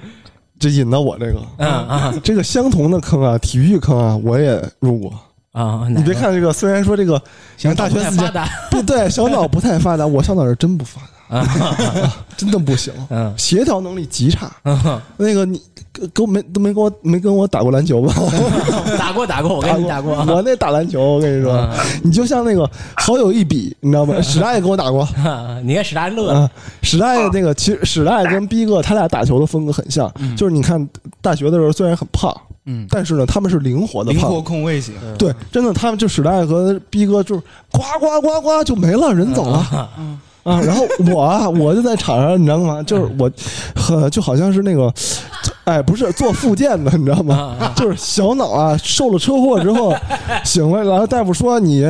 Speaker 3: 这引到我这个，
Speaker 4: 嗯啊
Speaker 3: 这个相同的坑啊，体育坑啊，我也入过。
Speaker 4: 啊！
Speaker 3: 你别看这个，虽然说这个你看大学四
Speaker 4: 不太发
Speaker 3: 年
Speaker 4: 达，
Speaker 3: 对对，小脑不太发达，我小脑是真不发达， 真的不行，
Speaker 4: 啊 嗯
Speaker 3: 协调能力极差。
Speaker 4: 嗯
Speaker 3: 那个你跟跟我没都没跟我没跟我打过篮球 吧？
Speaker 4: 打过打过，我跟你打过。啊
Speaker 3: 我那打篮球，我跟你说，你就像那个好友一比，你知道吗？史大爷跟我打过。
Speaker 4: 啊你看史大乐
Speaker 3: 啊，史大爷那个，其实史大爷跟逼哥他俩打球的风格很像，就是你看大学的时候虽然很胖，
Speaker 5: 嗯
Speaker 3: 但是呢他们是灵活的
Speaker 5: 灵
Speaker 3: 胖，
Speaker 5: 活控卫型，
Speaker 3: 对，真的他们就史大爷和逼哥就是呱呱呱呱就没了，人走了。啊，然后我啊， 我就在场上，你知道吗？就是我，很就好像是那个，哎，不是做复健的，你知道
Speaker 4: 啊
Speaker 3: 吗？就是小脑啊，受了车祸之后醒了，然后大夫说你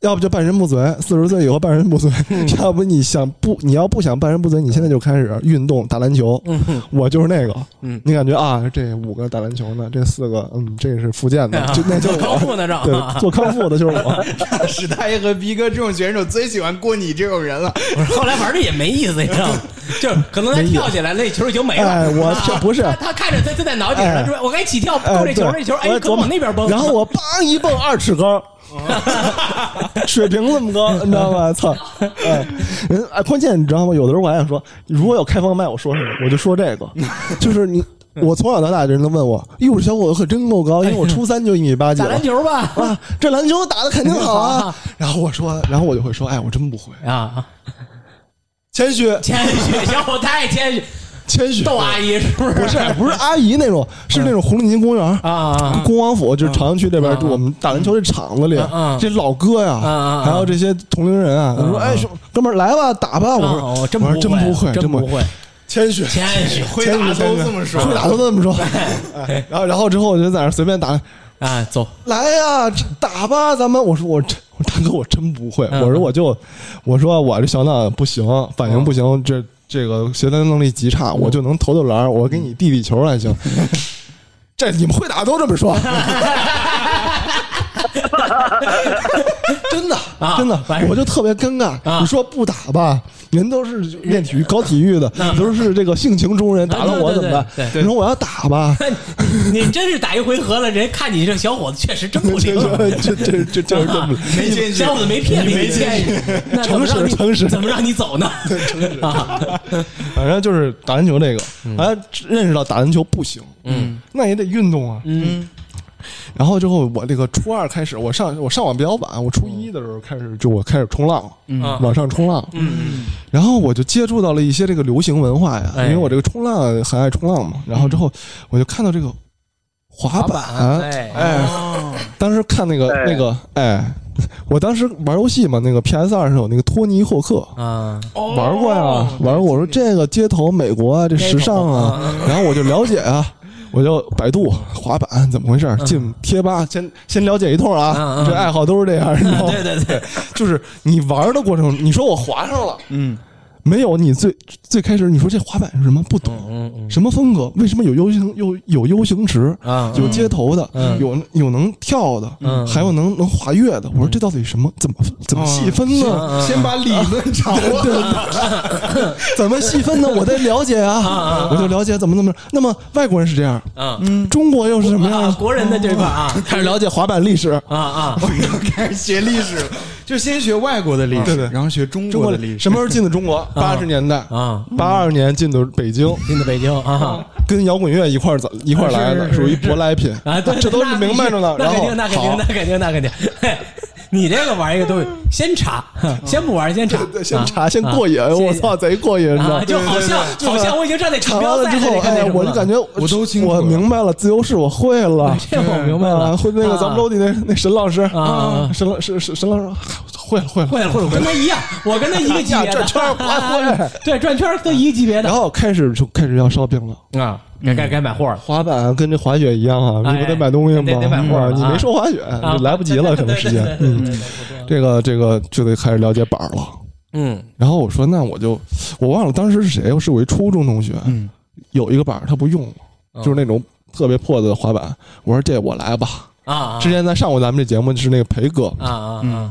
Speaker 3: 要不就半身不遂，四十岁以后半身不遂；
Speaker 4: 嗯
Speaker 3: 要不你想不，你要不想半身不遂，你现在就开始运动打篮球。
Speaker 4: 嗯
Speaker 3: 我就是那个，你感觉啊，这五个打篮球呢，这四个，嗯，这是复健的，就那就是
Speaker 4: 啊 做康复
Speaker 3: 我，
Speaker 4: 呢正
Speaker 3: 对，做康复的就是 我。
Speaker 5: 史大爷和逼哥这种选手最喜欢过你这种人了。
Speaker 4: 我说后来玩的也没意思，你知 道吗？就是可能他跳起来，那球已经没了。
Speaker 3: 哎我
Speaker 4: 啊
Speaker 3: 这不是
Speaker 4: 他他看着他就在脑顶
Speaker 3: 哎
Speaker 4: 上，说我该起跳，不
Speaker 3: 哎，
Speaker 4: 够
Speaker 3: 对
Speaker 4: 这球，这球哎
Speaker 3: 我，
Speaker 4: 可往那边蹦。
Speaker 3: 然后我梆一蹦二尺 高，水平这么高，你知道吗？操！哎，人哎，关键你知道吗？有的时候我还想说，如果有开放麦，我说什么？我就说这个，就是 你。我从小到大，人都问我：“哟，这小伙子可真够高，因为我初三就一米八几
Speaker 4: 打
Speaker 3: 了
Speaker 4: 篮球吧，
Speaker 3: 啊，这篮球打的肯定好啊。”然后我说，然后我就会说：“哎，我真不会，
Speaker 4: 啊，
Speaker 3: 谦虚，
Speaker 4: 谦虚，小伙太谦虚，
Speaker 3: 谦虚。”
Speaker 4: 逗啊阿姨是不是？
Speaker 3: 不是不是阿姨那种，是那种红领巾公园儿
Speaker 4: 啊
Speaker 3: 恭王府就是朝阳区这边，就我们打篮球这场子里
Speaker 4: 嗯嗯，
Speaker 3: 这老哥呀
Speaker 4: 嗯嗯嗯，嗯
Speaker 3: 还有这些同龄人啊，他说：“哎，兄哥们儿来吧，打吧。”我
Speaker 4: 啊，
Speaker 3: 说：“
Speaker 4: 我真
Speaker 3: 我说
Speaker 4: 不
Speaker 3: 真不会，
Speaker 4: 真
Speaker 3: 不
Speaker 4: 不，会，
Speaker 3: 谦虚，
Speaker 4: 谦虚
Speaker 5: 会
Speaker 3: 谦
Speaker 5: 打
Speaker 3: 虚，
Speaker 5: 都
Speaker 3: 谦虚
Speaker 5: 这么说
Speaker 3: 会打都这么说。”哎然后然后之后我就在那儿随便打，
Speaker 4: 啊，走，
Speaker 3: 来呀，这打吧，咱们。我说我真，我说大哥，我真不会。
Speaker 4: 嗯
Speaker 3: 我说我就，我说我这小脑不行，反应不行，这这个协调能力极差，我就能投投篮儿，我给你递递球还行。这你们会打都这么说，真真的
Speaker 4: 啊
Speaker 3: 真的
Speaker 4: 完事，儿
Speaker 3: 我就特别尴尬
Speaker 4: 啊。
Speaker 3: 你说不打吧，人都是练体育、搞体育的，都是这个性情中人，打了我怎么
Speaker 4: 对对
Speaker 3: 办？
Speaker 4: 对
Speaker 3: 你说我要打吧，
Speaker 4: 你你真是打一回合了，人家看你这小伙子确实真不灵。啊
Speaker 3: 这这这这这这么
Speaker 4: 没
Speaker 7: 见
Speaker 4: 小伙子没骗你，没骗你，那怎么让
Speaker 3: 诚
Speaker 4: 你
Speaker 3: 实诚实
Speaker 4: 怎么让你走呢？啊，
Speaker 3: 反正就是打篮球这个，反正认识到打篮球不行，嗯，那也得运动啊，嗯。然后之后，我这个初二开始，我上我上网比较晚，我初一的时候开始就我开始冲浪，嗯网上冲浪，嗯，然后我就接触到了一些这个流行文化呀，
Speaker 4: 哎
Speaker 3: 因为我这个冲浪很爱冲浪嘛。然后之后我就看到这个滑板，
Speaker 4: 哎
Speaker 3: 哎，当时看那个
Speaker 2: 哎
Speaker 3: 那个哎，我当时玩游戏嘛，那个 PS 二上有那个托尼霍克，
Speaker 4: 啊，
Speaker 3: 玩过呀，
Speaker 4: 哦
Speaker 3: 玩过。我说这个街头美国啊，这时尚
Speaker 4: 嗯
Speaker 3: 啊，然后我就了解啊，我就百度滑板怎么回事儿，进贴吧先先了解一通
Speaker 4: 嗯
Speaker 3: 啊
Speaker 4: 嗯，
Speaker 3: 这爱好都是这样，你知道吗
Speaker 4: 对？对对，
Speaker 3: 就是你玩的过程，你说我滑上了，嗯。没有，你最最开始你说这滑板是什么？不懂，
Speaker 4: 嗯
Speaker 3: 什么风格？为什么有 U 型有有 U 型池
Speaker 4: 啊嗯
Speaker 3: 有街头的，有有能跳的，还有能能滑跃的？我说这到底什么？怎么怎么
Speaker 4: 嗯
Speaker 3: 细分呢？嗯
Speaker 7: 先把理论掌握。
Speaker 3: 怎么细分呢？我在了解
Speaker 4: 嗯
Speaker 3: 啊，我就了解怎么怎么着。那么外国人是这样，
Speaker 4: 啊
Speaker 3: 中国又是什么样
Speaker 4: 啊，
Speaker 3: 呢？
Speaker 4: 国人的这块啊
Speaker 3: 开始了解滑板历史，
Speaker 4: 啊啊，
Speaker 7: 我又开始学历史了，就先学外国的历
Speaker 3: 对
Speaker 7: 史，
Speaker 3: 对
Speaker 7: 然后学中
Speaker 3: 中
Speaker 7: 国
Speaker 3: 国
Speaker 7: 的
Speaker 3: 的
Speaker 7: 历史。
Speaker 3: 什么时候进的中国？八十年代
Speaker 4: 啊，
Speaker 3: 八二年进的北京，
Speaker 4: 进的北京啊
Speaker 3: 跟摇滚乐一块儿走一块儿来的，属于舶来品
Speaker 4: 啊，对，
Speaker 3: 这都是明白着呢。
Speaker 4: 那
Speaker 3: 然
Speaker 4: 肯
Speaker 3: 后
Speaker 4: 定，那肯定，
Speaker 3: 好
Speaker 4: 那，肯定，那肯定。嘿你这个玩一个东西，先查，先不玩，先查，
Speaker 3: 先查先
Speaker 4: 啊
Speaker 3: 过瘾，
Speaker 4: 啊
Speaker 3: 我
Speaker 4: 先
Speaker 3: 操，贼过瘾
Speaker 4: 啊
Speaker 3: 呢！
Speaker 4: 就好像
Speaker 3: 对对对
Speaker 4: 好像我已经站在
Speaker 3: 查
Speaker 4: 锦
Speaker 3: 完
Speaker 4: 标
Speaker 3: 了
Speaker 4: 赛
Speaker 3: 之后，哎，我就感觉
Speaker 7: 我都清楚了
Speaker 3: 我明白了，自由式我会了，
Speaker 4: 这我明白了
Speaker 3: 啊会那个
Speaker 4: 啊
Speaker 3: 咱们楼底那那沈老师
Speaker 4: 啊
Speaker 3: 沈老沈沈沈老师哎会了会了
Speaker 4: 会了会了，跟他一样，我跟他一个级
Speaker 3: 哎
Speaker 4: 别
Speaker 3: 呀
Speaker 4: 的
Speaker 3: 转圈儿我会。
Speaker 4: 对，转圈儿都一个级别的
Speaker 3: 然后开始就开始要烧饼了。
Speaker 4: 啊，该该该买货了。
Speaker 3: 滑板跟这滑雪一样啊，你
Speaker 4: 哎
Speaker 3: 不得买东西吗？
Speaker 4: 得得买货
Speaker 3: 啊
Speaker 4: 了
Speaker 3: 你
Speaker 4: 啊
Speaker 3: 没说滑雪，
Speaker 4: 啊
Speaker 3: 就来不及了，可能时间。
Speaker 4: 对对
Speaker 3: 嗯
Speaker 4: 对对对对
Speaker 3: 这个这个就得开始了解板儿了。
Speaker 4: 嗯，
Speaker 3: 然后我说，那我就我忘了当时是谁，是我一初中同学，有一个板儿他不用
Speaker 4: 哦
Speaker 3: 了，就是那种特别破的滑板。我说这我来吧。
Speaker 4: 啊啊
Speaker 3: 之前咱上过咱们这节目是那个培哥，
Speaker 4: 啊啊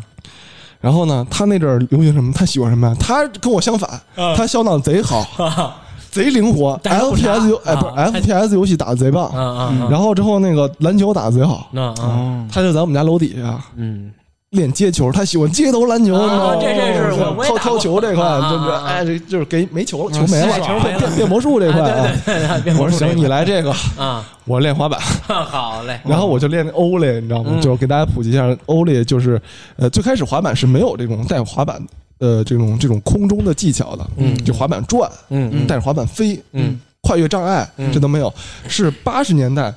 Speaker 3: 然后呢，他那阵儿流行什么？他喜欢什么呀？他跟我相反，他消档贼 好，
Speaker 4: 啊
Speaker 3: 贼灵活
Speaker 4: 但是不查
Speaker 3: ，FPS 游哎
Speaker 4: 啊
Speaker 3: 不是
Speaker 4: 他
Speaker 3: FPS 游戏打的贼棒，
Speaker 4: 啊啊！
Speaker 3: 然后之后那个篮球打的贼好，
Speaker 4: 那啊，
Speaker 3: 他就在我们家楼底下
Speaker 4: 嗯，
Speaker 3: 练接球，他喜欢街头篮球，
Speaker 4: 啊
Speaker 3: 你知道吗
Speaker 4: 这这是我我也
Speaker 3: 掏
Speaker 4: 打过
Speaker 3: 掏球这块
Speaker 4: 啊啊，啊
Speaker 3: 对不对？
Speaker 4: 啊
Speaker 3: 哎，这就是给没球了，球没
Speaker 4: 是球
Speaker 3: 了，
Speaker 4: 没了
Speaker 3: 变变魔术这
Speaker 4: 对
Speaker 3: 块啊
Speaker 4: 对。对对，
Speaker 3: 我说行，你来这个，
Speaker 4: 啊，
Speaker 3: 我练滑板，
Speaker 4: 好嘞，
Speaker 3: 然后我就练欧列，你知道
Speaker 4: 嗯
Speaker 3: 吗？就是给大家普及一下，欧列就是，呃，最开始滑板是没有这种带滑板，呃，这种这种空中的技巧的，嗯，就滑板转，
Speaker 4: 嗯嗯
Speaker 3: 带着滑板飞，
Speaker 4: 嗯，
Speaker 3: 跨越障碍，这都没有。是八十年代，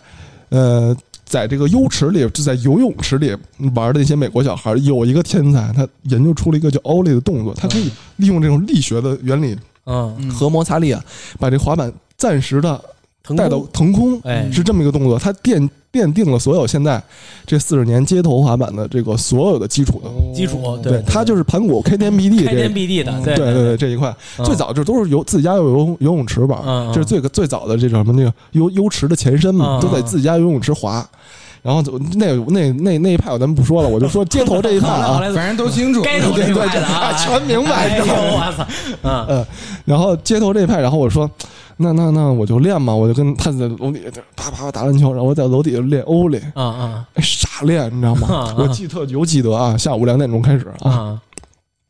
Speaker 3: 呃，在这个优池里，就在游泳池里玩的那些美国小孩，有一个天才，他研究出了一个叫欧力的动作，他可以利用这种力学的原理
Speaker 4: 嗯，
Speaker 3: 和摩擦力啊，把这滑板暂时的
Speaker 4: 腾
Speaker 3: 带到腾空，
Speaker 4: 哎
Speaker 3: 是这么一个动作，它奠奠定了所有现在这四十年街头滑板的这个所有的基础的。
Speaker 4: 基础，
Speaker 3: 对，它就是盘古开天辟地
Speaker 4: 开
Speaker 3: 这
Speaker 4: 天辟地的，对
Speaker 3: 对对对，这一块
Speaker 4: 嗯
Speaker 3: 最早就都是游自己家游泳游泳池玩
Speaker 4: 嗯，嗯
Speaker 3: 这是最最早的这叫什么那个游游池的前身嘛
Speaker 4: 嗯，
Speaker 3: 都在自己家游泳池滑。然后就那那那那一派我咱们不说了，我就说街头这一派
Speaker 4: 好
Speaker 3: 啊，
Speaker 4: 嘞，
Speaker 7: 反正都清楚。
Speaker 4: 该走这块的 啊，哎呦，我操，嗯
Speaker 3: 呃，然后街头这一派，然后我说，那那那我就练嘛，我就跟他在楼底下啪啪啪打篮球，然后我在楼底下练欧练，
Speaker 4: 啊啊
Speaker 3: 哎傻练，你知道吗
Speaker 4: 嗯？嗯
Speaker 3: 我记特尤记得啊，下午两点钟开始啊，
Speaker 4: 啊，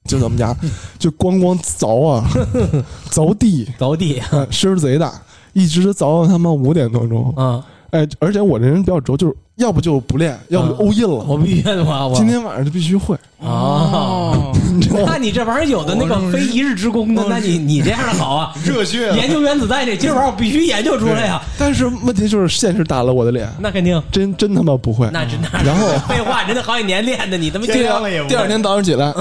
Speaker 3: 就在我们家就咣咣凿 啊，凿地，
Speaker 4: 着地，
Speaker 3: 嗯，声儿贼大，一直凿到他妈五点多钟。
Speaker 4: 啊，
Speaker 3: 哎，而且我这人比较轴，就是要不就不练，要不就啊欧印了。
Speaker 4: 我必须的话，我
Speaker 3: 今天晚上就必须会，
Speaker 4: 啊。
Speaker 3: 哎
Speaker 4: 那你这玩意儿有的那个非一日之功的，那你你这样的好啊！
Speaker 7: 热血了
Speaker 4: 研究原子弹这，今儿晚上我必须研究出来呀！
Speaker 3: 但是问题就是现实打了我的脸，
Speaker 4: 那肯定，
Speaker 3: 真真他妈不会。
Speaker 4: 那真那
Speaker 3: 然后
Speaker 4: 废话，人家好几年练的，你他妈
Speaker 3: 第
Speaker 4: 啊
Speaker 3: 二第二天早上起来，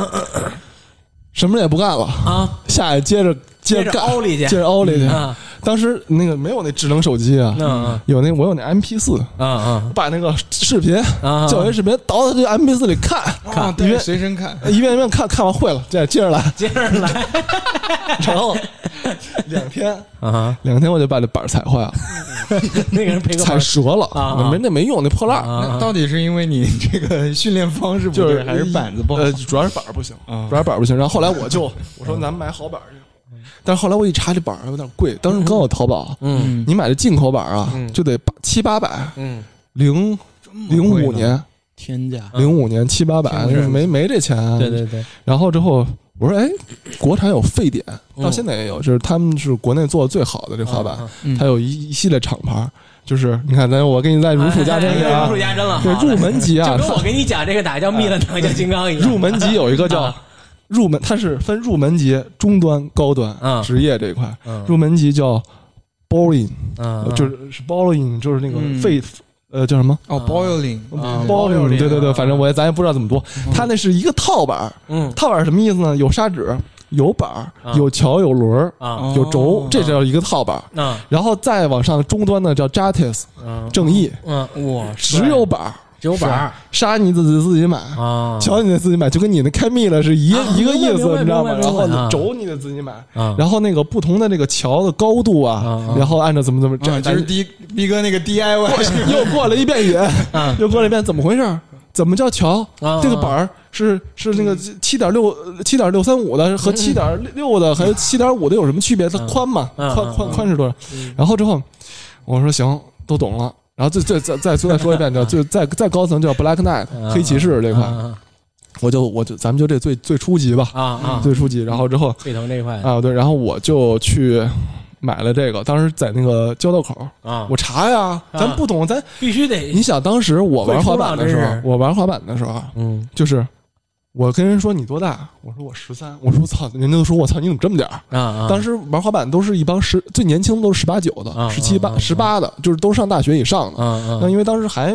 Speaker 3: 什么也不干了，
Speaker 4: 啊
Speaker 3: 下去接着接着
Speaker 4: 接着
Speaker 3: 干，
Speaker 4: 凹里去
Speaker 3: 接着凹里去
Speaker 4: 啊。
Speaker 3: 当时那个没有那智能手机啊
Speaker 4: 嗯嗯，
Speaker 3: 有那我有那 MP 四，
Speaker 4: 啊
Speaker 3: 把那个视频
Speaker 4: 啊，
Speaker 3: 教学视频倒到这 MP 四里看，
Speaker 7: 啊，
Speaker 3: 因
Speaker 7: 对，
Speaker 3: 为
Speaker 7: 随身看。
Speaker 3: 一遍一遍看看完会了，再接着来
Speaker 4: 接着来
Speaker 3: 然后两天
Speaker 4: 啊
Speaker 3: 两天我就把这板儿踩坏了，
Speaker 4: 嗯 那个人赔个
Speaker 3: 踩
Speaker 4: 板
Speaker 3: 折了
Speaker 4: 啊啊
Speaker 3: 没那没用，那破烂儿。
Speaker 4: 啊，
Speaker 7: 到底是因为你这个训练方式不
Speaker 3: 就是
Speaker 7: 对，还是板子不好？
Speaker 3: 呃，主要是板儿不行，
Speaker 7: 啊
Speaker 3: 主要是板儿不行。然后后来我就我说咱们买好板儿去，但是后来我一查这板儿有点贵，当时刚有淘宝，
Speaker 4: 嗯
Speaker 3: 你买的进口板儿啊，就得八七八百，
Speaker 4: 嗯，
Speaker 3: 零零
Speaker 7: 贵呢
Speaker 3: 五年，
Speaker 7: 天价，
Speaker 3: 零五年七八百，
Speaker 7: 真是
Speaker 3: 没没这钱。
Speaker 4: 对对对，
Speaker 3: 然后之后我说，哎，国产有沸点，到现在也有，就是他们是国内做的最好的这滑板，
Speaker 7: 嗯
Speaker 3: 它有一一系列厂牌，就是你看，咱我给你再如数家珍一下
Speaker 4: 哎哎哎
Speaker 3: 啊
Speaker 4: 如数，家珍了，
Speaker 3: 对
Speaker 4: 好，嘞
Speaker 3: 入门级啊
Speaker 4: 就，跟我给你讲这个打叫密了堂叫金刚一样，
Speaker 3: 入门级有一个叫
Speaker 4: 啊
Speaker 3: 入门，它是分入门级、中端、高端
Speaker 4: 嗯、
Speaker 3: 职业这一块
Speaker 4: 嗯，
Speaker 3: 入门级叫 bowling，
Speaker 4: 嗯，
Speaker 3: 就是是是 bowling，就是那个
Speaker 7: 嗯
Speaker 3: 沸，呃，叫什么？
Speaker 7: 哦，boiling，
Speaker 5: 嗯
Speaker 4: 啊
Speaker 3: 包
Speaker 4: 包
Speaker 3: 里，对对
Speaker 4: 啊
Speaker 3: 对，反正我也咱也不知道怎么多。它那是一个套板儿，
Speaker 4: 嗯
Speaker 3: 套板儿什么意思呢？有砂纸，有板儿
Speaker 4: 啊，
Speaker 3: 有桥，有轮儿，
Speaker 4: 啊
Speaker 3: 有轴，这叫一个套板儿。
Speaker 4: 啊
Speaker 3: 然后再往上终端呢叫 Justice
Speaker 4: 嗯
Speaker 3: 正义，
Speaker 4: 嗯
Speaker 7: 哇，
Speaker 3: 只有板儿，
Speaker 4: 只有板儿
Speaker 3: 沙你自己自己买，
Speaker 4: 啊，
Speaker 3: 桥你得自己买，就跟你那开密了是一
Speaker 4: 啊
Speaker 3: 一个意
Speaker 4: 明白
Speaker 3: 思，
Speaker 4: 明白
Speaker 3: 你知道吗？
Speaker 4: 明白
Speaker 3: 然后
Speaker 4: 明白啊
Speaker 3: 你轴你得自己买，
Speaker 4: 啊
Speaker 3: 然后那个不同的那个桥的高度
Speaker 4: 啊
Speaker 3: 啊
Speaker 4: 啊，
Speaker 3: 然后按照怎么怎么
Speaker 7: 啊，
Speaker 3: 这
Speaker 7: 就是逼逼哥那个 DIY，
Speaker 3: 又过了一遍瘾，又过了一遍，怎么回事儿？怎么叫桥？
Speaker 4: 啊嗯
Speaker 3: 这个板儿是是那个七点六七点六三五的和七点六的还有七点五的有什么区别？它宽嘛，
Speaker 4: 嗯
Speaker 3: 宽宽
Speaker 4: 嗯
Speaker 3: 宽是多少？然后之后我说行，都懂了。然后再再再再再说一遍，叫最再再高层叫 Black Knight
Speaker 4: 嗯
Speaker 3: 黑骑士这块，
Speaker 4: 啊
Speaker 3: 我就我就咱们就这最最初级吧，
Speaker 4: 啊啊，
Speaker 3: 最初级。然后之后
Speaker 4: 沸腾这一块
Speaker 3: 啊对，然后我就去买了这个，当时在那个交道口儿，
Speaker 4: 啊，
Speaker 3: 我查呀，咱不懂，咱
Speaker 4: 必须得
Speaker 3: 你想当时我玩滑板的时
Speaker 4: 会冲浪真是
Speaker 3: 候，我玩滑板的时候，啊
Speaker 4: 嗯
Speaker 3: 就是我跟人说你多大，我说我十三，我说我操，人家都说我操你怎么这么点儿。
Speaker 4: 啊啊，
Speaker 3: 当时玩滑板都是一帮十最年轻都是十八九
Speaker 4: 啊
Speaker 3: 的，十七
Speaker 4: 啊
Speaker 3: 八
Speaker 4: 啊
Speaker 3: 十八的，就是都上大学以上
Speaker 4: 啊
Speaker 3: 的。
Speaker 4: 啊
Speaker 3: 那因为当时还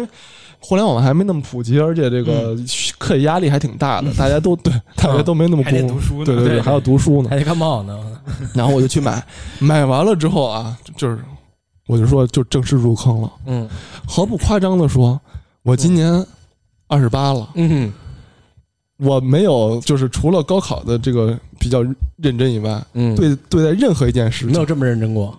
Speaker 3: 互联网还没那么普及，而且这个课业压力还挺大的，大家都对大家都没那么
Speaker 5: 还得
Speaker 3: 功
Speaker 5: 读书呢
Speaker 3: 对对
Speaker 4: 对
Speaker 3: 对，还要读书呢
Speaker 4: 还。得看报呢，
Speaker 3: 然后我就去买，买完了之后啊，就就是我就说就正式入坑了。
Speaker 4: 嗯
Speaker 3: 毫不夸张的说，我今年二十八了，
Speaker 4: 嗯
Speaker 3: 我没有就是除了高考的这个比较认真以外，
Speaker 4: 嗯，
Speaker 3: 对对待任何一件事
Speaker 4: 没有
Speaker 3: 情
Speaker 4: 这么认真过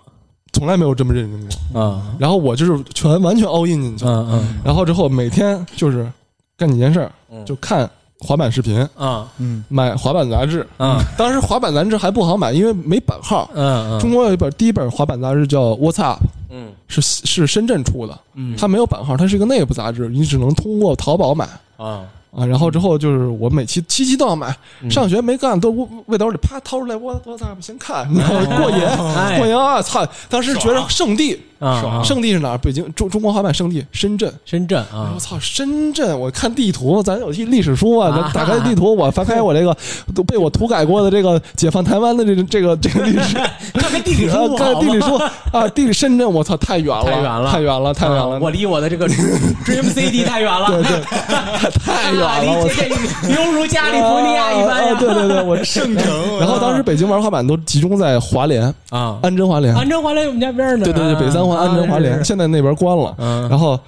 Speaker 3: 从来没有这么认真过。
Speaker 4: 啊
Speaker 3: 然后我就是全完全 all in 进去，
Speaker 4: 嗯嗯
Speaker 3: 然后之后每天就是干几件事儿，就看滑板视频，
Speaker 4: 啊
Speaker 3: 买滑板杂志。
Speaker 4: 啊
Speaker 3: 当时滑板杂志还不好买，因为没版号。
Speaker 4: 嗯
Speaker 3: 中
Speaker 4: 嗯
Speaker 3: 国有一本第一本滑板杂志叫《What's Up》，
Speaker 4: 嗯
Speaker 3: 是是深圳出的，它没有版号，它是一个内部杂志，你只能通过淘宝买。
Speaker 4: 啊
Speaker 3: 啊，然后之后就是我每期七期都要买，
Speaker 4: 嗯
Speaker 3: 上学没干，都背兜里啪掏出来，我我咋不先看，你知道吗？过瘾
Speaker 4: 嗯哎，
Speaker 3: 过瘾啊！操，当时觉得圣地，
Speaker 4: 啊，
Speaker 3: 圣地是哪儿？北京中中国滑板圣地深圳。
Speaker 4: 深圳
Speaker 3: 我
Speaker 4: 啊
Speaker 3: 操，深圳！我看地图，咱有一历史书啊，
Speaker 4: 啊
Speaker 3: 咱打开地图，我翻开我这个都被我涂改过的这个解放台湾的这个这个这个历史，
Speaker 4: 看 看地理
Speaker 3: 然 后
Speaker 4: 书，
Speaker 3: 看地理书啊，地理深圳，我操，太远了，
Speaker 4: 太远了，
Speaker 3: 太远了，太远了
Speaker 4: 啊，我离我的这个 dream city 太远 了，
Speaker 3: 对 对， 太远了，
Speaker 4: 啊
Speaker 3: 我
Speaker 4: 离
Speaker 3: 操
Speaker 4: 这这犹如加利福尼亚一般
Speaker 3: 啊对
Speaker 4: 呀
Speaker 3: 对对， 我圣城。然后当时北京玩滑板都集中在华联、
Speaker 4: 啊！
Speaker 3: 安贞华联，
Speaker 4: 安贞华联我们家边儿呢，
Speaker 3: 对对对，北三环安贞华
Speaker 4: 啊
Speaker 3: 联，现在那边关了。
Speaker 4: 嗯
Speaker 3: 然后，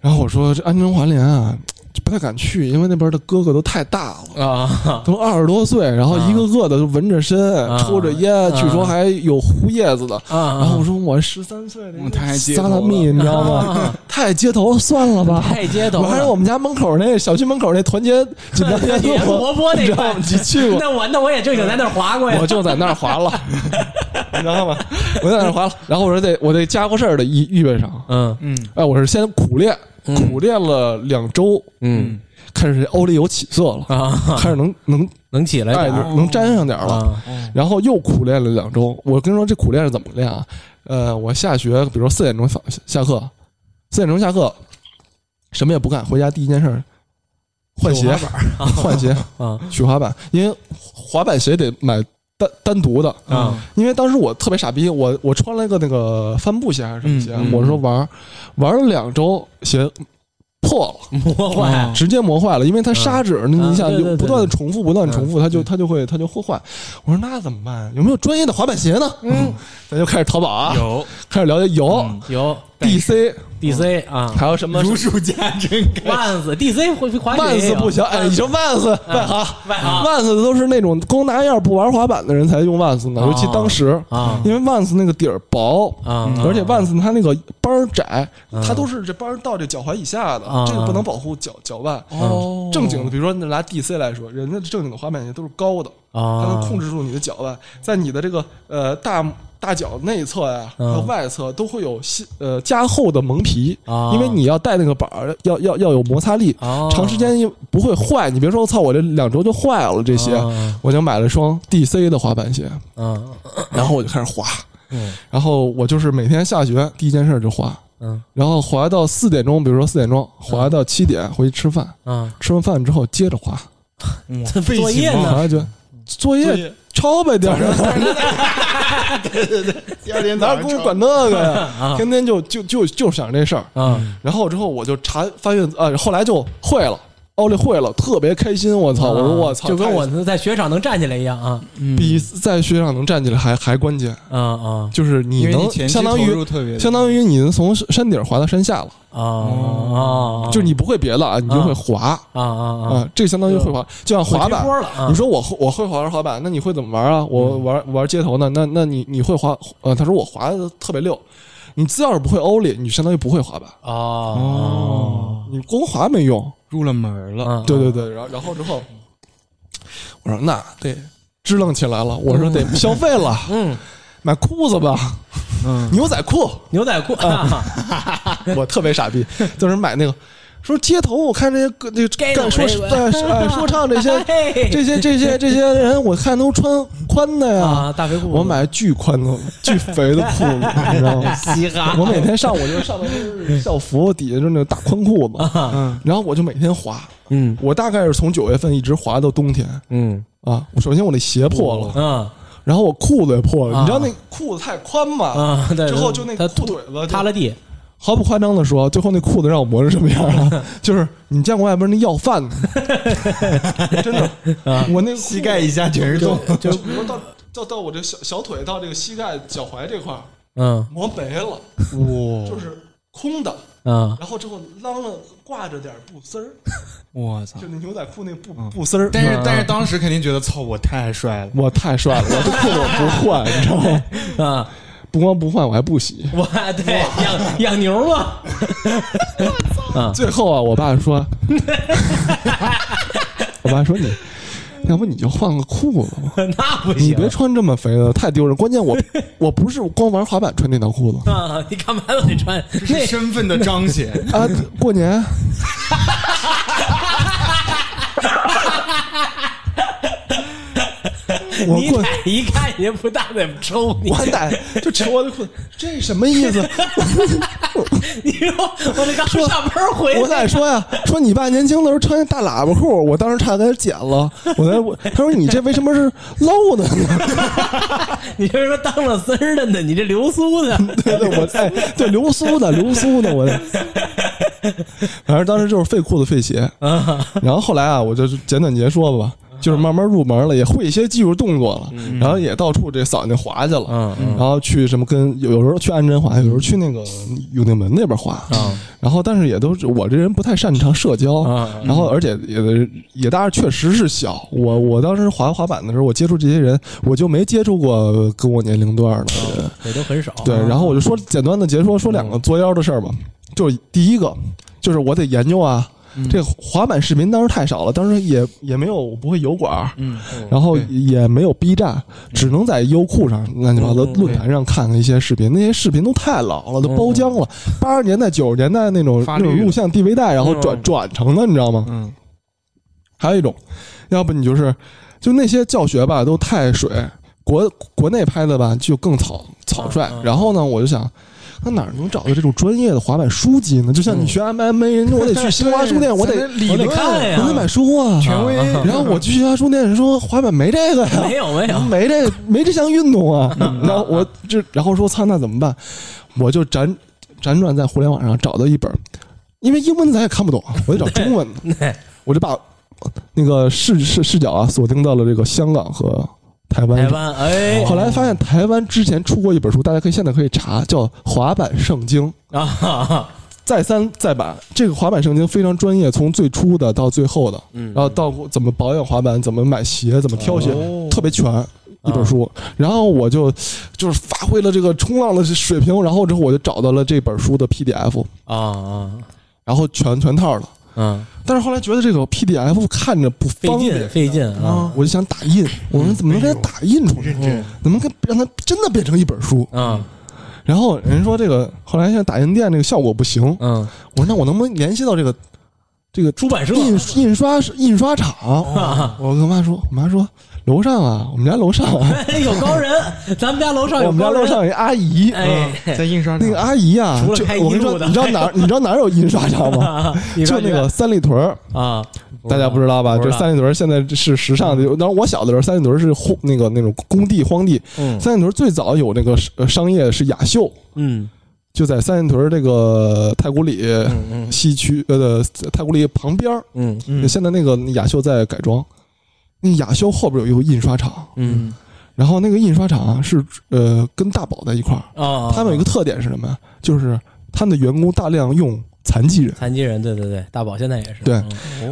Speaker 3: 然后我说这安贞华联啊，就不太敢去，因为那边的哥哥都太大了。
Speaker 4: 啊
Speaker 3: 都二十多岁，然后一个个的都纹着身，抽着烟，据说还有胡叶子的。
Speaker 4: 啊嗯
Speaker 3: 然后我说我十三岁的一个
Speaker 7: 他还街头
Speaker 3: 萨拉米，你知道吗？太街头算了吧，
Speaker 4: 啊 太街头了
Speaker 3: 完了，我们家门口那小区门口那团结紧张联
Speaker 4: 你还
Speaker 3: 络，
Speaker 4: 活泼那
Speaker 3: 你知道吗？
Speaker 4: 块
Speaker 3: 你去过？
Speaker 4: 那我那我也正经在那儿划过呀，
Speaker 3: 我就在那儿滑 了，你知道吗？我在那儿滑了，然后我说得我得家伙事儿得预预备上。
Speaker 4: 嗯嗯
Speaker 3: 哎，我是先苦练，苦练了两周，
Speaker 4: 嗯
Speaker 3: 开始欧力有起色了，
Speaker 4: 啊，
Speaker 3: 开始能能
Speaker 4: 能起来
Speaker 3: 哎
Speaker 4: 点儿
Speaker 3: 能能沾上点儿了。
Speaker 4: 啊
Speaker 3: 然后又苦练了两周。我跟你说，这苦练是怎么练啊？呃，我下学，比如说四点钟放下课，四点钟下课，什么也不干，回家第一件事儿换鞋， 换鞋，
Speaker 4: 啊
Speaker 3: 取滑板，因为滑板鞋得买单单独的
Speaker 4: 啊。
Speaker 3: 因为当时我特别傻逼，我我穿了一个那个帆布鞋还是什么鞋，
Speaker 7: 嗯嗯
Speaker 3: 我说玩儿玩了两周，鞋破了。
Speaker 4: 磨坏
Speaker 3: 嗯直接磨坏了，因为它砂纸，那
Speaker 4: 啊
Speaker 3: 你想
Speaker 4: 对对对嗯
Speaker 3: 有不断的重复，不断地重复，它就它就会它就会坏。我说那怎 么办？有没有专业的滑板鞋呢？嗯，咱就开始淘宝啊，
Speaker 5: 有
Speaker 3: 开始了解有。
Speaker 4: 有
Speaker 3: DC
Speaker 4: DC 啊，
Speaker 3: 还有什么
Speaker 7: 如数家珍，
Speaker 4: 万斯 DC 会滑雪
Speaker 3: 万
Speaker 4: 也
Speaker 3: 斯
Speaker 4: 有嗯
Speaker 3: 不行，哎，你说万斯外行，
Speaker 4: 外行
Speaker 3: 万斯啊都是那种光拿样不玩滑板的人才用万斯呢，
Speaker 4: 哦
Speaker 3: 尤其当时
Speaker 4: 啊
Speaker 3: 因为万斯那个底儿薄
Speaker 4: 啊嗯
Speaker 3: 而且万斯它那个帮儿窄，它都是这帮儿到这脚踝以下的
Speaker 4: 啊，
Speaker 3: 这个不能保护脚脚腕。
Speaker 7: 哦
Speaker 3: 正经的，比如说拿 DC 来说，人家正经的滑板鞋都是高的，
Speaker 4: 啊
Speaker 3: 它能控制住你的脚腕，在你的这个呃大大脚内侧呀、
Speaker 4: 嗯
Speaker 3: 和外侧都会有细呃加厚的蒙皮，
Speaker 4: 啊
Speaker 3: 因为你要带那个板儿，要要要有摩擦力，
Speaker 4: 哦
Speaker 3: 长时间也不会坏。你别说，我操，我这两周就坏了这些，
Speaker 4: 啊
Speaker 3: 我就买了双 DC 的滑板 鞋，
Speaker 4: 嗯
Speaker 3: 然后我就开始滑，
Speaker 4: 嗯
Speaker 3: 然后我就是每天下学第一件事就滑，
Speaker 4: 嗯
Speaker 3: 然后滑到四点钟，比如说四点钟滑到七点回去吃饭，
Speaker 4: 嗯，
Speaker 3: 吃完饭之后接着滑，
Speaker 4: 这
Speaker 7: 废寝
Speaker 4: 作业
Speaker 3: 然
Speaker 4: 呢？
Speaker 3: 后就哦作
Speaker 7: 作
Speaker 3: 业
Speaker 7: 业
Speaker 3: 抄呗，第二天。
Speaker 7: 第二天
Speaker 3: 哪
Speaker 7: 早
Speaker 3: 有
Speaker 7: 上
Speaker 3: 功夫管那个呀？
Speaker 4: 啊
Speaker 3: 天天就就就就想这事儿。
Speaker 4: 嗯
Speaker 3: 然后之后我就查发现，呃，后来就会了，奥利会了，特别开心。我操！我说我操，
Speaker 4: 啊就跟
Speaker 3: 太
Speaker 4: 我在雪场能站起来一样啊
Speaker 3: 比在学上能站起来还还关键，
Speaker 4: 啊啊
Speaker 3: 就是你
Speaker 7: 因为你
Speaker 3: 能
Speaker 7: 前期
Speaker 3: 相当
Speaker 7: 投入
Speaker 3: 于
Speaker 7: 特别多
Speaker 3: 相当于你能从山顶滑到山下了，
Speaker 4: 啊啊！
Speaker 3: 就是你不会别的啊，你就会滑。
Speaker 4: 啊啊啊
Speaker 3: 啊，这相当于会滑，就像滑板
Speaker 4: 会推坡了啊。嗯
Speaker 3: 你说我会我会滑滑板，那你会怎么玩啊？我玩玩街头呢？那那你你会滑？呃，他说我滑的特别溜，你字要是不会欧里，你相当于不会滑板。
Speaker 4: 哦
Speaker 3: 你光滑没用。
Speaker 7: 入了门了，
Speaker 4: 啊！
Speaker 3: 对对对，然后然后之后，我说那得支棱起来了，我说得消费了，
Speaker 4: 嗯，
Speaker 3: 买裤子吧，
Speaker 7: 嗯，
Speaker 3: 牛仔裤，
Speaker 4: 牛仔
Speaker 3: 哦
Speaker 4: 裤啊，
Speaker 3: 我特别傻逼，就是买那个。说街头，我看这些歌这
Speaker 4: 街头
Speaker 3: 干说
Speaker 4: 这个
Speaker 3: 哎哎说唱这些
Speaker 4: 嘿
Speaker 3: 这些这些这些人，我看都穿宽的
Speaker 4: 啊
Speaker 3: 呀，
Speaker 4: 大肥裤子
Speaker 3: 我买巨宽的、巨肥的裤子，你知道 吗？
Speaker 4: 嘻哈
Speaker 3: 我每天上午就上的都是校服，底下就是那种大宽裤子，嗯，然后我就每天滑，
Speaker 4: 啊嗯
Speaker 3: 我大概是从九月份一直滑到冬天
Speaker 4: 嗯
Speaker 3: 啊。我首先我那鞋破了，
Speaker 4: 嗯
Speaker 3: 然后我裤子也破了，
Speaker 4: 啊
Speaker 3: 你知道那裤子太宽嘛？
Speaker 4: 啊！对，
Speaker 3: 之后就那
Speaker 4: 他
Speaker 3: 个裤腿子
Speaker 4: 塌
Speaker 3: 就
Speaker 4: 了地
Speaker 3: 毫不夸张的说，最后那裤子让我磨成什么样 了？就是你见过外边那要饭的，真的，我那膝
Speaker 7: 啊膝盖以下全是洞，
Speaker 3: 就比如到到到我这小小腿到这个膝盖脚踝这块儿
Speaker 4: 嗯
Speaker 3: 磨没了，就
Speaker 7: 哇
Speaker 3: 是空的。
Speaker 4: 嗯
Speaker 3: 然后之后啷了挂着点布丝儿，
Speaker 7: 我操
Speaker 3: 就！那牛仔裤那布布丝儿。
Speaker 7: 嗯
Speaker 3: 嗯
Speaker 7: 但
Speaker 4: 嗯
Speaker 7: 是但是当时肯定觉得操，我太帅了，
Speaker 3: 我太帅了，我这裤子我不换，你知道吗？
Speaker 4: 啊！
Speaker 3: 不光不换，我还不洗。
Speaker 4: 我对养养牛嘛，
Speaker 3: 最后啊，我爸说， 我爸说你，要不你就换个裤子吧，
Speaker 4: 那不
Speaker 3: 你
Speaker 4: 行
Speaker 3: 别穿这么肥的，太丢人。关键我我不是光玩滑板穿那条裤子
Speaker 4: 啊！你干嘛老得穿那
Speaker 7: 是身份的彰显。
Speaker 3: 啊， 过年。我
Speaker 4: 你
Speaker 3: 过
Speaker 4: 奶一看人家不大得抽你，
Speaker 3: 我奶就扯我的裤子，这什么意思？
Speaker 4: 你说我这刚上班回
Speaker 3: 我
Speaker 4: 来，
Speaker 3: 奶说呀，说你爸年轻的时候穿大喇叭裤，我当时差点给他剪了。我在我他说你这为什么是露的呢？
Speaker 4: 你这说当了丝儿的呢，你这流苏 的，
Speaker 3: 对对，我在对流苏的流苏的我。反正当时就是废裤子废鞋，然后后来啊，我就简短截说吧，就是慢慢入门了，也会一些技术动作了，然后也到处这扫那滑去了，然后去什么跟有有时候去安贞滑，有时候去那个永定门那边滑，然后但是也都是我这人不太擅长社交，然后而且也也当然确实是小，我我当时滑滑板的时候，我接触这些人，我就没接触过跟我年龄段的人，
Speaker 4: 也都很少。
Speaker 3: 对，然后我就说简单的解说说两个作妖的事儿吧。就是第一个，就是我得研究啊，这滑板视频当时太少了，当时也也没有我不会油管儿，
Speaker 7: 嗯，
Speaker 3: 然后
Speaker 7: 对
Speaker 3: 也没有 B 站，只能在优酷上乱七八糟
Speaker 4: 嗯
Speaker 3: 论坛上看一些视频，那些视频都太老了，都包浆了，八十年代九十年代那种
Speaker 7: 发
Speaker 3: 那
Speaker 7: 绿
Speaker 3: 种录像 DV 带，然后转
Speaker 4: 嗯
Speaker 3: 转成的，你知道吗？
Speaker 7: 嗯，
Speaker 3: 还有一种，要不你就是就那些教学吧，都太水，国国内拍的吧就更草草率。
Speaker 4: 嗯嗯
Speaker 3: 然后呢，我就想。那哪儿能找到这种专业的滑板书籍呢？就像
Speaker 4: 嗯
Speaker 3: 你学 MMA，、我得去新华 书店，我得
Speaker 7: 咱理
Speaker 4: 我得
Speaker 7: 论
Speaker 4: 看呀
Speaker 3: 我得买书啊。
Speaker 7: 权威，
Speaker 3: 然后我去新华书店，人说滑板没这个呀，
Speaker 4: 没有没有，
Speaker 3: 没这没这项运动 啊。然后我就然后说，操，那怎么办？我就辗辗转在互联网上找到一本，因为英文咱也看不懂，我就找中文的。
Speaker 4: 对
Speaker 3: 我就把那个视视视角啊锁定到了这个香港和台湾
Speaker 4: 台
Speaker 3: 人。
Speaker 4: 湾，哎，
Speaker 3: 后来发现台湾之前出过一本书，大家可以现在可以查，叫《滑板圣经》。
Speaker 4: 啊哈哈，
Speaker 3: 再三再版，这个滑板圣经非常专业，从最初的到最后的，
Speaker 4: 嗯
Speaker 3: 然后到怎么保养滑板，怎么买鞋，怎么挑鞋，
Speaker 4: 哦
Speaker 3: 特别全。一本
Speaker 4: 啊
Speaker 3: 书，然后我就就是发挥了这个冲浪的水平，然后之后我就找到了这本书的 PDF，
Speaker 4: 啊啊，
Speaker 3: 然后全全套了。
Speaker 4: 嗯，
Speaker 3: 但是后来觉得这个 PDF 看着不
Speaker 4: 费
Speaker 3: 方
Speaker 4: 劲
Speaker 3: 便
Speaker 4: 费劲啊，嗯
Speaker 3: 我就想打印，我说怎么能给它打印出来？怎么给让它真的变成一本书？
Speaker 4: 嗯
Speaker 3: 然后人说这个后来现在打印店这个效果不行，
Speaker 4: 嗯，
Speaker 3: 我说那我能不能联系到这个这个
Speaker 4: 出版社啊
Speaker 3: 印印刷印刷厂？我跟我妈说，我妈说楼上啊，我们家楼上啊，
Speaker 4: 哎，有高人，咱们家楼上
Speaker 3: 我
Speaker 4: 有
Speaker 3: 们家
Speaker 4: 高人，
Speaker 3: 楼上有一阿姨，
Speaker 4: 哎，
Speaker 5: 在印刷
Speaker 3: 那个阿姨啊
Speaker 4: 除，了
Speaker 3: 就
Speaker 4: 开
Speaker 3: 我跟
Speaker 4: 一
Speaker 3: 你
Speaker 4: 路
Speaker 3: 说，
Speaker 4: 的
Speaker 3: 你知道哪 儿你知道哪儿有印刷厂吗？
Speaker 4: 你
Speaker 3: 就
Speaker 4: 说
Speaker 3: 那个三里屯儿，
Speaker 4: 啊，
Speaker 3: 大家不知道吧？
Speaker 4: 不
Speaker 3: 就
Speaker 4: 知道嗯
Speaker 3: 三里屯儿现在是时尚的。当然，我小的时候，三里屯儿是荒那个那种工地荒地。三里屯儿最早有那个呃商业是雅秀，
Speaker 4: 嗯
Speaker 3: 就在三里屯儿这个太古里西区呃太古里旁边儿
Speaker 4: 嗯
Speaker 3: 就现在那个雅秀在改装，那雅秀后边有一个印刷厂，
Speaker 4: 嗯
Speaker 3: 然后那个印刷厂啊是呃跟大宝在一块儿，
Speaker 4: 啊，
Speaker 3: 他们有一个特点是什么呀？就是他们的员工大量用残疾人。
Speaker 4: 残疾人，对对对，大宝现在也是，
Speaker 3: 对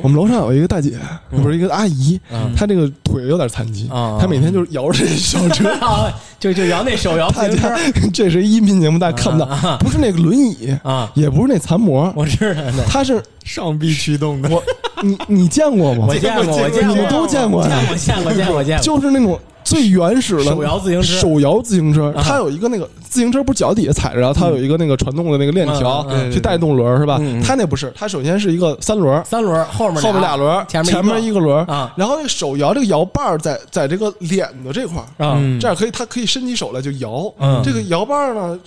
Speaker 3: 我们楼上有一个大姐，不是一个阿姨，
Speaker 4: 哦嗯
Speaker 3: 她这个腿有点残疾，
Speaker 4: 啊
Speaker 3: 她每天就是摇着这小车。
Speaker 4: 啊，就就摇那手摇自
Speaker 3: 大
Speaker 4: 行车
Speaker 3: 家， 这是一音频节目，大家看不到，不是那个轮椅
Speaker 4: 啊
Speaker 3: 也不是那残模，
Speaker 4: 我知道那
Speaker 3: 她是
Speaker 7: 上臂驱动的，
Speaker 3: 我，你你 见过吗？
Speaker 4: 我见过我见过
Speaker 3: 你们都见过呀？
Speaker 4: 我见过见过见过，
Speaker 3: 就是那种最原始的
Speaker 4: 手摇自行车
Speaker 3: 手摇自行车，
Speaker 4: 啊
Speaker 3: 它有一个那个自行车不是脚底下踩着，然后它有一个那个传动的那个链条
Speaker 4: 嗯嗯嗯
Speaker 3: 去带动轮儿是吧
Speaker 4: 嗯嗯？
Speaker 3: 它那不是，它首先是一个三轮儿，
Speaker 4: 三轮后面
Speaker 3: 后面俩轮儿，
Speaker 4: 前
Speaker 3: 前
Speaker 4: 面
Speaker 3: 面一个轮儿
Speaker 4: 啊
Speaker 3: 然后那个手摇这个摇把儿在在这个脸的这块儿，
Speaker 4: 啊
Speaker 3: 这样可以，它可以伸起手来就摇
Speaker 4: 嗯。
Speaker 3: 这个摇把儿呢，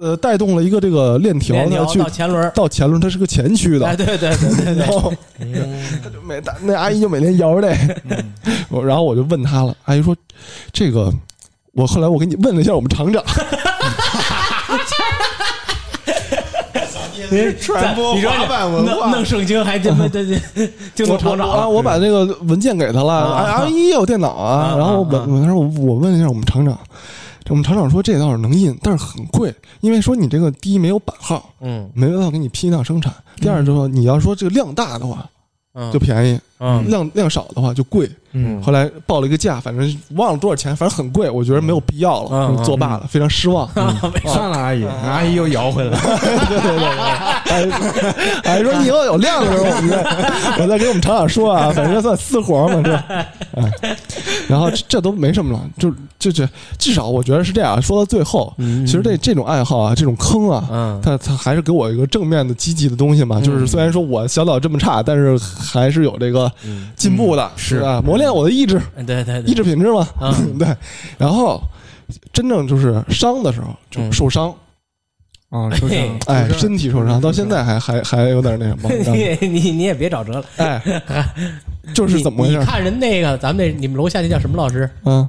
Speaker 3: 呃，带动了一个这个链条
Speaker 4: 链条
Speaker 3: 呢去
Speaker 4: 到前轮，
Speaker 3: 到前轮，它是个前驱的
Speaker 4: 哎，，对对对对
Speaker 3: 然
Speaker 4: 对，
Speaker 3: 后他就嗯每那阿姨就每天摇着这， 我然后我就问她了，阿姨说这个，我后来我给你问了一下我们厂长，
Speaker 4: 您
Speaker 7: 传播
Speaker 4: 你说
Speaker 7: 滑板文化
Speaker 4: 弄弄圣经还真没真真就
Speaker 3: 嗯我
Speaker 4: 弄厂长
Speaker 3: 啊，
Speaker 4: 了，
Speaker 3: 我把那个文件给他了，哎阿阿姨也有电脑啊，
Speaker 4: 啊
Speaker 3: 然后
Speaker 4: 啊啊
Speaker 3: 我我说我我问了一下我们厂长，我们厂长说这倒是能印，但是很贵，因为说你这个第一没有版号，
Speaker 4: 嗯
Speaker 3: 没办法给你批量生产，第二就是说你要说这个量大的话
Speaker 4: 嗯
Speaker 3: 就便宜，
Speaker 4: 嗯
Speaker 3: 量量少的话就贵。
Speaker 4: 嗯
Speaker 3: 后来报了一个价，反正忘了多少钱，反正很贵，我觉得没有必要了，
Speaker 4: 嗯嗯
Speaker 3: 作罢了，非常失 望。
Speaker 5: 算了，阿姨，阿姨又摇回来了。
Speaker 3: 对对对，哎 哎，说你以后有量的时候，我 们再我再给我们厂长说啊，反正算私活嘛，是吧？哎，然后这这都没什么了，就就这，至少我觉得是这样。说到最后，其实这这种爱好啊，这种坑啊，
Speaker 4: 嗯
Speaker 3: 它它还是给我一个正面的、积极的东西嘛。就是虽然说我小岛这么差，但是还是有这个
Speaker 4: 嗯
Speaker 3: 进步的，是吧？磨练我的意志，
Speaker 4: 对对
Speaker 3: 意
Speaker 4: 对，
Speaker 3: 志品质嘛，
Speaker 4: 嗯
Speaker 3: 对。然后真正就是伤的时候，就
Speaker 4: 嗯
Speaker 3: 受伤，
Speaker 5: 啊，说这样
Speaker 3: 哎，身体受伤，到现在还还还有点那 什么，你知道吗
Speaker 4: 你你你也别找辙了，
Speaker 3: 哎， 就是怎么回
Speaker 4: 你
Speaker 3: 事
Speaker 4: 你？看人那个咱们那你们楼下那叫什么老师？
Speaker 3: 嗯，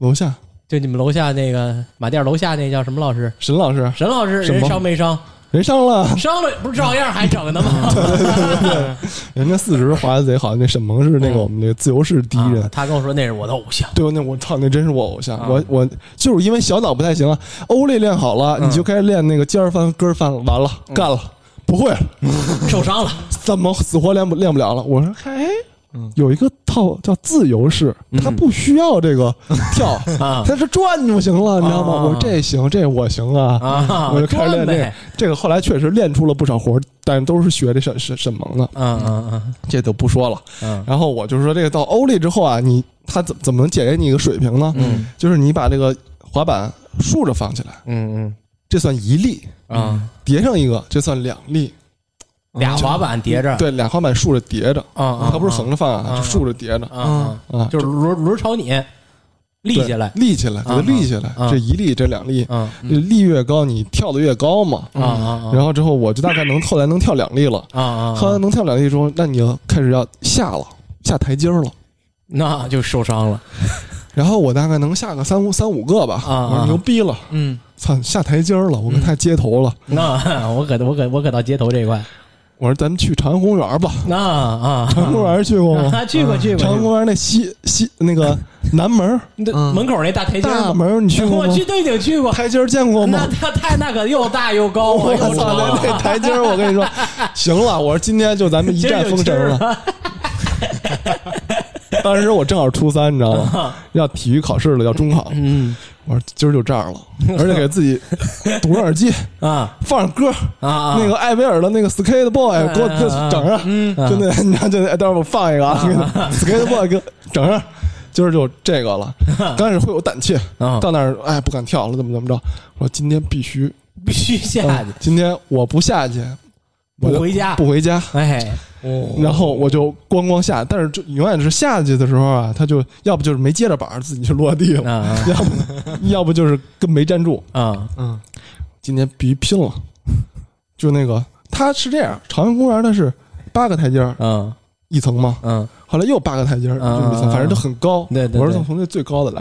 Speaker 3: 楼下
Speaker 4: 就你们楼下那个马店楼下那叫什么老师？
Speaker 3: 沈老师
Speaker 4: 沈老师
Speaker 3: 什
Speaker 4: 人
Speaker 3: 么
Speaker 4: 伤没伤？
Speaker 3: 人伤了，
Speaker 4: 伤了不是照样还整呢吗？
Speaker 3: 人家四十滑的贼好，那沈萌是那个我们那个自由市第一
Speaker 4: 嗯啊
Speaker 3: 人。
Speaker 4: 他跟我说那是我的偶像。
Speaker 3: 对，那我操，那真是我偶像。
Speaker 4: 啊
Speaker 3: 我我就是因为小脑不太行啊，欧力练好了，
Speaker 4: 嗯
Speaker 3: 你就该练那个尖儿翻、跟儿翻了，完了，干了，不会了，
Speaker 4: 受伤了，
Speaker 3: 怎么死活练不练不了了？我说，哎，
Speaker 4: 嗯
Speaker 3: 有一个套叫自由式，它不需要这 个跳，
Speaker 4: 啊
Speaker 3: 它是转就行了，你知道吗？
Speaker 4: 啊
Speaker 3: 我说这行，这我行
Speaker 4: 啊
Speaker 3: 啊， 我就开始练这个
Speaker 4: 转呗。
Speaker 3: 这个后来确实练出了不少活，但都是学这沈沈沈萌的，
Speaker 4: 嗯嗯嗯
Speaker 3: 这就不说了。
Speaker 4: 嗯
Speaker 3: 然后我就是说，这个到欧力之后啊，你他怎怎么能检验你一个水平呢？
Speaker 4: 嗯，
Speaker 3: 就是你把这个滑板竖着放起来，
Speaker 4: 嗯
Speaker 3: 这算一粒；
Speaker 4: 嗯啊，
Speaker 3: 叠上一个，这算两粒。
Speaker 4: 俩滑板叠着，
Speaker 3: 嗯对，俩滑板竖着叠着，
Speaker 4: 啊啊
Speaker 3: 它不是横着放啊，
Speaker 4: 啊
Speaker 3: 就竖着叠着
Speaker 4: 啊
Speaker 3: 啊，
Speaker 4: 就是轮轮朝你立起来，
Speaker 3: 对立起来，给它
Speaker 4: 啊
Speaker 3: 立起来
Speaker 4: 啊，
Speaker 3: 这一粒，这两粒，
Speaker 4: 嗯
Speaker 3: 这立越高，你跳的越高嘛。
Speaker 4: 啊啊
Speaker 3: 然后之后，我就大概能后来能跳两粒了。
Speaker 4: 啊啊，
Speaker 3: 后来能跳两粒之后，那你要开始要下了，下台阶儿了。
Speaker 4: 那就受伤了
Speaker 3: 然后我大概能下个三五三五个吧，
Speaker 4: 啊
Speaker 3: 我
Speaker 4: 啊
Speaker 3: 说牛逼了，
Speaker 4: 嗯，
Speaker 3: 操，下台阶儿了，我跟太街头了。
Speaker 4: 那我可我可我可到街头这一块，
Speaker 3: 我说咱们去长安公园吧，
Speaker 4: 那啊，
Speaker 3: 嗯
Speaker 4: 啊
Speaker 3: 长安公园去过吗？啊
Speaker 4: 去过去
Speaker 3: 长安
Speaker 4: 过，
Speaker 3: 公园那西西那个南门 儿
Speaker 4: 那
Speaker 8: 嗯
Speaker 4: 门口那大台阶儿
Speaker 3: 大
Speaker 4: 吗
Speaker 3: 门儿，你去过
Speaker 4: 我
Speaker 3: 吗？
Speaker 4: 去都已经去过，
Speaker 3: 台阶儿见过
Speaker 4: 那
Speaker 3: 吗？
Speaker 4: 他太那可又大又高啊，
Speaker 3: 我
Speaker 4: 又
Speaker 3: 操，
Speaker 4: 长
Speaker 3: 那
Speaker 4: 啊，
Speaker 3: 那台阶儿，我跟你说，行了，我说今天就咱们一
Speaker 4: 今儿
Speaker 3: 战
Speaker 4: 有
Speaker 3: 封
Speaker 4: 劲
Speaker 3: 神
Speaker 4: 儿
Speaker 3: 了。
Speaker 4: 了。
Speaker 3: 当时我正好初三，你知道吗？要体育考试了，要中考。
Speaker 4: 啊嗯
Speaker 3: 我说今儿就这样了，而且给自己堵上耳机，
Speaker 4: 啊
Speaker 3: 放上歌，
Speaker 4: 啊啊，
Speaker 3: 那个艾薇儿的那个 Skate Boy 给我这整上，
Speaker 4: 嗯啊
Speaker 3: 就那你看就那，待会儿我放一个啊 ，Skate Boy 给我整上。今儿就这个 了，刚开始会有胆怯，
Speaker 4: 啊
Speaker 3: 到那儿哎不敢跳了，怎么怎么着？我说今天必须
Speaker 4: 必须下去
Speaker 3: 嗯，今天我不下去，我
Speaker 4: 不
Speaker 3: 就
Speaker 4: 回家。
Speaker 3: 不回家，
Speaker 4: 哎，
Speaker 3: 然后我就咣咣下，但是就永远是下去的时候啊，他就要不就是没接着板儿自己就落地了，
Speaker 4: 啊
Speaker 3: 要不要不就是跟没站住。
Speaker 4: 啊
Speaker 3: 今年必须拼了，就那个他是这样，朝阳公园它是八个台阶儿
Speaker 4: 嗯
Speaker 3: 一层嘛，
Speaker 4: 嗯，
Speaker 3: 后来又八个台阶儿
Speaker 4: 啊
Speaker 3: 就一层，反正都很高。
Speaker 4: 对对对
Speaker 3: 我说从那最高的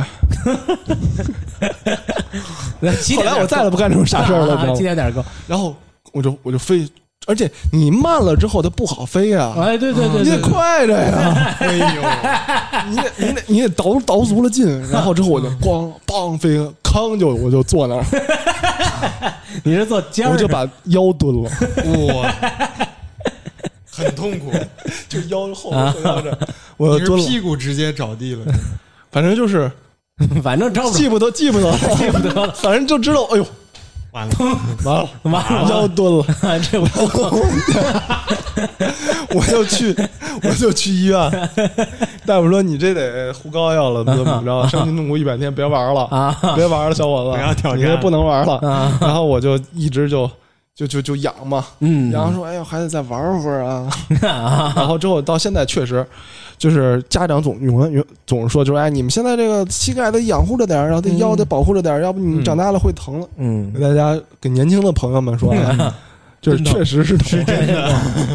Speaker 3: 来。
Speaker 4: 七
Speaker 3: 嗯后
Speaker 4: 点
Speaker 3: 来
Speaker 4: 点
Speaker 3: 我再也不干这种傻事儿了，你知道
Speaker 4: 七
Speaker 3: 吗？
Speaker 4: 点点够。
Speaker 3: 然后我就我就飞，而且你慢了之后它不好飞啊呀、
Speaker 4: 哎，对对对，
Speaker 3: 你得
Speaker 4: 对对
Speaker 3: 快着呀！ 哎呦，你得你得你得倒倒足了劲，然后之后我 就咣梆飞，康就我就坐 那儿，
Speaker 4: 你是坐尖儿
Speaker 3: 我就把腰蹲了，
Speaker 5: 我很痛苦，
Speaker 3: 就腰后面后腰这，啊 我
Speaker 5: 你
Speaker 3: 就蹲
Speaker 5: 是
Speaker 3: 呃了。
Speaker 5: 屁股直接着地了。
Speaker 3: 反正就是
Speaker 4: 反正招不
Speaker 3: 记不得记不得
Speaker 4: 记不得了，
Speaker 3: 反正就知道，哎呦，
Speaker 5: 完
Speaker 3: 了 完了
Speaker 4: 完了
Speaker 3: 腰蹲了，
Speaker 4: 着， 这我
Speaker 3: 我就去我就去医院，大夫说你这得糊膏药了，怎么怎么 着，伤筋动骨一百天，别玩了
Speaker 4: 啊
Speaker 3: 别玩了，小伙子，
Speaker 5: 不要挑战
Speaker 3: 你这不能玩了。
Speaker 4: 啊
Speaker 3: 然后我就一直就就就就养嘛，
Speaker 4: 嗯
Speaker 3: 然后说，哎呦，还得再玩会儿 啊。
Speaker 4: 啊
Speaker 3: 然后之后到现在确实，就是家长总永远总是说，就是哎，你们现在这个膝盖得养护着点儿，然后
Speaker 5: 嗯
Speaker 3: 对腰得保护着点儿，要不你们长大了会疼的。
Speaker 4: 嗯
Speaker 3: 给大家给年轻的朋友们说， 哎就是确实是是真的。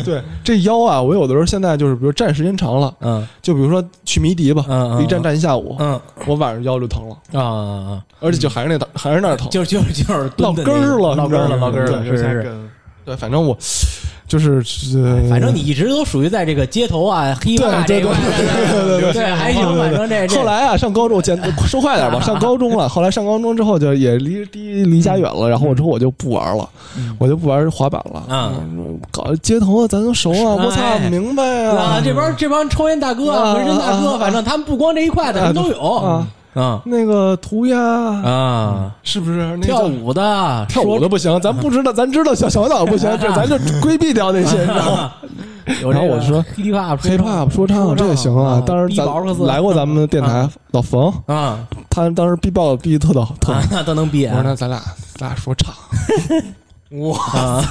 Speaker 3: 对这腰啊，我有的时候现在就是，比如站时间长了，
Speaker 4: 嗯
Speaker 3: 就比如说去迷笛吧
Speaker 4: 嗯，嗯
Speaker 3: 一站站一下午，
Speaker 4: 嗯
Speaker 3: 我晚上腰就疼了，
Speaker 4: 啊，
Speaker 3: 而且就还是那疼，还是那儿疼，
Speaker 4: 就是就是就是
Speaker 3: 落
Speaker 4: 蹲的
Speaker 3: 根
Speaker 4: 那个
Speaker 3: 儿了，
Speaker 4: 落
Speaker 3: 你知
Speaker 4: 根
Speaker 3: 道
Speaker 4: 儿
Speaker 3: 吗
Speaker 4: 了，落根儿了，
Speaker 3: 对
Speaker 4: 是是是。
Speaker 5: 跟
Speaker 3: 对，反正我就是，呃
Speaker 4: 反正你一直都属于在这个街头啊、黑怕这
Speaker 3: 对对
Speaker 4: 一块
Speaker 3: 对
Speaker 4: 的，
Speaker 3: 对对
Speaker 4: 对，还行，反正这这
Speaker 3: 后来啊，上高中我简说快点吧，上高中了。后来上高中之后就也离离离家远了，然后我之后我就不玩了，我就不玩滑板了。
Speaker 4: 啊
Speaker 3: 搞街头啊，咱都熟啊，
Speaker 4: 哎
Speaker 3: 我操，明白
Speaker 4: 啊，
Speaker 3: 啊。
Speaker 4: 这帮这帮抽烟大哥、
Speaker 3: 啊
Speaker 4: 纹身大
Speaker 3: 啊
Speaker 4: 哥，
Speaker 3: 啊
Speaker 4: 反正他们不光这一块的，
Speaker 3: 啊
Speaker 4: 什么都有
Speaker 3: 啊
Speaker 4: 啊
Speaker 3: 那个涂鸦
Speaker 4: 啊，
Speaker 3: 是不是？那
Speaker 4: 跳
Speaker 3: 叫
Speaker 4: 舞的，
Speaker 3: 跳舞的不行，咱不知道，咱知道小 小岛不行，这咱就规避掉那些，你知道 吗？
Speaker 4: 说，
Speaker 3: 然后我说
Speaker 4: ，hip hop
Speaker 3: 黑怕说唱这也行啊。当时咱来过咱们的电台，老冯
Speaker 4: 啊
Speaker 3: 他当时逼爆逼特好特好
Speaker 4: 啊，那都能比
Speaker 3: 我说
Speaker 4: 啊
Speaker 3: 那咱俩咱俩说唱，
Speaker 4: 啊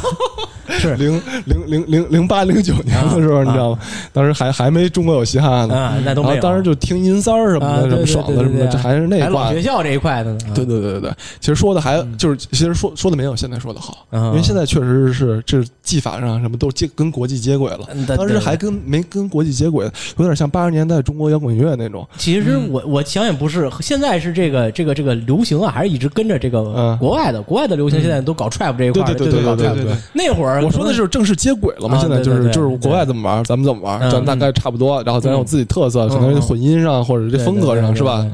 Speaker 3: 零零零零零八零九年的时候，你知道吗？当时还还没中国有嘻哈呢，
Speaker 4: 啊，那都
Speaker 3: 然
Speaker 4: 没
Speaker 3: 后
Speaker 4: 有。
Speaker 3: 当时就听音三儿什么
Speaker 4: 啊，
Speaker 3: 的，什么
Speaker 4: 对对对
Speaker 3: 爽
Speaker 4: 对
Speaker 3: 的什么
Speaker 4: 对
Speaker 3: 的，这还是那
Speaker 4: 还老
Speaker 3: 挂
Speaker 4: 学嗯
Speaker 3: 的。
Speaker 4: 校这一块的呢。啊
Speaker 3: 对对对对对，其实说的还就是，其实说说的没有现在说的好，
Speaker 4: 嗯
Speaker 3: 因为现在确实是这技法上什么都接跟国际接轨了
Speaker 4: 嗯。对
Speaker 3: 当时还跟没跟国际接轨，有点像八十年代中国摇滚乐那种。
Speaker 4: 其实我我想也不是，现在是这个这个这个流行啊，还是一直跟着这个
Speaker 3: 嗯
Speaker 4: 国外的，国外的流行现在都搞 trap 这一块
Speaker 3: 对
Speaker 4: 儿，
Speaker 3: 对对
Speaker 4: 就
Speaker 3: 对
Speaker 4: 搞
Speaker 3: 对
Speaker 4: trap
Speaker 3: 对对。
Speaker 4: 那会儿
Speaker 3: 我说的
Speaker 4: 可
Speaker 3: 是正式接轨了嘛，
Speaker 4: 啊
Speaker 3: 现在就
Speaker 4: 对
Speaker 3: 是
Speaker 4: 对对
Speaker 3: 就是
Speaker 4: 对
Speaker 3: 国外怎么玩，咱们怎么玩
Speaker 4: 嗯，
Speaker 3: 咱大概差不多，然后咱有自己特色，可能混音上或者这
Speaker 4: 对
Speaker 3: 风格
Speaker 4: 对对
Speaker 3: 上
Speaker 4: 对
Speaker 3: 是吧
Speaker 4: 对对？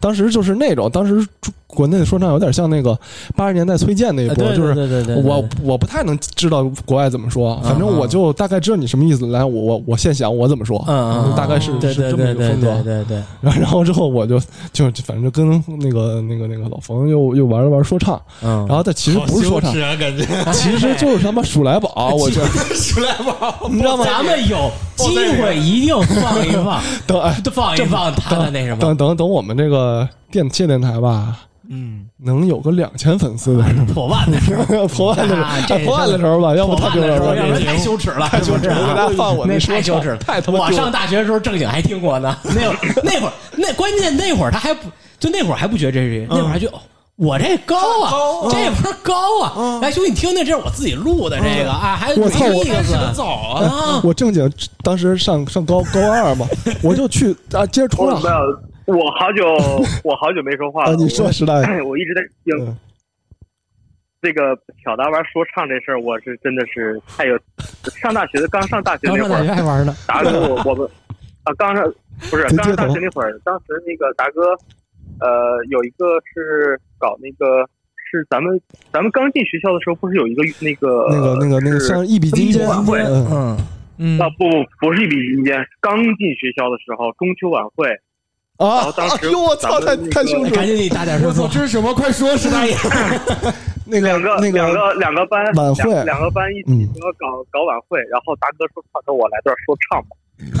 Speaker 3: 当时就是那种，当时中国内的说唱有点像那个八十年代崔健那一
Speaker 4: 能，
Speaker 3: 波，
Speaker 4: 啊对
Speaker 3: 就是。
Speaker 4: 对对对对，啊对
Speaker 3: 我我不太能知道国外怎么说，反正我就大概知道你什么意思。来，我我我现想我怎么说，
Speaker 4: 嗯嗯，
Speaker 3: 大概是
Speaker 4: 对
Speaker 3: 是
Speaker 4: 对
Speaker 3: 这么
Speaker 4: 对
Speaker 3: 一个
Speaker 4: 对
Speaker 3: 风
Speaker 4: 对
Speaker 3: 格。
Speaker 4: 对对，
Speaker 3: 然后然后之后我就就就反正就跟那个那个那个老冯又又玩了玩说唱，
Speaker 4: 嗯
Speaker 3: 然，后但其实
Speaker 5: 好
Speaker 3: 不是说
Speaker 5: 羞
Speaker 3: 唱
Speaker 5: 耻，啊，感觉
Speaker 3: 其实就是他妈数来 宝，我觉得。
Speaker 5: 出来 吧，
Speaker 3: 你知道吗？
Speaker 4: 咱们有机 会一定放一 放，
Speaker 3: 等哎，
Speaker 4: 都放一放他的那什么
Speaker 3: 等。等等，我们这个电谢电台吧，嗯，能有个两千粉丝的时
Speaker 4: 破万的时 候，
Speaker 3: 候，破万的时
Speaker 4: 啊
Speaker 3: 候，
Speaker 4: 这
Speaker 3: 哎破万的时候吧，要不
Speaker 4: 破
Speaker 3: 他
Speaker 4: 万
Speaker 3: 就
Speaker 4: 的时候，要不然
Speaker 3: 是
Speaker 4: 太羞耻了，太
Speaker 3: 羞耻了给大家放我那
Speaker 4: 那
Speaker 3: 说
Speaker 4: 太羞
Speaker 3: 唱
Speaker 4: 耻了，
Speaker 3: 太他妈
Speaker 4: 我
Speaker 3: 丢
Speaker 4: 上大学的时候正经还听过 呢，那会儿那会儿那关键那会儿他还不就那会儿还不觉得这是，
Speaker 3: 嗯
Speaker 4: 那会儿还觉得。哦我这高啊，这不是高啊！哎，兄弟，你听听，这是我自己录的这个啊，还
Speaker 3: 嗯我操我
Speaker 4: 没意思
Speaker 5: 早
Speaker 3: 嗯
Speaker 5: 啊！
Speaker 4: 啊！
Speaker 3: 我正经当时上上高高二嘛，我就去啊，接着冲
Speaker 2: 我
Speaker 3: 浪
Speaker 2: 没有，我好久我好久没说话
Speaker 3: 啊！
Speaker 2: 了。
Speaker 3: 你说时代，
Speaker 2: 我 我一直在听
Speaker 3: 嗯
Speaker 2: 这个挑大玩说唱这事儿，我是真的是太有。上大学的刚上大学
Speaker 4: 刚
Speaker 2: 那
Speaker 3: 嗯
Speaker 2: 会
Speaker 4: 上大
Speaker 2: 儿
Speaker 4: 学，还玩呢，
Speaker 2: 打给我我们啊，刚上不是
Speaker 3: 对，
Speaker 2: 当时
Speaker 3: 对
Speaker 2: 当
Speaker 3: 懂
Speaker 2: 时那会儿，当时那个达哥，呃，有一个是搞那个，是咱们咱们刚进学校的时候，不是有一个那个
Speaker 3: 那个那个那个
Speaker 2: 是
Speaker 3: 像一笔
Speaker 2: 综艺
Speaker 3: 金坚，
Speaker 2: 晚会
Speaker 3: 嗯
Speaker 4: 嗯嗯
Speaker 2: 啊不不不是一笔金坚，刚进学校的时候中秋晚会，然
Speaker 3: 啊
Speaker 2: 后当！时
Speaker 3: 哎呦，我操，太
Speaker 2: 咱们那个
Speaker 3: 太羞耻了
Speaker 4: 哎赶！紧你大点
Speaker 7: 我
Speaker 4: 声哎
Speaker 7: 操，
Speaker 4: 说，
Speaker 7: 这是什么？快说，石大爷！
Speaker 3: 那个
Speaker 2: 两个
Speaker 3: 那
Speaker 2: 两个两个班
Speaker 3: 晚会
Speaker 2: 两两个班一起
Speaker 3: 嗯
Speaker 2: 说搞搞晚会，然后达哥说唱跟我来段说唱吧，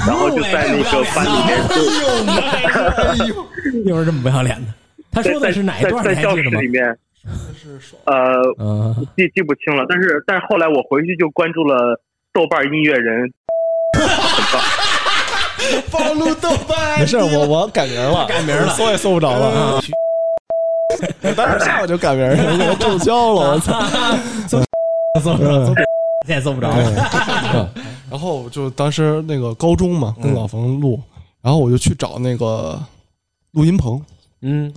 Speaker 2: 然后就在那个班里
Speaker 4: 哎
Speaker 2: 面就
Speaker 3: 哎
Speaker 4: 一会儿这么不要脸的，他
Speaker 2: 在
Speaker 4: 说的是哪一段？
Speaker 2: 在在
Speaker 4: 你还
Speaker 2: 教
Speaker 4: 记
Speaker 2: 室
Speaker 4: 得吗
Speaker 2: 里？面，呃，
Speaker 4: 嗯，
Speaker 2: 记记不清了，但是但是后来我回去就关注了豆瓣音乐人，
Speaker 7: 暴露豆瓣，
Speaker 3: 没事，我我改名了，改名了，搜也搜不着
Speaker 4: 嗯
Speaker 3: 了。我 待会儿下午就改名了，给中招了，我 操！
Speaker 4: 搜不着，搜不着，现在搜不着了。
Speaker 3: 然后就当时那个高中嘛，跟老冯录，然后我就去找那个录音棚，哎
Speaker 4: 嗯，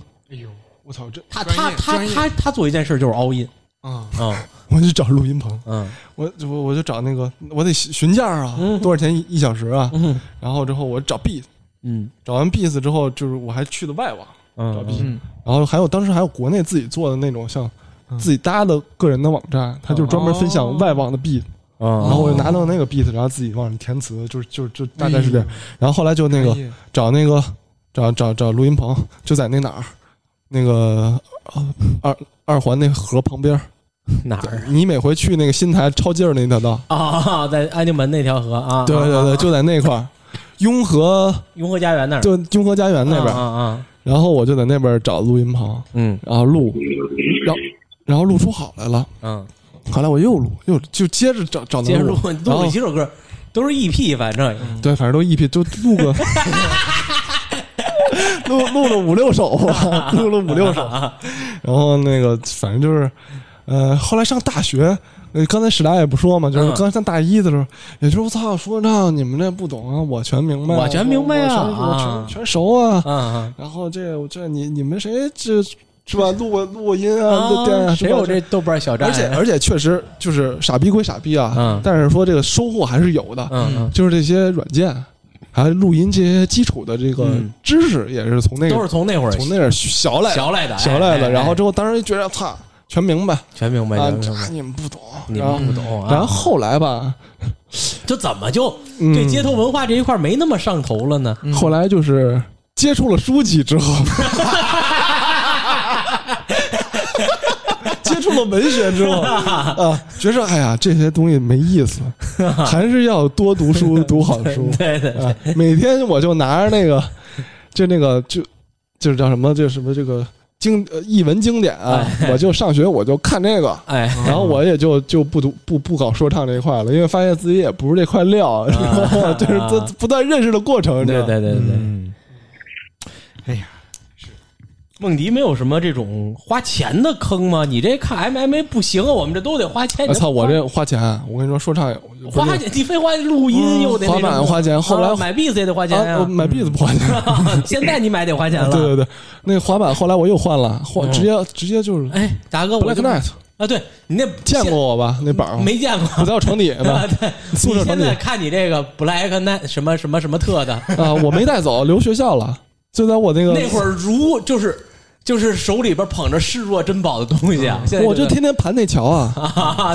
Speaker 5: 我操，这
Speaker 4: 他他
Speaker 5: 专业
Speaker 4: 他
Speaker 5: 专业
Speaker 4: 他他做一件事就是 all in，
Speaker 3: 啊，
Speaker 4: 嗯
Speaker 3: 我就找录音棚，
Speaker 4: 嗯
Speaker 3: 我我我就找那个，我得询询价啊，多少钱一一小时啊？
Speaker 4: 嗯
Speaker 3: 然后之后我找 B，
Speaker 4: 嗯
Speaker 3: 找完 B 子之后，就是我还去了外网，
Speaker 4: 嗯嗯
Speaker 3: 然后还有当时还有国内自己做的那种像自己搭的个人的网站，
Speaker 4: 哦
Speaker 3: 它就是专门分享外网的 beat，、然后
Speaker 4: 嗯，
Speaker 3: 我就拿到那个 beat，然后自己往里填词，就是就就大概是这样。
Speaker 4: 哎
Speaker 3: 然后后来就那个找那个找找找录音棚，就在那哪儿，那个呃二二环那河旁边儿，
Speaker 4: 哪儿
Speaker 3: 你每回去那个新台抄近儿那条道，
Speaker 4: 啊？在安定门那条河啊，
Speaker 3: 对对对，
Speaker 4: 啊，
Speaker 3: 就在那块儿。雍和
Speaker 4: 雍和家园那儿，
Speaker 3: 就雍和家园那边儿，
Speaker 4: 啊啊啊，
Speaker 3: 然后我就在那边儿找录音棚，
Speaker 4: 嗯
Speaker 3: 然后录，然后然后录出好来了，
Speaker 4: 嗯，
Speaker 3: 后来我又录，又就接着找找那
Speaker 4: 接着录，
Speaker 3: 录
Speaker 4: 录
Speaker 3: 嗯然
Speaker 4: 过
Speaker 3: 后嗯
Speaker 4: 几首歌，都是 EP，反正
Speaker 3: 对，反正都一批，就录个录录了五六首吧，录了五六 首，然后那个反正就是，呃，后来上大学。呃，刚才史达也不说嘛，就是
Speaker 4: 嗯
Speaker 3: 刚才上大一的时候，也就是我操，说唱你们这不懂啊，我全明白啊，
Speaker 4: 我全明白
Speaker 3: 我我
Speaker 4: 啊
Speaker 3: 全
Speaker 4: 啊
Speaker 3: 我全全熟啊，
Speaker 4: 啊啊
Speaker 3: 然后这我这你你们谁这是吧？录过录过音啊，录电啊
Speaker 4: 啊，谁
Speaker 3: 是吧
Speaker 4: 有这豆瓣小站？
Speaker 3: 而且而且确实就是傻逼归傻逼啊，
Speaker 4: 嗯
Speaker 3: 但是说这个收获还是有的，
Speaker 4: 嗯嗯
Speaker 3: 就是这些软件，还有录音这些基础的这个
Speaker 4: 嗯
Speaker 3: 知识也是从那个
Speaker 4: 都是从那会儿
Speaker 3: 嗯从那点学来的
Speaker 4: 学来的，
Speaker 3: 学来
Speaker 4: 哎哎
Speaker 3: 的，
Speaker 4: 哎
Speaker 3: 然后之后当时觉得操全明白
Speaker 4: 全明白，
Speaker 3: 啊
Speaker 4: 全，
Speaker 3: 这
Speaker 4: 明白。
Speaker 3: 你们不懂，
Speaker 4: 你
Speaker 3: 然后
Speaker 4: 们不懂啊，
Speaker 3: 然后后来吧，
Speaker 4: 就怎么就
Speaker 3: 嗯
Speaker 4: 对街头文化这一块没那么上头了呢？
Speaker 3: 后来就是接触了书籍之 后，接触了文学之 后啊，觉着哎呀这些东西没意思，还是要多读 书，读好书。
Speaker 4: 对对对
Speaker 3: 啊，每天我就拿着那 个，就那个就就是叫什么，就什么这个经呃译文经典啊，我就上学我就看这个。
Speaker 4: 哎，
Speaker 3: 然后我也就就不读不不搞说唱这一块了，因为发现自己也不是这块料，然后 就是
Speaker 4: 啊
Speaker 3: 不不断认识的过程。
Speaker 4: 对
Speaker 3: 你知道
Speaker 4: 对
Speaker 3: 吗
Speaker 4: 对对对，
Speaker 7: 嗯，
Speaker 4: 梦迪没有什么这种花钱的坑吗？你这看 MMA 不行啊，我们这都得花钱。
Speaker 3: 哎我操，我这花钱，我跟你说，说唱也我
Speaker 4: 花钱，你废话，录音又得那
Speaker 3: 滑板
Speaker 4: 什么
Speaker 3: 花钱后来
Speaker 4: 啊买 beats 也得花钱
Speaker 3: 啊，我
Speaker 4: 呀。
Speaker 3: 买币子不 花钱。
Speaker 4: 现在你买得花钱了。嗯
Speaker 3: 对对对，那个滑板后来我又换了，换直接直接就是
Speaker 4: 哎，达哥，我
Speaker 3: Black
Speaker 4: 就
Speaker 3: Knight，
Speaker 4: 啊，对你那
Speaker 3: 见过我吧？那板儿
Speaker 4: 没见过？
Speaker 3: 我在我床底下呢
Speaker 4: 啊， 对，，
Speaker 3: 宿
Speaker 4: 你
Speaker 3: 舍床
Speaker 4: 现
Speaker 3: 底
Speaker 4: 在
Speaker 3: 下
Speaker 4: 看你这个 Black Knight 什么什么什么特 的，
Speaker 3: 啊，我没带走，留学校了，就在我那个
Speaker 4: 那会儿如就是就是手里边捧着视若珍宝的东西啊，现在
Speaker 3: 我就
Speaker 4: 觉
Speaker 3: 天天盘那桥啊，
Speaker 4: 得 啊，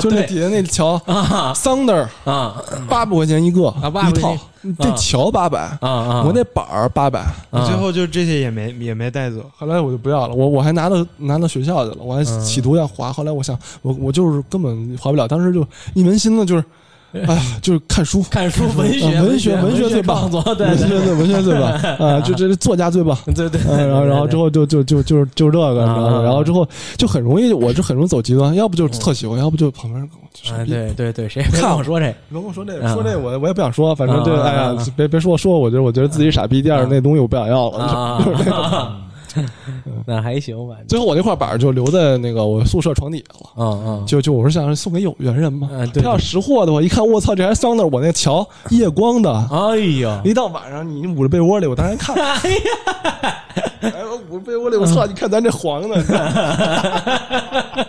Speaker 3: 就那
Speaker 4: 对
Speaker 3: 底下那桥
Speaker 4: 啊
Speaker 3: ，Thunder
Speaker 4: 啊
Speaker 3: 八百块钱一个
Speaker 4: 八百
Speaker 3: 一
Speaker 4: 块钱
Speaker 3: 套，这桥八百
Speaker 4: 啊啊！
Speaker 3: 我那板儿八百。
Speaker 7: 我
Speaker 4: 啊
Speaker 7: 最后就这些也没也没带 走。
Speaker 3: 后来我就不要了，我我还拿到拿到学校去了，我还
Speaker 4: 嗯
Speaker 3: 企图要滑。后来我想，我我就是根本滑不了，当时就一门心思就是，哎呀，就是看书，
Speaker 4: 看书文学
Speaker 3: 啊文
Speaker 4: 学
Speaker 3: 文学最棒
Speaker 4: 创作，对
Speaker 3: 文学
Speaker 4: 对
Speaker 3: 最文学最 棒啊，就这作家最棒。
Speaker 4: 对 对，
Speaker 3: 嗯，然后然后之后就就就就就这个，
Speaker 4: 啊
Speaker 3: 你知道吗？
Speaker 4: 啊
Speaker 3: 然后之后就很容易，我就很容易走极端，要不就是特喜欢，要不就旁边跟我
Speaker 4: 啊，
Speaker 3: 傻逼。
Speaker 4: 对 对对，谁没跟我说这
Speaker 3: 甭跟我说这
Speaker 4: 啊
Speaker 3: 说这我我也不想说，反正这
Speaker 4: 啊啊
Speaker 3: 哎呀
Speaker 4: 啊啊，
Speaker 3: 别别说说，我觉得我觉得自己傻逼。第二
Speaker 4: 啊
Speaker 3: 那东西我不想要了。
Speaker 4: 啊？ 那还行吧，
Speaker 3: 最后我那块板儿就留在那个我宿舍床底下了。
Speaker 4: 嗯嗯，
Speaker 3: 就就我是想送给有缘人嘛，
Speaker 4: 嗯对
Speaker 3: 他要识货的话，一看我操，这还桑 r 我那桥夜光的，
Speaker 4: 哎呀，
Speaker 3: 一到晚上你捂着被窝里，我当然看，
Speaker 4: 哎呀， 嗯
Speaker 3: 哎，我捂着被窝里，我操，你看咱这黄的，你看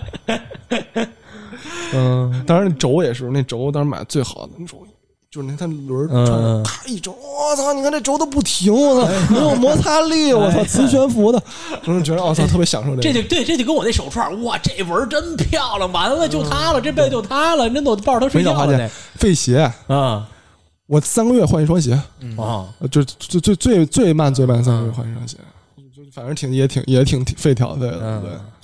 Speaker 3: 嗯，当然那轴也是，那轴当时买的最好的那轴，就是那他轮儿
Speaker 4: 嗯哎
Speaker 3: 转着
Speaker 4: 嗯
Speaker 3: 咔一轴，我操！你看这轴都不停，我操，没有摩擦力，我操，磁悬浮的，我就觉得我哦操，特别享受
Speaker 4: 哎
Speaker 3: 这
Speaker 4: 这
Speaker 3: 个。
Speaker 4: 就对，这就跟我那手串，哇，这纹儿真漂亮，完了就它
Speaker 3: 嗯
Speaker 4: 了，这辈子就它了，真的我抱着它睡
Speaker 3: 没
Speaker 4: 觉
Speaker 3: 想发
Speaker 4: 了
Speaker 3: 现费鞋，
Speaker 4: 那啊
Speaker 3: 我三个月换一双鞋，
Speaker 4: 啊，
Speaker 3: 呃就最最最最慢最慢三个月换一双鞋，就反正挺也挺也挺费挑费
Speaker 4: 嗯
Speaker 3: 的，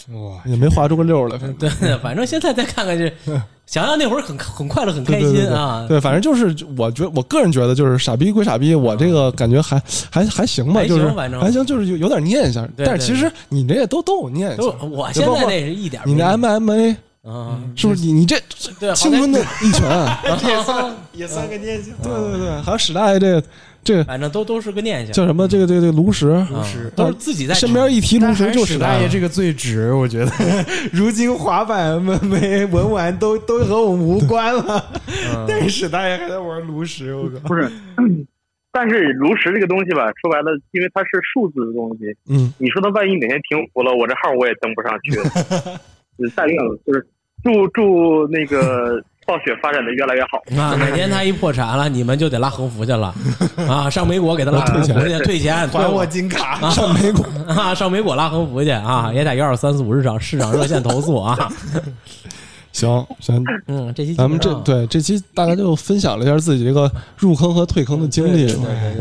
Speaker 3: 对，
Speaker 5: 哇，
Speaker 3: 也没划出个溜儿来，反正
Speaker 4: 对，反正现在再看看这，想想那会儿很很快乐，很开
Speaker 3: 嗯对对对
Speaker 4: 心
Speaker 3: 对
Speaker 4: 啊，
Speaker 3: 对，反正就是我觉我个人觉得就是傻逼归傻逼，我这个感觉还还还行吧，
Speaker 4: 嗯还行
Speaker 3: 就是
Speaker 4: 反正
Speaker 3: 还行，就是有有点念一下，
Speaker 4: 对
Speaker 3: 但是其实你这也都都有念一
Speaker 4: 都
Speaker 3: 下，
Speaker 4: 我
Speaker 3: 就
Speaker 4: 现
Speaker 3: 包
Speaker 4: 在
Speaker 3: 括
Speaker 4: 那是一点儿
Speaker 3: 你
Speaker 4: 没
Speaker 3: 那
Speaker 4: 有
Speaker 3: MMA
Speaker 4: 嗯，
Speaker 3: 是不是你你这
Speaker 4: 对，好
Speaker 3: 青
Speaker 4: 歹
Speaker 3: 春的一 拳，啊
Speaker 7: 也算也算个念 想。
Speaker 3: 对对对，还有史大爷这个这个
Speaker 4: 反正都都是个念想，
Speaker 3: 叫什么这个这个这个炉石，
Speaker 4: 啊
Speaker 7: 石
Speaker 4: 都是自己在
Speaker 3: 身边一提炉
Speaker 7: 但
Speaker 3: 石
Speaker 7: 还
Speaker 3: 就是啊史
Speaker 7: 史大爷
Speaker 3: 爷，
Speaker 7: 这个最值，我觉得。 如今滑板、没文玩都都和我们无关了，
Speaker 3: 嗯
Speaker 7: 但是史大爷还在玩炉石，我靠！
Speaker 2: 不是， 但是炉石这个东西吧，说白了，因为它是数字的东西，
Speaker 3: 嗯，
Speaker 2: 你说它万一哪天停服了，我这号我也登不上去了。嗯但愿了，就是祝祝那个暴雪发展的越来越好。
Speaker 4: 啊，哪天他一破产了，你们就得拉横幅去 了啊，上美国给他拉横幅去，退钱，
Speaker 7: 还我金卡！
Speaker 3: 上美国
Speaker 4: 啊，上美国拉横幅去啊，也打幺二三四五市场市场热线投诉 啊。
Speaker 3: 行行，
Speaker 4: 嗯，这期基本
Speaker 3: 咱们这
Speaker 4: 上
Speaker 3: 对这期大概就分享了一下自己这个入坑和退坑的经历，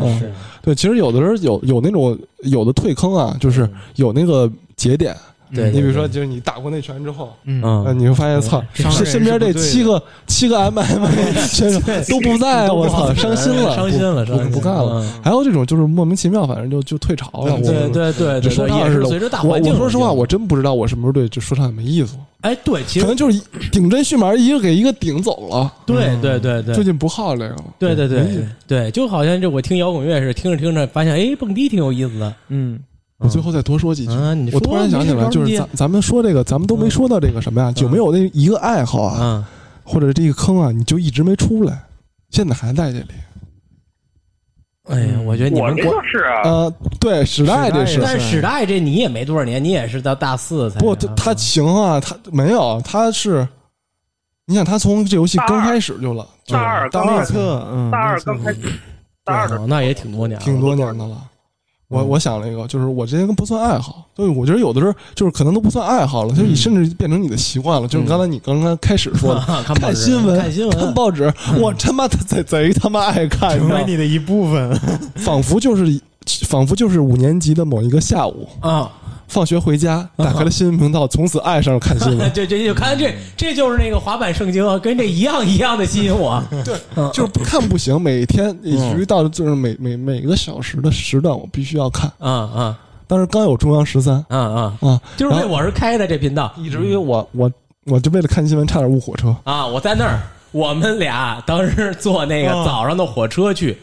Speaker 3: 嗯，对，其实有的时候有有那种有的退坑啊，就是有那个节点。
Speaker 4: 嗯对，
Speaker 3: 你比如说，就是你打过那拳之后，啊，
Speaker 4: 嗯，
Speaker 3: 你会发现，操，
Speaker 7: 伤人
Speaker 3: 身身边这
Speaker 7: 是不对的
Speaker 3: 七个七 个 MMA 选手都不在，哎我操，伤心了，
Speaker 4: 伤心了，
Speaker 3: 不
Speaker 4: 伤心
Speaker 3: 不干了。。还有这种就是莫名其妙，反正就就退潮了。
Speaker 4: 嗯对
Speaker 3: 我。
Speaker 4: 对
Speaker 3: 这
Speaker 4: 对对，
Speaker 3: 说
Speaker 4: 对
Speaker 3: 唱
Speaker 4: 也
Speaker 3: 似
Speaker 4: 是
Speaker 3: 的，
Speaker 4: 随着大
Speaker 3: 我
Speaker 4: 环境。
Speaker 3: 我说实话，我真不知道我什么时候对这说唱也没意思了，
Speaker 4: 哎，对，其
Speaker 3: 可
Speaker 4: 实
Speaker 3: 能就是一顶针续麻，一个给一个顶走了。
Speaker 4: 对对对对
Speaker 3: 嗯最。近不好这个了。
Speaker 4: 对对
Speaker 3: 没意
Speaker 4: 对
Speaker 3: 思
Speaker 4: 对，就好像这我听摇滚乐似的，听着听着发现，哎，蹦迪挺有意思的。
Speaker 7: 嗯，
Speaker 3: 我最后再多说几句。
Speaker 4: 嗯，你说
Speaker 3: 我突然想起来，就
Speaker 4: 没
Speaker 3: 是
Speaker 4: 事
Speaker 3: 咱咱们说这个，咱们都没说到这个什么呀？有没有那一个爱好啊，
Speaker 4: 嗯，
Speaker 3: 或者这个坑啊，你就一直没出来，现在还在这里？
Speaker 4: 哎呀，我觉得你
Speaker 2: 我
Speaker 4: 们
Speaker 2: 这
Speaker 4: 国
Speaker 2: 就是啊，
Speaker 3: 呃，对，史大爷这
Speaker 7: 史
Speaker 3: 是
Speaker 7: 大，
Speaker 4: 但是史大爷这你也没多少年，你也是到大四才
Speaker 3: 不，他他行啊，他没有，他是，你想他从这游戏刚开始就了，
Speaker 2: 大二
Speaker 3: 大
Speaker 2: 刚开
Speaker 3: 二
Speaker 7: 内
Speaker 2: 始，
Speaker 7: 测，嗯，
Speaker 2: 大二刚开始，大二的
Speaker 4: 哦那也挺多年了，
Speaker 3: 挺多年的了。啊我我想了一个，就是我这些都不算爱好，对，我觉得有的时候就是可能都不算爱好了，就你甚至变成你的习惯了。就是刚才你刚刚开始说的，
Speaker 4: 啊看报
Speaker 3: 看
Speaker 4: 纸
Speaker 3: 新闻，
Speaker 4: 看新闻
Speaker 3: 看报纸，我他妈的贼贼他妈爱看，你
Speaker 7: 成
Speaker 3: 知
Speaker 7: 为
Speaker 3: 道吗
Speaker 7: 你的一部分。
Speaker 3: 仿佛就是仿佛就是五年级的某一个下午，
Speaker 4: 啊。
Speaker 3: 放学回家，打开了新闻频道，从此爱上了看新
Speaker 4: 对
Speaker 3: 闻。
Speaker 4: 对对，就看这
Speaker 3: 嗯
Speaker 4: 这就是那个滑板圣经，啊跟这一样一样的吸 引我。
Speaker 3: 就是不看不行，每天以至于到就是每每每个小时的时段，我必须要看。
Speaker 4: 啊啊
Speaker 3: 当时刚有中央十三
Speaker 4: 啊啊！
Speaker 3: 啊，
Speaker 4: 就是为
Speaker 3: 然后
Speaker 4: 我是开的这频道
Speaker 3: 以至于我我我就为了看新闻差点误火车。
Speaker 4: 啊，我在那儿，我们俩当时坐那个
Speaker 7: 嗯
Speaker 4: 早上的火车去，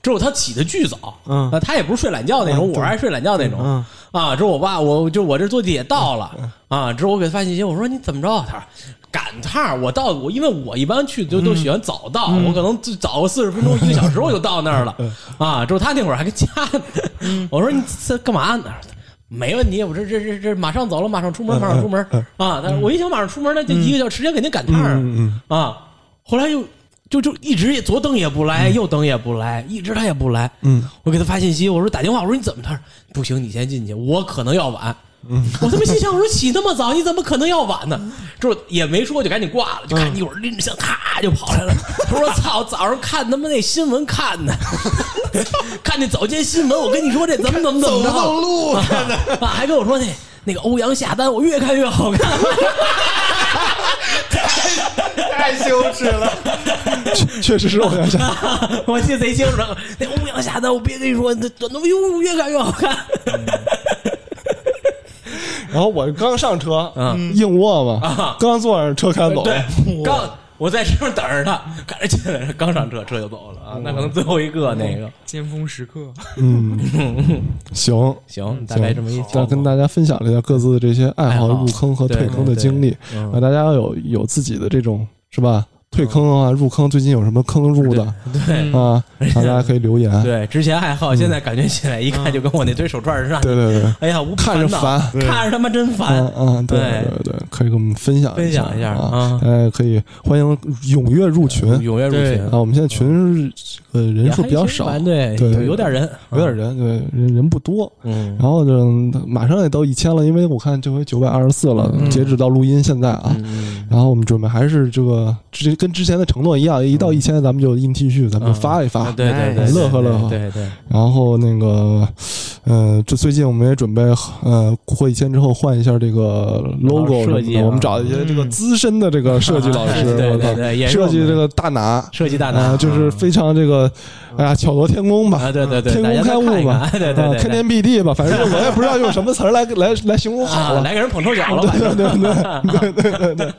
Speaker 4: 之后他起的巨早，
Speaker 7: 嗯
Speaker 4: 啊，他也不是睡懒觉那种，
Speaker 7: 嗯对
Speaker 4: 我爱睡懒觉那种，
Speaker 7: 嗯
Speaker 4: 啊，之后我爸我就我这坐地铁到了啊，之后我给他发信息，我说你怎么着？他说赶趟儿，我到我因为我一般去就
Speaker 7: 嗯
Speaker 4: 都喜欢早到，我可能就早个四十分钟一个小时我就到那儿了
Speaker 7: 嗯
Speaker 4: 啊。之后他那会儿还跟家呢，我说你这干嘛呢？没问题，我这这这这马上走了，马上出
Speaker 7: 嗯
Speaker 4: 门，马上出门啊！但是我一想马上出门，那就一个小时时间肯定赶趟儿
Speaker 3: 嗯
Speaker 4: 啊啊。后来又就就一直也左等也不来，右等也不来，一直他也不来。
Speaker 3: 嗯，
Speaker 4: 我给他发信息，我说打电话，我说你怎么？他说不行，你先进去，我可能要晚。我他妈心想，我说起那么早，你怎么可能要晚呢？就是也没说，就赶紧挂了，就看一会儿拎着箱，咔就跑来了。他说：“操，早上看他妈那新闻看的， 看那早间新闻，我跟你说这怎么怎么怎么着，
Speaker 7: 走不动路
Speaker 4: 看的、 啊，还跟我说那那个欧阳下单，我越看越好看。”
Speaker 7: 太羞耻了！
Speaker 3: 确确实是我想想，
Speaker 4: 我记得贼清楚，那欧阳下单，我别跟你说，那短头哟越看越好看。
Speaker 3: 然后我刚上车，
Speaker 4: 嗯
Speaker 3: 硬卧嘛
Speaker 4: 啊，
Speaker 3: 刚坐上车开走了，
Speaker 4: 对，刚我在车上等着他，赶着进来，刚上车车就走了啊，那可能最后一个那个
Speaker 7: 尖峰时刻，
Speaker 3: 嗯，行。
Speaker 4: 行，大概这么一
Speaker 3: 再跟大家分享了一下各自的这些爱
Speaker 4: 爱
Speaker 3: 好、
Speaker 4: 好
Speaker 3: 入坑和退坑的经历
Speaker 4: 对对对嗯嗯
Speaker 3: 啊，大家要有有自己的这种是吧？退坑啊、入坑，最近有什么坑入的
Speaker 4: 对
Speaker 3: 啊？
Speaker 4: 嗯
Speaker 3: 大家可以留言。
Speaker 4: 对，之前还好，现在感觉起来一看就跟我那堆手串儿似的。
Speaker 3: 嗯对对对，
Speaker 4: 哎呀，无
Speaker 3: 看着
Speaker 4: 恼
Speaker 3: 烦
Speaker 4: 看着他妈真
Speaker 3: 嗯
Speaker 4: 烦。
Speaker 3: 嗯，对
Speaker 4: 对
Speaker 3: 对对，可以给我们分享
Speaker 4: 分享
Speaker 3: 一
Speaker 4: 一下
Speaker 3: 啊
Speaker 4: 啊，
Speaker 3: 大家可以欢迎踊跃入群啊。
Speaker 4: 踊跃入
Speaker 7: 对
Speaker 4: 群，
Speaker 3: 我们现在群是呃人数比较
Speaker 4: 也
Speaker 3: 少
Speaker 4: 哎还，行对，
Speaker 3: 对
Speaker 4: 有
Speaker 3: 对
Speaker 4: 有点人，
Speaker 3: 有点人，对人人不多。
Speaker 4: 嗯，
Speaker 3: 然后就马上也到一千了，因为我看这回九百二十四了，
Speaker 4: 嗯
Speaker 3: 截止到录音现在啊。然后我们准备还是这个之跟之前的承诺一样，一到一千咱们就印 T 恤，咱们就发一发。
Speaker 4: 嗯啊对对对，
Speaker 3: 哎乐呵乐呵
Speaker 4: 对对，
Speaker 3: 然后那个，呃，这最近我们也准备，呃，过一千之后换一下这个 logo 什么
Speaker 4: 设计
Speaker 3: 的，
Speaker 4: 啊
Speaker 3: 我们找一些这个资深的这个设计老师，
Speaker 4: 嗯对对
Speaker 3: 我
Speaker 4: 对
Speaker 3: 操
Speaker 4: 对也是我
Speaker 3: 设
Speaker 4: 们
Speaker 3: 计这个大拿，
Speaker 4: 设计大
Speaker 3: 啊、
Speaker 4: 拿嗯
Speaker 3: 就是非常这个，哎呀，巧夺天工吧，
Speaker 4: 啊，对对对，
Speaker 3: 天工开物吧
Speaker 4: 吧，， 对对对
Speaker 3: 啊
Speaker 4: 对，
Speaker 3: 开天辟地吧，反 正我也不知道用什么词儿来来来形容好
Speaker 4: 啊，
Speaker 3: 了。
Speaker 4: 来给人捧臭脚了 吧？
Speaker 3: 对对对对对对对，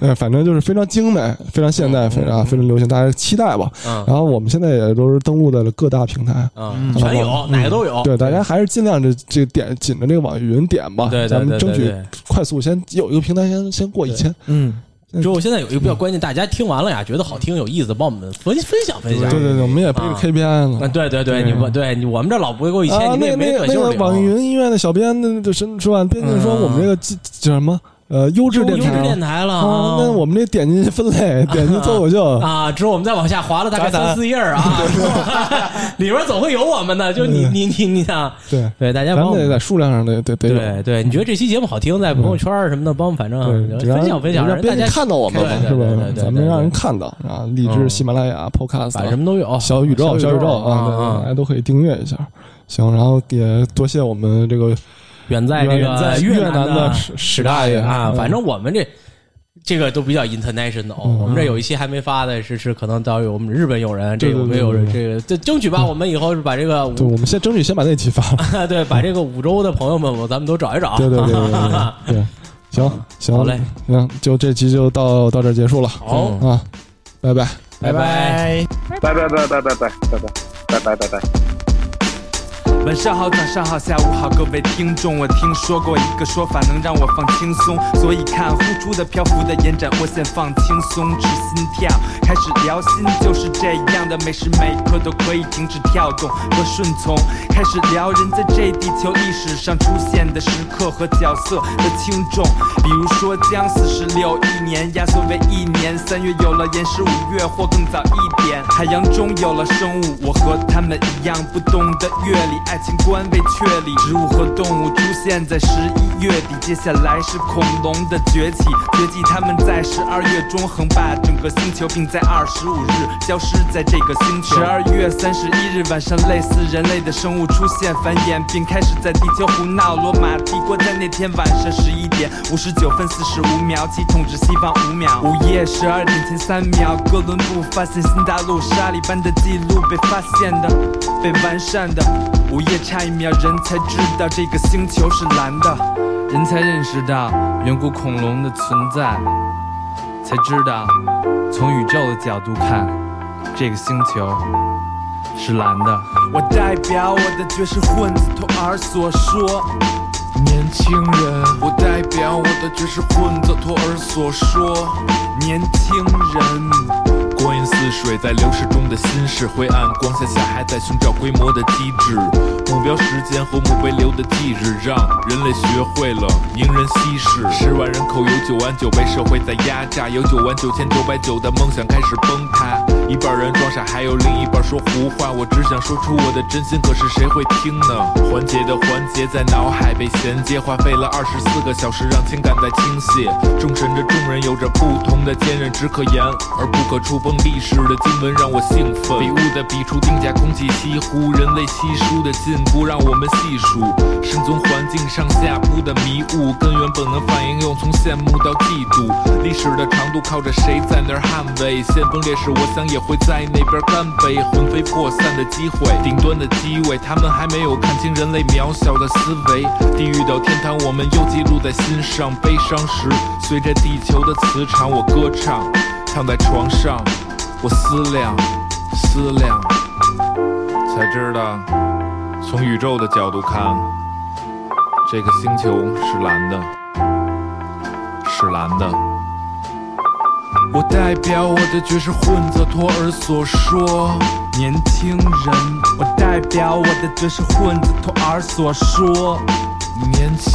Speaker 3: 呃，反正就是非常精美，非常现代，非常啊非常流行，大家期待吧。
Speaker 4: 嗯
Speaker 3: 然后我们现在也都是登录在了各大平台，
Speaker 4: 嗯，全有，哪个都有。
Speaker 3: 对，大家还是尽量这这点紧着这个网易云点吧，
Speaker 4: 对对对
Speaker 3: 咱们争
Speaker 4: 对
Speaker 3: 取
Speaker 4: 对
Speaker 3: 快速先有一个平台先先过一千，
Speaker 4: 嗯，之后现在有一个比较关键，大家听完了呀，觉得好听有意思，帮我们分分享分享。
Speaker 3: 对对对，我们也背着
Speaker 4: 啊
Speaker 3: KPI
Speaker 4: 啊，
Speaker 3: 呢。
Speaker 4: 对对对，你们对你我们这老不够一
Speaker 3: 啊
Speaker 4: 千，，你们
Speaker 3: 那
Speaker 4: 也没
Speaker 3: 那
Speaker 4: 短
Speaker 3: 那
Speaker 4: 袖
Speaker 3: 个
Speaker 4: 领。
Speaker 3: 网易云音乐的小编，那那是是吧？编辑说
Speaker 4: 嗯
Speaker 3: 我们这个叫叫什么？呃，优质
Speaker 4: 优
Speaker 3: 电
Speaker 4: 优质
Speaker 3: 台
Speaker 4: 电台了
Speaker 3: 啊，那我们这点进去分 类，点进脱口秀，
Speaker 4: 啊，之后我们再往下滑了大概
Speaker 3: 杂
Speaker 4: 三
Speaker 3: 谈
Speaker 4: 四页儿 啊，是吧 里边总会有我们的。就你
Speaker 3: 嗯
Speaker 4: 你你你啊，
Speaker 3: 对，
Speaker 4: 对大家
Speaker 3: 咱
Speaker 4: 帮我
Speaker 3: 们得在
Speaker 4: 们。
Speaker 3: 数量上得得得有，
Speaker 4: 对对，你觉得这期节目好听，在朋友圈儿什么的，帮我们反正呃
Speaker 3: 对，
Speaker 4: 分享分享，
Speaker 3: 让
Speaker 4: 让
Speaker 3: 别
Speaker 4: 大
Speaker 3: 人
Speaker 4: 家
Speaker 3: 看到我们嘛，
Speaker 4: 对对
Speaker 3: 是
Speaker 4: 对对
Speaker 3: 吧
Speaker 4: 对？对
Speaker 3: 咱们让人
Speaker 4: 对对
Speaker 3: 看到啊，荔枝、
Speaker 4: 嗯
Speaker 3: 喜马拉雅、Podcast，啊
Speaker 4: 反正什么都有，
Speaker 3: 小宇宙、
Speaker 4: 小
Speaker 3: 小
Speaker 4: 宇
Speaker 3: 宇宙啊，对大
Speaker 4: 啊
Speaker 3: 家，都可以订阅一下。行，然后也多谢我们这个
Speaker 4: 远在这
Speaker 3: 远在
Speaker 4: 个
Speaker 3: 越
Speaker 4: 南
Speaker 3: 南的史
Speaker 4: 史
Speaker 3: 史
Speaker 4: 大
Speaker 3: 大
Speaker 4: 爷
Speaker 3: 爷
Speaker 4: 啊，
Speaker 3: 嗯
Speaker 4: 反正我们这。这个都比较 international，、我们这有一期还没发的是是可能到有我们日本友人，这
Speaker 3: 对对
Speaker 4: 个我们
Speaker 3: 对
Speaker 4: 有
Speaker 3: 对嗯
Speaker 4: 人这个这争取吧，我们以后是把这个
Speaker 3: 对，
Speaker 4: 五
Speaker 3: 我们先争取先把那期发了。
Speaker 4: 对把这个五州的朋友们，我咱们都找一找，
Speaker 3: 对对对对对 对对，行行，
Speaker 4: 好嘞，
Speaker 3: 行，就这期就到到这儿结束了。
Speaker 4: 好
Speaker 3: 啊，拜拜。
Speaker 4: 拜拜。
Speaker 2: 拜拜拜拜拜拜拜拜拜拜拜拜。
Speaker 8: 晚上好，早上好，下午好，各位听众，我听说过一个说法能让我放轻松，所以看呼出的漂浮的延展，我先放轻松，治心跳，开始聊心，就是这样的，每时每刻都可以停止跳动和顺从，开始聊人在这地球历史上出现的时刻和角色的轻重，比如说将四十六亿年压缩为一年，三月有了延时，五月或更早一点，海洋中有了生物，我和他们一样不懂得乐理，爱情观未确立，植物和动物出现在十一月底，接下来是恐龙的崛起，绝迹它们在十二月中横霸整个星球，并在二十五日消失在这个星球。十二月三十一日晚上，类似人类的生物出现繁衍，并开始在地球胡闹。罗马帝国在那天晚上十一点五十九分四十五秒起统治西方五秒，午夜十二点前三秒，哥伦布发现新大陆，沙利班的记录被发现的，被完善的。午夜差一秒，人才知道这个星球是蓝的，人才认识到远古恐龙的存在，才知道从宇宙的角度看，这个星球是蓝的。我代表我的爵士混子托儿所说。
Speaker 9: 年轻人，我代表我的爵士混子托儿所说，
Speaker 8: 年轻人，
Speaker 9: 光阴似水，在流逝中的心事，灰暗光下下还在寻找规模的机制，目标时间和墓碑留的记日，让人类学会了宁人惜事。十万人口有九万九被社会在压榨，有九万九千九百九的梦想开始崩塌，一半人装傻，还有另一半说胡话。我只想说出我的真心，可是谁会听呢？环节的环节在脑海被衔接，花费了二十四个小时，让情感在倾泻。众神着众人有着不同的坚韧，只可言而不可触碰。历史的经文让我兴奋，笔误的笔触定价，空气稀糊，人类稀疏的进步让我们细数。生存环境上下铺的迷雾，根源本能反应用从羡慕到嫉妒。历史的长度靠着谁在那儿捍卫？先锋烈士，我想也会在那边干杯。魂飞魄散的机会，顶端的机位，他们还没有看清人类渺小的思维。地狱到天堂，我们又记录在心上。悲伤时，随着地球的磁场，我歌唱。躺在床上，我思量，思量，才知道从宇宙的角度看，这个星球是蓝的，是蓝的。
Speaker 8: 我代表我的爵士混子托儿所说，年轻人，我代表我的爵士混子托儿所说，年轻